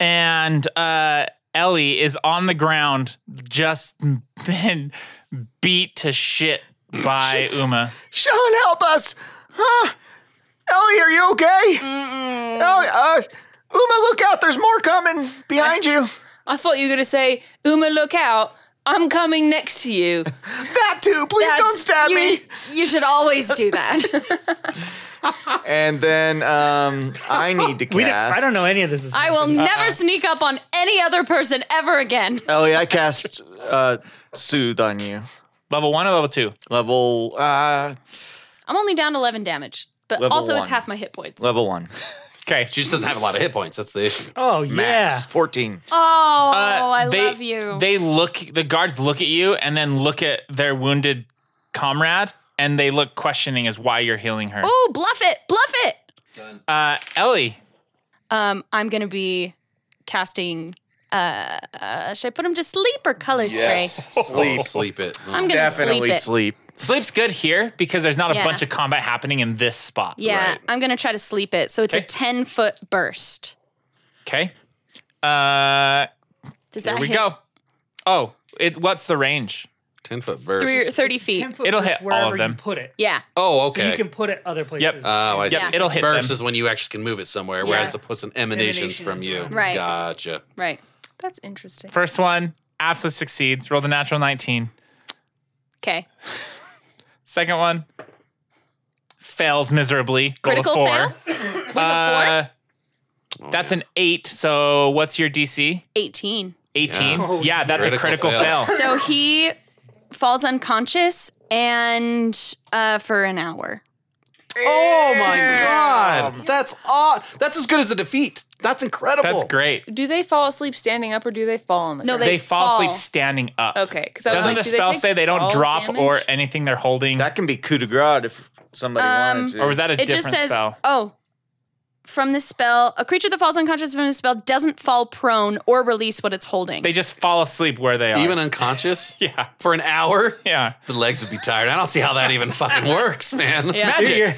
C: and uh, Ellie is on the ground, just been beat to shit by Uma.
A: Sean, help us! Huh? Ellie, are you okay?
D: Oh.
A: Ellie, uh, Uma, look out! There's more coming behind you.
B: I thought you were gonna say, Uma, look out. I'm coming next to you.
A: That too. Please don't stab
F: you,
A: me.
F: You should always do that.
D: And then um, I need to cast.
E: We don't, I don't know any of this is
F: I will
C: Uh-uh.
F: never sneak up on any other person ever again.
D: Ellie, I cast uh, soothe on you.
C: Level one or level two?
D: Level uh,
F: I'm only down 11 damage, but
D: Level
F: also it's
D: one.
F: half my hit points.
D: level one.
C: Okay.
G: She just doesn't have a lot of hit points. That's the issue.
E: Oh yeah.
D: Max fourteen.
F: Oh, I
C: Uh, they,
F: love you.
C: They look, the guards look at you and then look at their wounded comrade, and they look questioning as why you're healing her.
F: Ooh, bluff it, bluff it.
C: Uh, Ellie,
F: Um, I'm gonna be casting. Uh, uh, should I put him to sleep or color spray?
N: Yes. Sleep.
G: Sleep it.
F: I'm gonna
D: Definitely
F: sleep it.
D: sleep.
C: sleep's good here because there's not a
F: Yeah.
C: bunch of combat happening in this spot.
F: Yeah, I'm gonna try to sleep it. So it's a
C: Okay.
F: 10 foot burst.
C: Okay. Uh,
F: Does
C: here
F: that
C: we
F: hit?
C: go. Oh, it. What's the range?
G: Ten foot verse.
F: Three, 30 feet.
C: It'll hit all
E: wherever
C: of them.
E: You put it.
F: yeah.
G: Oh,
E: So
G: okay.
E: you can put it other places.
G: Oh, I
C: Yep,
G: see.
C: it'll hit
G: Burst
C: them.
G: is when you actually can move it somewhere,
F: Yeah.
G: whereas the puts an emanations
E: Emanation
G: from
E: is
G: you.
E: fine.
F: Right.
G: Gotcha.
F: Right.
B: That's interesting.
C: First one, absolute succeeds. Roll the natural 19.
F: Okay.
C: Second one, fails miserably. Roll a
F: Critical
C: four.
F: fail. With a four,
C: Uh,
G: Oh,
C: that's
G: yeah.
C: an eight. So what's your DC?
F: 18.
C: 18. Yeah,
G: Yeah.
C: that's a
G: Critical
C: critical fail.
G: fail.
F: So he falls unconscious and uh, for an hour.
G: Oh my god. That's aw- That's as good as a defeat. That's incredible.
C: That's great.
B: Do they fall asleep standing up or do they fall on the
F: No,
B: ground?
C: They,
F: They
C: fall asleep
F: fall.
C: standing up.
B: Okay, because I was
C: Doesn't
B: like,
C: the
B: do they
C: spell
B: take
C: say they don't
B: fall
C: drop
B: damage?
C: or anything they're holding?
D: That can be coup de grace if somebody
I: Um,
B: Um,
D: wanted to.
C: or was that a
F: It
C: different
F: just says,
C: spell?
B: uh,
F: oh, from this spell, a creature that falls unconscious from this spell doesn't fall prone or release what it's holding.
C: They just fall asleep where they are.
G: Even unconscious?
C: yeah.
G: For an hour?
C: Yeah.
G: The legs would be tired. I don't see how that even fucking works, man.
B: Yeah.
C: Magic.
E: Your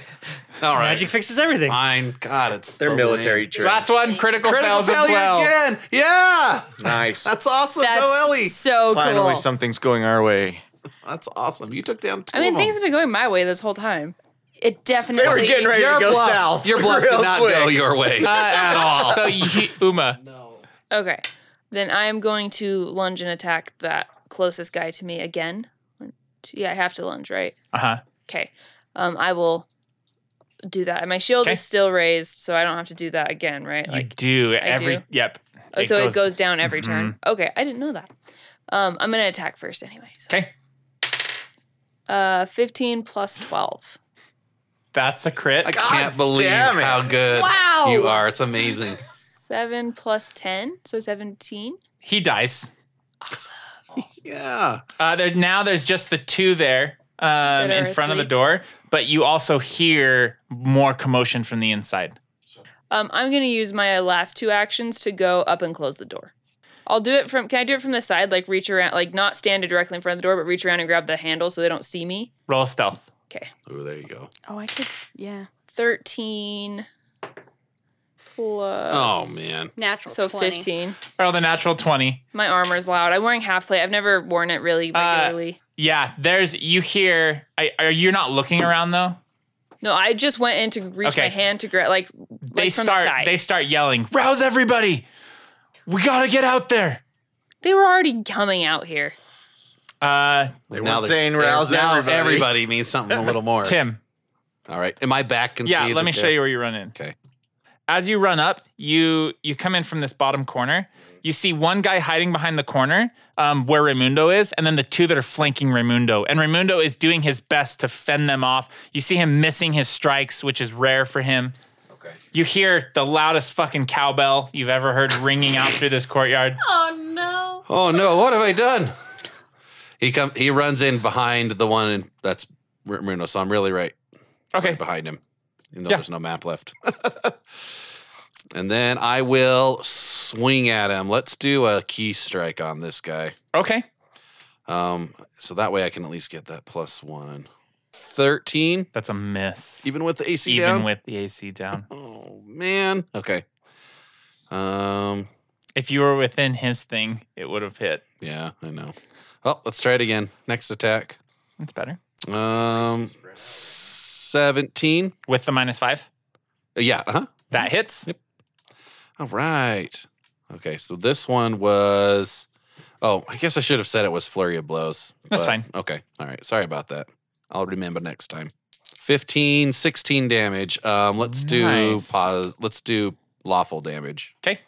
G: All right.
E: magic fixes everything.
G: Fine. God, it's
D: They're
G: so
D: military
G: lame.
D: trained.
C: Last one, critical,
G: Critical
C: fails as
G: failure
C: well.
G: again. Yeah.
D: nice.
G: That's awesome.
F: That's
G: Go Ellie.
F: so
D: Finally,
F: cool.
D: something's going our way.
G: That's awesome. You took down two
B: I mean,
G: of them.
B: things have been going my way this whole time.
F: it definitely.
D: ready
G: Your bluff, Your bluff did not go your way
C: Uh,
G: at all.
C: So you, Uma,
B: Okay. Then I am going to lunge and attack that closest guy to me again. One, two- Yeah, I have to lunge, right?
C: uh huh.
B: Okay. Um, I will do that. And My shield
C: Okay.
B: is still raised, so I don't have to do that again, right?
C: You do every.
B: do.
C: Yep. Mm-hmm.
B: Oh, so it goes down every turn. Okay, I didn't know that. Um, I'm gonna attack first anyway. So.
C: Okay,
B: Uh, 15 plus 12.
C: that's a crit.
G: I can't believe
D: damn it.
G: how good
F: Wow.
G: you are. It's amazing.
B: Seven plus 10, so 17.
C: He dies.
G: Yeah.
C: Uh, there now. There's just the two there um,
B: That are
C: in front of the
B: asleep.
C: door, but you also hear more commotion from the inside.
B: Um, I'm gonna use my last two actions to go up and close the door. I'll do it from. Can I do it from the side? Like reach around, like not stand directly in front of the door, but reach around and grab the handle so they don't see me.
C: Roll a stealth.
B: Okay, Oh,
G: Ooh, there you go.
F: Oh, I could. Yeah.
B: thirteen plus.
G: Oh, man.
I: Natural
B: So
I: 20.
B: 15.
C: Roll the natural 20.
B: My armor's loud. I'm wearing half plate. I've never worn it really
C: Uh,
B: regularly.
C: Yeah, there's, you hear, I, are you not looking around though?
B: no, I just went in to reach
C: Okay.
B: my hand to grab, like,
C: They
B: like from
C: start,
B: the side.
C: they start yelling, rouse everybody. We gotta get out there.
B: They were already coming out here.
C: Uh,
G: They
M: weren't saying rouse
G: now
M: everybody.
G: everybody means something a little more.
C: Tim.
G: All right. Am I back and
C: Yeah,
G: see
C: let
G: that
C: me show
G: they're-
C: you where you run in.
G: Okay.
C: As you run up, you you come in from this bottom corner.
G: Mm-hmm.
C: You see one guy hiding behind the corner um, where Raimundo is, and then the two that are flanking Raimundo. And Raimundo is doing his best to fend them off. You see him missing his strikes, which is rare for him.
G: Okay.
C: You hear the loudest fucking cowbell you've ever heard ringing out through this courtyard.
I: Oh no.
G: Oh no, what have I done? He come he runs in behind the one in, that's R- Bruno, so I'm really right
C: Okay.
G: behind him. Even though
C: Yeah.
G: there's no map left. and then I will swing at him. Let's do a key strike on this guy.
C: Okay.
G: Um, so that way I can at least get that plus one. 13,
C: That's a miss.
G: even with the AC
C: Even
G: down.
C: with the AC down.
G: oh man. Okay. Um
C: If you were within his thing, it would have hit.
G: yeah, I know. Well, let's try it again. Next attack.
C: That's better.
G: Um, seventeen.
C: With the minus five,
G: Uh, Yeah. Uh huh.
C: that hits.
G: All right. Okay. So this one was. Oh, I guess I should have said it was flurry of blows.
C: That's
G: but-
C: fine.
G: Okay. All right. Sorry about that. I'll remember next time. 15, 16 damage. Um, let's do
C: Nice.
G: pause. Let's do lawful damage.
C: Okay.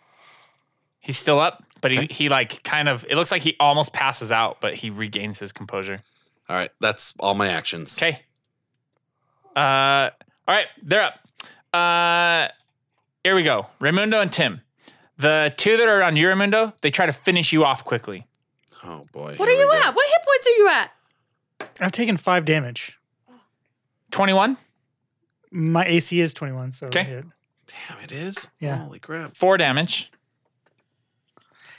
C: He's still up, but he, he like kind of it looks like he almost passes out, but he regains his composure.
G: All right. That's all my actions.
C: Okay. Uh all right, they're up. Uh here we go. Raimundo and Tim. The two that are on you, Raimundo, they try to finish you off quickly.
G: Oh boy.
I: What are you at? What hit points are you at?
E: I've taken five damage.
C: 21,
E: My AC is 21, so
C: Okay.
E: yeah.
G: Damn, it is.
E: Yeah.
G: Holy crap.
C: 4 damage.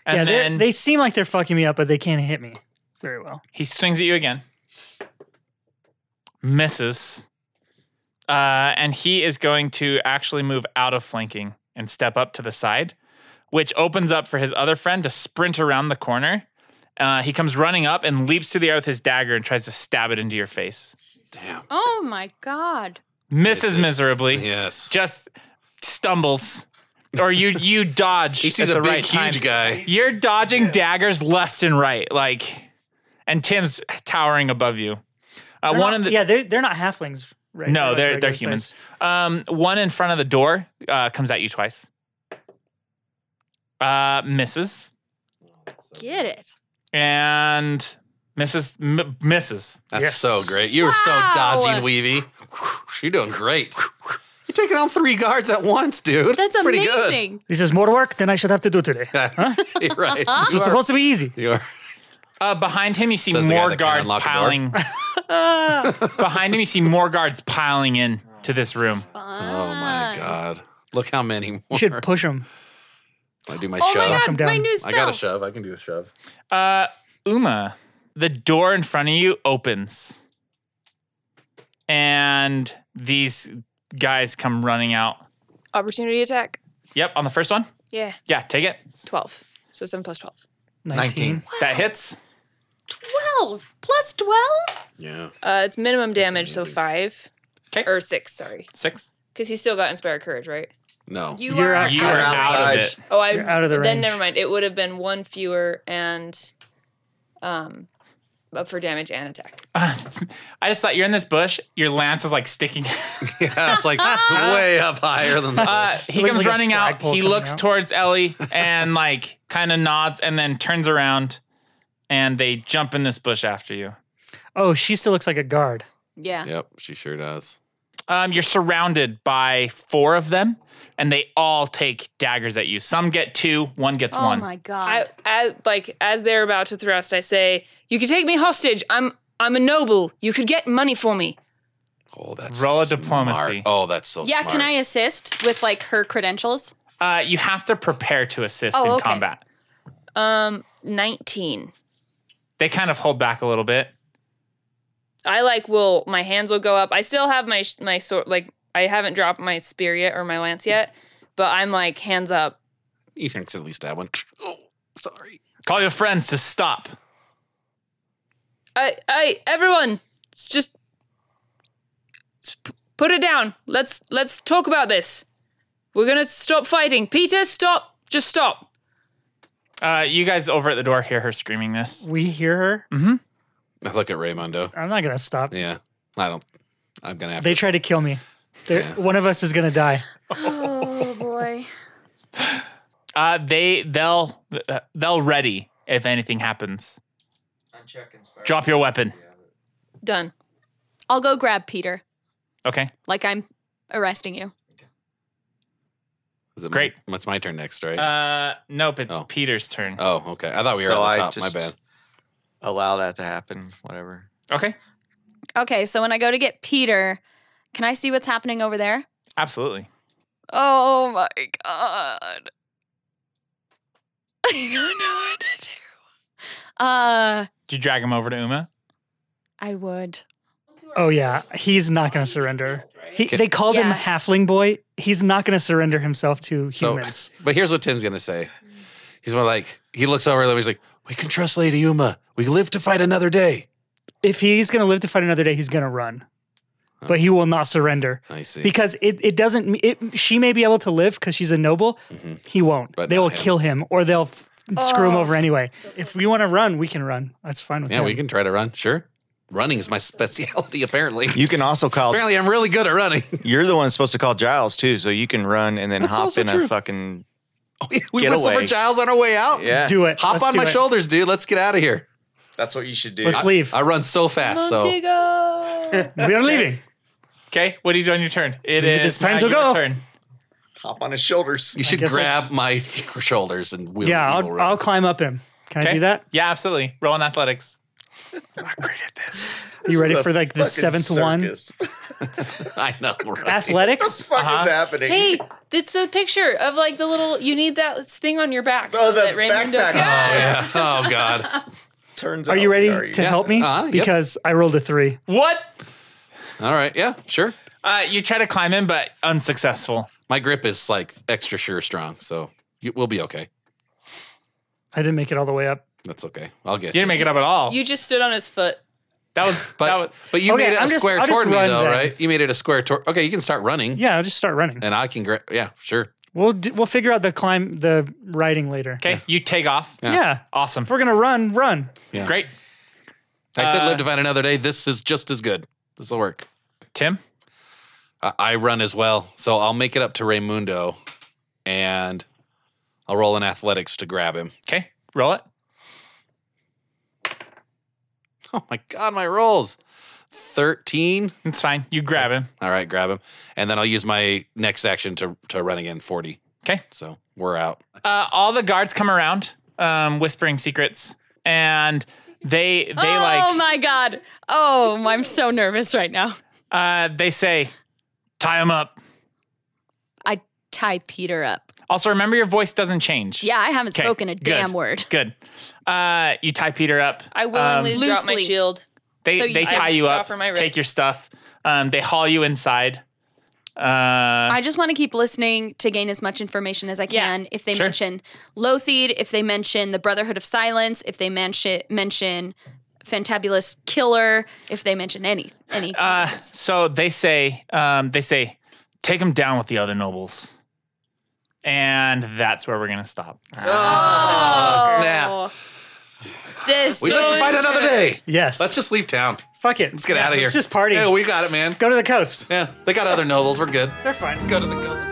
C: And
E: yeah,
C: then
E: then, they seem like they're fucking me up, but they can't hit me very well.
C: He swings at you again. Misses. Uh, and he is going to actually move out of flanking and step up to the side, which opens up for his other friend to sprint around the corner. Uh, he comes running up and leaps through the air with his dagger and tries to stab it into your face.
G: Damn.
I: Oh my god.
C: Misses
G: Misses.
C: miserably.
G: Yes.
C: Just stumbles. Or you you dodge.
G: he sees
C: at
G: a
C: the
G: big,
C: right time.
G: huge guy.
C: You're dodging daggers left and right, like, and Tim's towering above you. Uh,
E: They're
C: one
E: not-
C: of the
E: yeah, they're, they're not halflings, right?
C: no,
E: like
C: they're they're
E: regular
C: humans.
E: size.
C: Um, one in front of the door uh, comes at you twice. Uh, misses
I: Get it.
C: and misses m- misses.
G: That's
E: Yes.
G: so great. You were
I: Wow.
G: so dodgy and weavy. You're doing great. You're taking on three guards at once, dude.
I: That's
G: pretty
I: amazing.
E: This is more work than I should have to do today.
G: good. You're right.
E: This was supposed to be easy.
G: You are.
C: Uh, behind him, you see
G: Says the guy
C: more
G: that can't
C: guards
G: unlock a door.
C: piling. behind him, you see more guards piling in to this room.
G: Oh my god! Look how many more.
E: You should push them.
G: I do my
I: Oh
G: shove.
I: my
E: him
I: god,
E: down.
I: my new
G: I
I: spell.
G: got a shove. I can do a shove.
C: Uh, Uma, the door in front of you opens, and these guys come running out.
B: Opportunity attack.
C: Yep, on the first one.
B: Yeah.
C: Yeah, take it.
B: 12. So 7 plus 12.
E: 19.
C: That hits.
I: 12 plus 12?
G: Yeah.
B: Uh, it's minimum damage, so 5.
C: 'Kay.
B: Or 6, sorry.
C: Six.
B: Because he still got Inspired Courage, right?
G: No.
B: You
E: You're
B: are.
E: out.
C: You are out of it.
B: Oh, I.
E: You're out of the
B: then
E: range.
B: never mind. It would have been one fewer and. um, Up for damage and attack.
C: I just thought you're in this bush. Your lance is like sticking.
G: yeah, it's like way up higher than that.
C: Uh, he
E: looks
C: comes
E: like a
C: running out.
E: flagpole
C: He
E: coming
C: looks
E: out.
C: towards Ellie and like kind of nods and then turns around, and they jump in this bush after you.
E: Oh, she still looks like a guard.
I: Yeah.
G: yep, she sure does.
C: Um, you're surrounded by four of them, and they all take daggers at you. Some get two, one gets
I: Oh
C: one.
I: my god.
B: I as like as they're about to thrust, I say, "You can take me hostage. I'm I'm a noble. You could get money for me."
G: Oh, that's
C: Roll a
G: smart.
C: diplomacy.
G: Oh, that's so.
I: yeah, can
G: smart.
I: I assist with like her credentials?
C: Uh, you have to prepare to assist
I: Oh,
C: in
I: okay.
C: combat.
B: Um, nineteen.
C: They kind of hold back a little bit.
B: I like will my hands will go up. I still have my sh- my sword like I haven't dropped my spear yet or my lance yet, but I'm like hands up.
G: You can accidentally stab one. Oh, sorry.
C: Call your friends to stop.
B: I, I, everyone, it's just s- p- put it down. Let's let's talk about this. We're gonna stop fighting. Peter, stop. Just stop.
C: Uh, you guys over at the door hear her screaming this.
E: We hear her.
C: Mm-hmm.
G: I look at Raymondo.
E: I'm not gonna stop.
G: Yeah. I don't. I'm going to have to.
E: They try to kill me. They're- One of us is gonna die.
F: Oh boy.
C: Uh, they they'll uh, they'll ready if anything happens. Drop your weapon.
B: Done.
I: I'll go grab Peter,
C: Okay.
I: like I'm arresting you.
G: Is it
C: Great.
G: My, it's my turn next, right?
C: Uh, nope. It's
G: Oh.
C: Peter's turn.
G: oh, okay. I thought we were
D: So
G: on
D: I
G: the top.
D: just-
G: my bad.
D: Allow that to happen. Whatever.
C: Okay.
I: Okay, so when I go to get Peter, can I see what's happening over there?
C: Absolutely.
I: Oh my god. I don't know what to do. Uh
C: Did you drag him over to Uma?
I: I would.
E: Oh yeah, he's not gonna surrender. He,
G: Okay.
E: they called him
I: Yeah.
E: Halfling Boy. He's not gonna surrender himself to
G: So-
E: humans.
G: But here's what Tim's going to say. He's more like, he looks over at them. He's like, we can trust Lady Uma. We live to fight another day.
E: if he's gonna live to fight another day, he's gonna run, but he will not surrender
G: I see.
E: because it, it doesn't. It, she may be able to live because she's a noble. He
G: Mm-hmm.
E: won't.
G: But
E: they
G: not
E: will
G: him.
E: kill him or they'll f- screw him over anyway. If we want to run, we can run. That's fine with
G: yeah,
E: him.
G: we can try to run. Sure. Running is my specialty, apparently.
D: You can also call.
G: apparently, I'm really good at running.
D: You're the one supposed to call Giles too, so you can run and then
G: That's
D: hop
G: also
D: in
G: true.
D: a fucking
G: we
D: Get
G: whistle
D: away.
G: for Giles on our way out.
D: yeah.
E: do it.
G: Hop
E: Let's
G: on
E: do
G: my
E: it.
G: shoulders, dude. Let's get out of here.
D: That's what you should do.
E: Let's leave.
G: I run so fast, so
B: Montego.
E: we are leaving.
C: Okay. What do you do on your turn? It
E: It
C: is
E: is time
C: now
E: to
C: your
E: go.
C: Turn.
D: Hop on his shoulders.
G: you should
E: guess I-
G: grab my shoulders and wheel
E: Yeah,
G: me over.
E: I'll, I'll climb up him. Can I do that?
C: Yeah, absolutely. Roll in athletics.
E: You ready for like the seventh
L: one?
E: one?
G: I know. Right?
E: Athletics. Uh-huh.
L: Fuck
C: Uh-huh.
L: is happening?
B: hey, it's the picture of like the little. You need that thing on your back.
L: Oh, the
B: that Raymond
L: backpack.
B: don't- Yeah.
G: Yeah. Oh God.
L: Turns
E: Are
L: out
E: you ready
L: we are
E: to help me?
G: Uh-huh, yep.
E: Because I rolled a three.
C: What?
G: All right. Yeah. Sure.
C: Uh, you try to climb in, but unsuccessful.
G: My grip is like extra sure strong, so you, we'll be okay.
E: I didn't make it all the way up.
G: That's okay. I'll get
C: You
G: you.
C: didn't make it up at
E: Oh.
C: all.
B: You just stood on his foot.
C: that was. that was
G: But but you
E: Okay,
G: made it
E: I'm
G: a
E: just-
G: square
E: I'll just
G: toward me
E: run
G: though,
E: then.
G: right? You made it a square toward. Okay, you can start running,
E: Yeah, I'll just start running.
G: and I can grab. Yeah. Sure.
E: We'll d- we'll figure out the climb, the riding later.
C: okay. You take off.
E: Yeah.
C: Awesome.
E: If we're gonna run, run.
G: Yeah.
C: Great.
G: I said
C: Uh,
G: live to fight another day. This is just as good. This will work.
C: Tim.
G: I, I run as well, so I'll make it up to Raymundo, and I'll roll in athletics to grab him.
C: Okay. Roll it.
G: Oh my god, my rolls. 13.
C: It's fine. You grab him.
G: All right, grab him. And then I'll use my next action to to run again 40.
C: Okay.
G: So, we're out.
C: Uh, all the guards come around, um, whispering secrets, and they they
I: oh
C: like
I: my god. Oh, I'm so nervous right now.
C: uh, they say, tie him up.
I: I tie Peter up.
C: Also, remember your voice doesn't change.
I: Yeah, I haven't
C: 'Kay,
I: spoken a
C: good,
I: damn word.
C: Good. Uh, you tie Peter up.
B: I willingly
I: Um,
B: dropped my
I: Loosely.
B: shield.
C: They
B: So you-
C: they
B: I
C: tie you
B: draw
C: up.
B: from my
C: Take
B: wrist.
C: your stuff. Um, they haul you inside. Uh,
I: I just want to keep listening to gain as much information as I
B: Yeah.
I: can. If they
C: Sure.
I: mention Lothied, if they mention the Brotherhood of Silence, if they mention mention Fantabulous Killer, if they mention any any.
C: uh,
I: killers.
C: so they say um, they say take him down with the other nobles, and that's where we're gonna stop.
G: Oh, snap.
I: this
G: We live to fight another day.
E: Yes.
G: Let's just leave town.
E: fuck it.
G: Let's get out of here.
E: Let's just party.
G: Yeah, we got it, man.
E: Go to the coast.
G: Yeah, they got other nobles. We're good.
E: They're fine.
G: Let's go to the coast.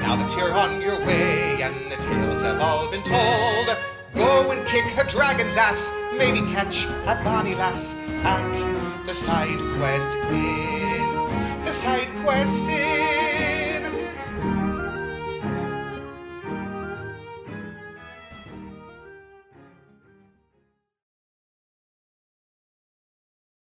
A: Now that you're on your way and the tales have all been told, go and kick the dragon's ass, maybe catch a bonny lass at the side quest inn. The side quest inn.